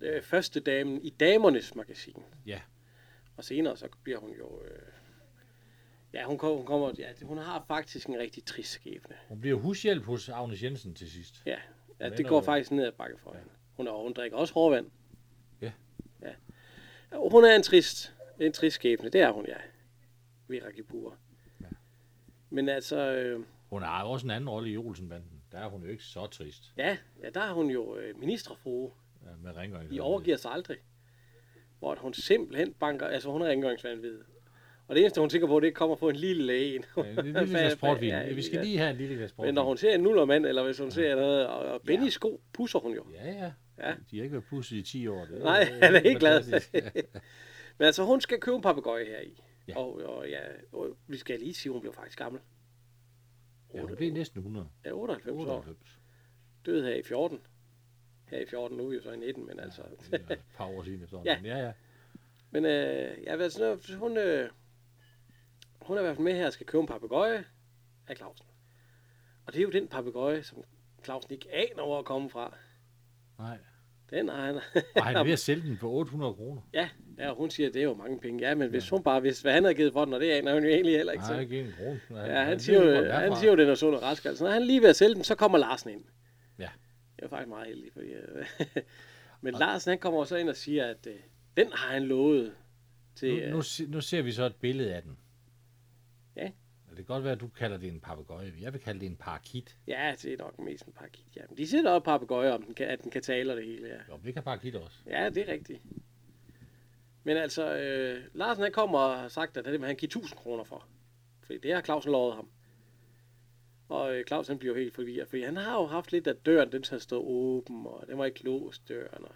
øh, første damen i Damernes Magasin. Ja. Og senere så bliver hun jo... Øh, ja, hun, kom- hun kommer... Ja, hun har faktisk en rigtig trist skæbne. Hun bliver hushjælp hos Agnes Jensen til sidst. Ja, ja det ender går jo- faktisk ned ad bakke for hende. Hun, er, hun drikker også hårdvand. Ja. ja. Og Hun er en trist, en trist skæbne, det er hun, ja. Vera Gibur. Ja. Men altså, øh, Hun har jo også en anden rolle i Olsenbanden. Der er hun jo ikke så trist ja, ja, der er hun jo øh, ministerfrue. øh, med rengøring. I overgiver sig aldrig. Hvor at hun simpelthen banker, altså hun er rengøringsvandvid. Og det eneste, hun tænker på, det kommer på en lille læge. Ja, det er en lille glas portvin. Ja, vi skal lige have en lille glas portvin. Men når hun ser en nullermand, eller hvis hun ser noget, og, og Benny sko, pusser hun jo. Ja, ja. Ja. De har ikke været pusset i 10 år. Det er- Nej, det han er helt glad. fantastisk. Men altså, hun skal købe en papegøje her i. Ja. Ja. Og, og, ja, og vi skal lige sige, hun blev faktisk gammel. Ja, hun blev næsten 100. Ja, 98, 98. år. 98. Døde her i 14. Her i 14, nu er vi jo så i 19, men altså... Det er et par år siden efterhånden. Ja, ja. Men øh, jeg ved sådan, hun, øh, hun er i hvert fald med her og skal købe en papegøje af Clausen. Og det er jo den papegøje, som Clausen ikke aner, hvor at komme fra. Nej. Den har han. Og han er ved at sælge den på 800 kroner. ja, ja, og hun siger, at det er jo mange penge. Ja, men hvis hun bare vidste, hvad han havde givet for den, og det aner hun jo egentlig heller ikke. Nej, Så. ikke en krone. Ja, han siger, jo, øh, han siger jo, den er sund og rask. Altså, når han er lige ved at sælge den, så kommer Larsen ind. Ja. Det var faktisk meget heldigt. Fordi, øh, men Larsen, han kommer så ind og siger, at øh, den har han lovet til... Nu, Øh, nu, se- nu ser vi så et billede af den. Ja. Og Det kan godt være, at du kalder det en papegøje. Jeg vil kalde det en parakit. Ja, det er nok mest en parakit. Ja, men de siger der er papegøjer, om den kan, at den kan tale og det hele. Ja, Jo, men det kan parakit også. ja det er rigtigt. Men altså, øh, Larsen han kommer og har sagt, at det vil han give 1000 kroner for. Fordi det har Clausen lovet ham. Og øh, Claus han bliver jo helt forvirret, fordi han har jo haft lidt, at døren den så stå åben, og den var ikke låst døren. Og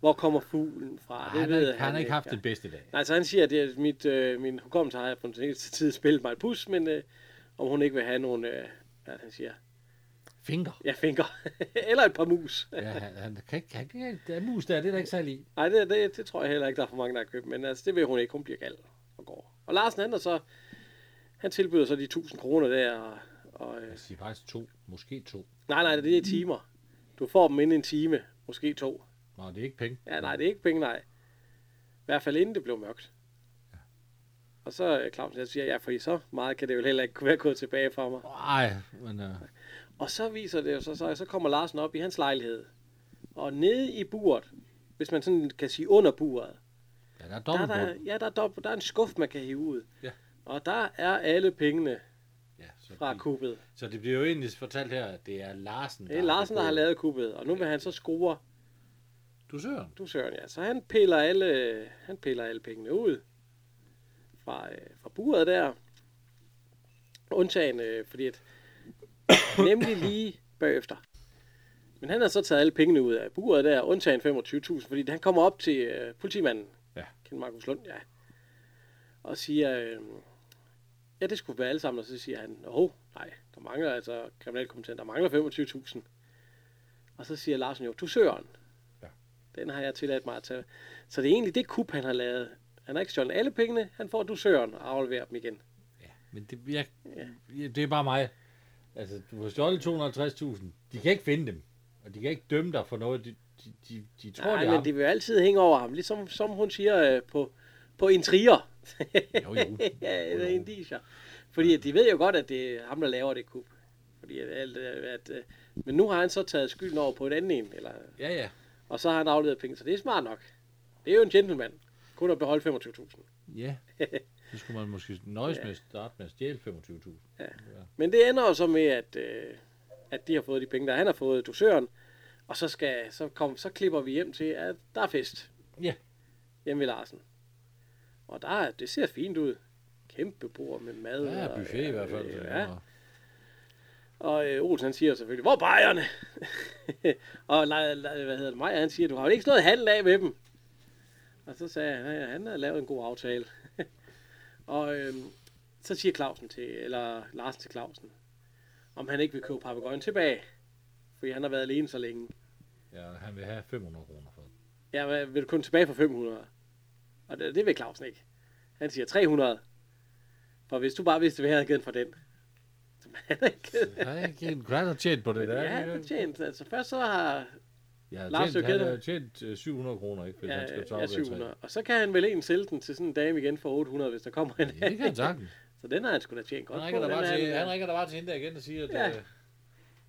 hvor kommer fuglen fra? Ej, han, har, ikke- han har ikke haft ja. den bedste dag. Altså han siger, at det er mit, øh, min hukommelse har jeg på den seneste tid spillet mig et pus, men øh, om hun ikke vil have nogen, øh, hvad han siger, Finger. Ja, finger. Eller et par mus. Ja, han, han kan ikke... Han, kan ikke- der er mus der, det er der ikke særlig i. Nej, det, det, det tror jeg heller ikke, der er for mange, der har købt. Men altså, det vil hun ikke. Hun bliver gal og går. Og Larsen han er så... Han tilbyder så de 1000 kroner der. Og, og, øh, Jeg siger faktisk to. Måske to. nej, nej, det er timer. Du får dem inden en time. Måske to. Nå, det er ikke penge. Ja, nej, det er ikke penge, nej. I hvert fald inden det blev mørkt. Og så øh, Claus, jeg siger, ja, for I så meget kan det vel heller ikke kunne være gået tilbage fra mig. Nej, men øh, Og så viser det jo så, så, så kommer Larsen op i hans lejlighed. Og nede i buret, hvis man sådan kan sige under buret, ja, der er Der er dobbelt der, ja, der er, dobbelt, der er en skuff, man kan hive ud. Ja. Og der er alle pengene ja, så, fra det- kuppet. så det bliver jo egentlig fortalt her, at det er Larsen, Det er Larsen, der har lavet kuppet, og nu vil han så skrue. Du søren. Du søren, ja. Så han piller alle, han piller alle pengene ud fra, øh, fra buret der. Undtagen, øh, fordi at nemlig lige bagefter. Men han har så taget alle pengene ud af buret der, undtagen 25.000, fordi han kommer op til øh, politimanden, Ja. Kent Markus Lund, ja, og siger, øh, ja, det skulle være alle sammen, og så siger han, åh, nej, der mangler altså, kriminalkompetent, der mangler 25.000. Og så siger Larsen jo, du søren. Den har jeg tilladt mig at tage. Så det er egentlig det kup, han har lavet. Han har ikke stjålet alle pengene, han får dusøren og afleverer dem igen. Ja, men det, jeg, ja. det er bare mig. Altså, du har stjålet 250.000. De kan ikke finde dem. Og de kan ikke dømme dig for noget. De, de, de, de tror, Nej, det er ham. men det vil jo altid hænge over ham, ligesom som hun siger øh, på, på intriger. Jo, jo. ja, eller indicier. Fordi at de ved jo godt, at det er ham, der laver det kup. Fordi at, alt, øh, at, øh, men nu har han så taget skylden over på en anden en, eller, Ja, ja. og så har han afleveret penge, så det er smart nok. Det er jo en gentleman. Kun at beholde 25.000. Ja. Så skulle man måske nøjes med at starte med at stjæle 25.000. Men det ender jo så med, at, øh, at de har fået de penge, der han har fået dusøren. Og så, skal, så, kom, så klipper vi hjem til, at der er fest. Ja. Hjemme ved Larsen. Og der, er- det ser fint ud. Kæmpe bord med mad. Ja, og, buffet i hvert fald. øh, Ja. Ja. Og øh, Olsen han siger selvfølgelig, hvor er bajerne? og la, la, hvad hedder det, Maja, han siger, du har jo ikke slået handel af med dem. Og så sagde han, at han havde lavet en god aftale. og øh, så siger Clausen til, eller Larsen til Clausen, om han ikke vil købe papegøjen tilbage. Fordi han har været alene så længe. ja, han vil have 500 kroner for det. Ja, hvad, vil du kun tilbage for 500? Og det, det vil Clausen ikke. Han siger 300. For hvis du bare vidste, hvad jeg havde givet for den. Så han har ikke givet Han er ikke en han har tjent på det der. Ja, han har tjent. Altså først så har Jeg har Lars, tjent, du han gætter. har tjent øh, 700 kroner, ikke? Hvis ja, han skal tage Ja, op ja, ad et træ. 700. Og så kan han vel en sælge den til sådan en dame igen for 800, hvis der kommer en Ja, det kan han sagtens. Så den har han sgu da tjent godt Han på. ringer, der Den bare er til, han- han ringer der bare til hende der igen og siger, at ja. Ja. øh,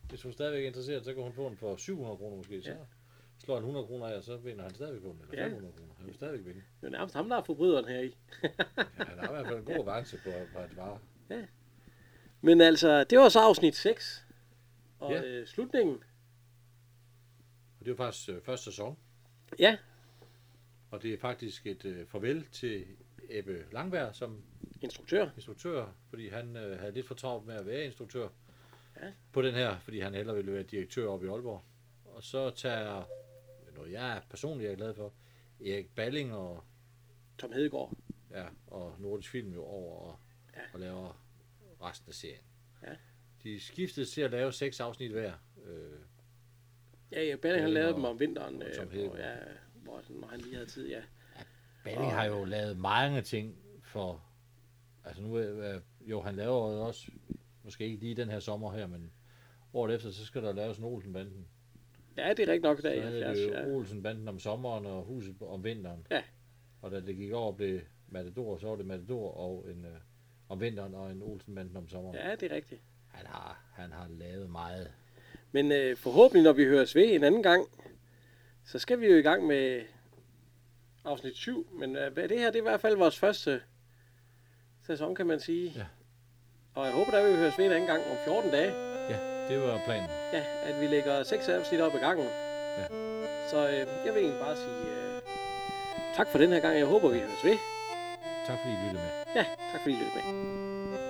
hvis hun stadigvæk er interesseret, så går hun på den for 700 kroner måske. Så Ja. slår han 100 kroner af, og så vinder han stadigvæk på den. Eller Ja. 500 kroner. Han vil stadigvæk vinde. Det er jo nærmest ham, der er forbryderen her i. Ja, han har i hvert fald en god avance på, på et vare. Men altså, det var så afsnit 6. Og Ja. øh, slutningen, Og det er jo faktisk øh, første sæson. ja, Og det er faktisk et øh, farvel til Ebbe Langberg som instruktør. instruktør, fordi han øh, havde lidt for travlt med at være instruktør Ja. ja. på den her, fordi han hellere ville være direktør oppe i Aalborg. Og så tager noget, jeg personligt er glad for, Erik Balling og, Tom Hedegaard. ja, og Nordisk Film jo over og, ja. og laver resten af serien. Ja. De skiftede til at lave seks afsnit hver. Øh, Ja, ja, Balling han Balling lavede og- dem om vinteren, og Tom øh, hvor, Hedegaard. ja, hvor, når han lige havde tid, ja. Balling har jo lavet mange ting for... Altså nu er, er- jo, han laver jo også, måske ikke lige den her sommer her, men året efter, så skal der laves en Olsenbanden. Ja, det er rigtigt nok der i Så havde 70, det jo ja. Olsenbanden om sommeren og huset om vinteren. Ja. Og da det gik over, blev Matador, så var det Matador og en, øh, om vinteren og en Olsenbanden om sommeren. Ja, det er rigtigt. Han, har, han har lavet meget. Men øh, forhåbentlig, når vi høres ved en anden gang, så skal vi jo i gang med afsnit 7. Men øh, hvad- det her, det er i hvert fald vores første sæson, kan man sige. Ja. Og jeg håber, at vi høres ved en anden gang om 14 dage. Ja, det var planen. Ja, at vi lægger seks afsnit op i gangen. Ja. Så øh, jeg vil egentlig bare sige øh, tak for den her gang. Jeg håber, vi høres ved. Tak fordi I lyttede med. Ja, tak fordi I lyttede med.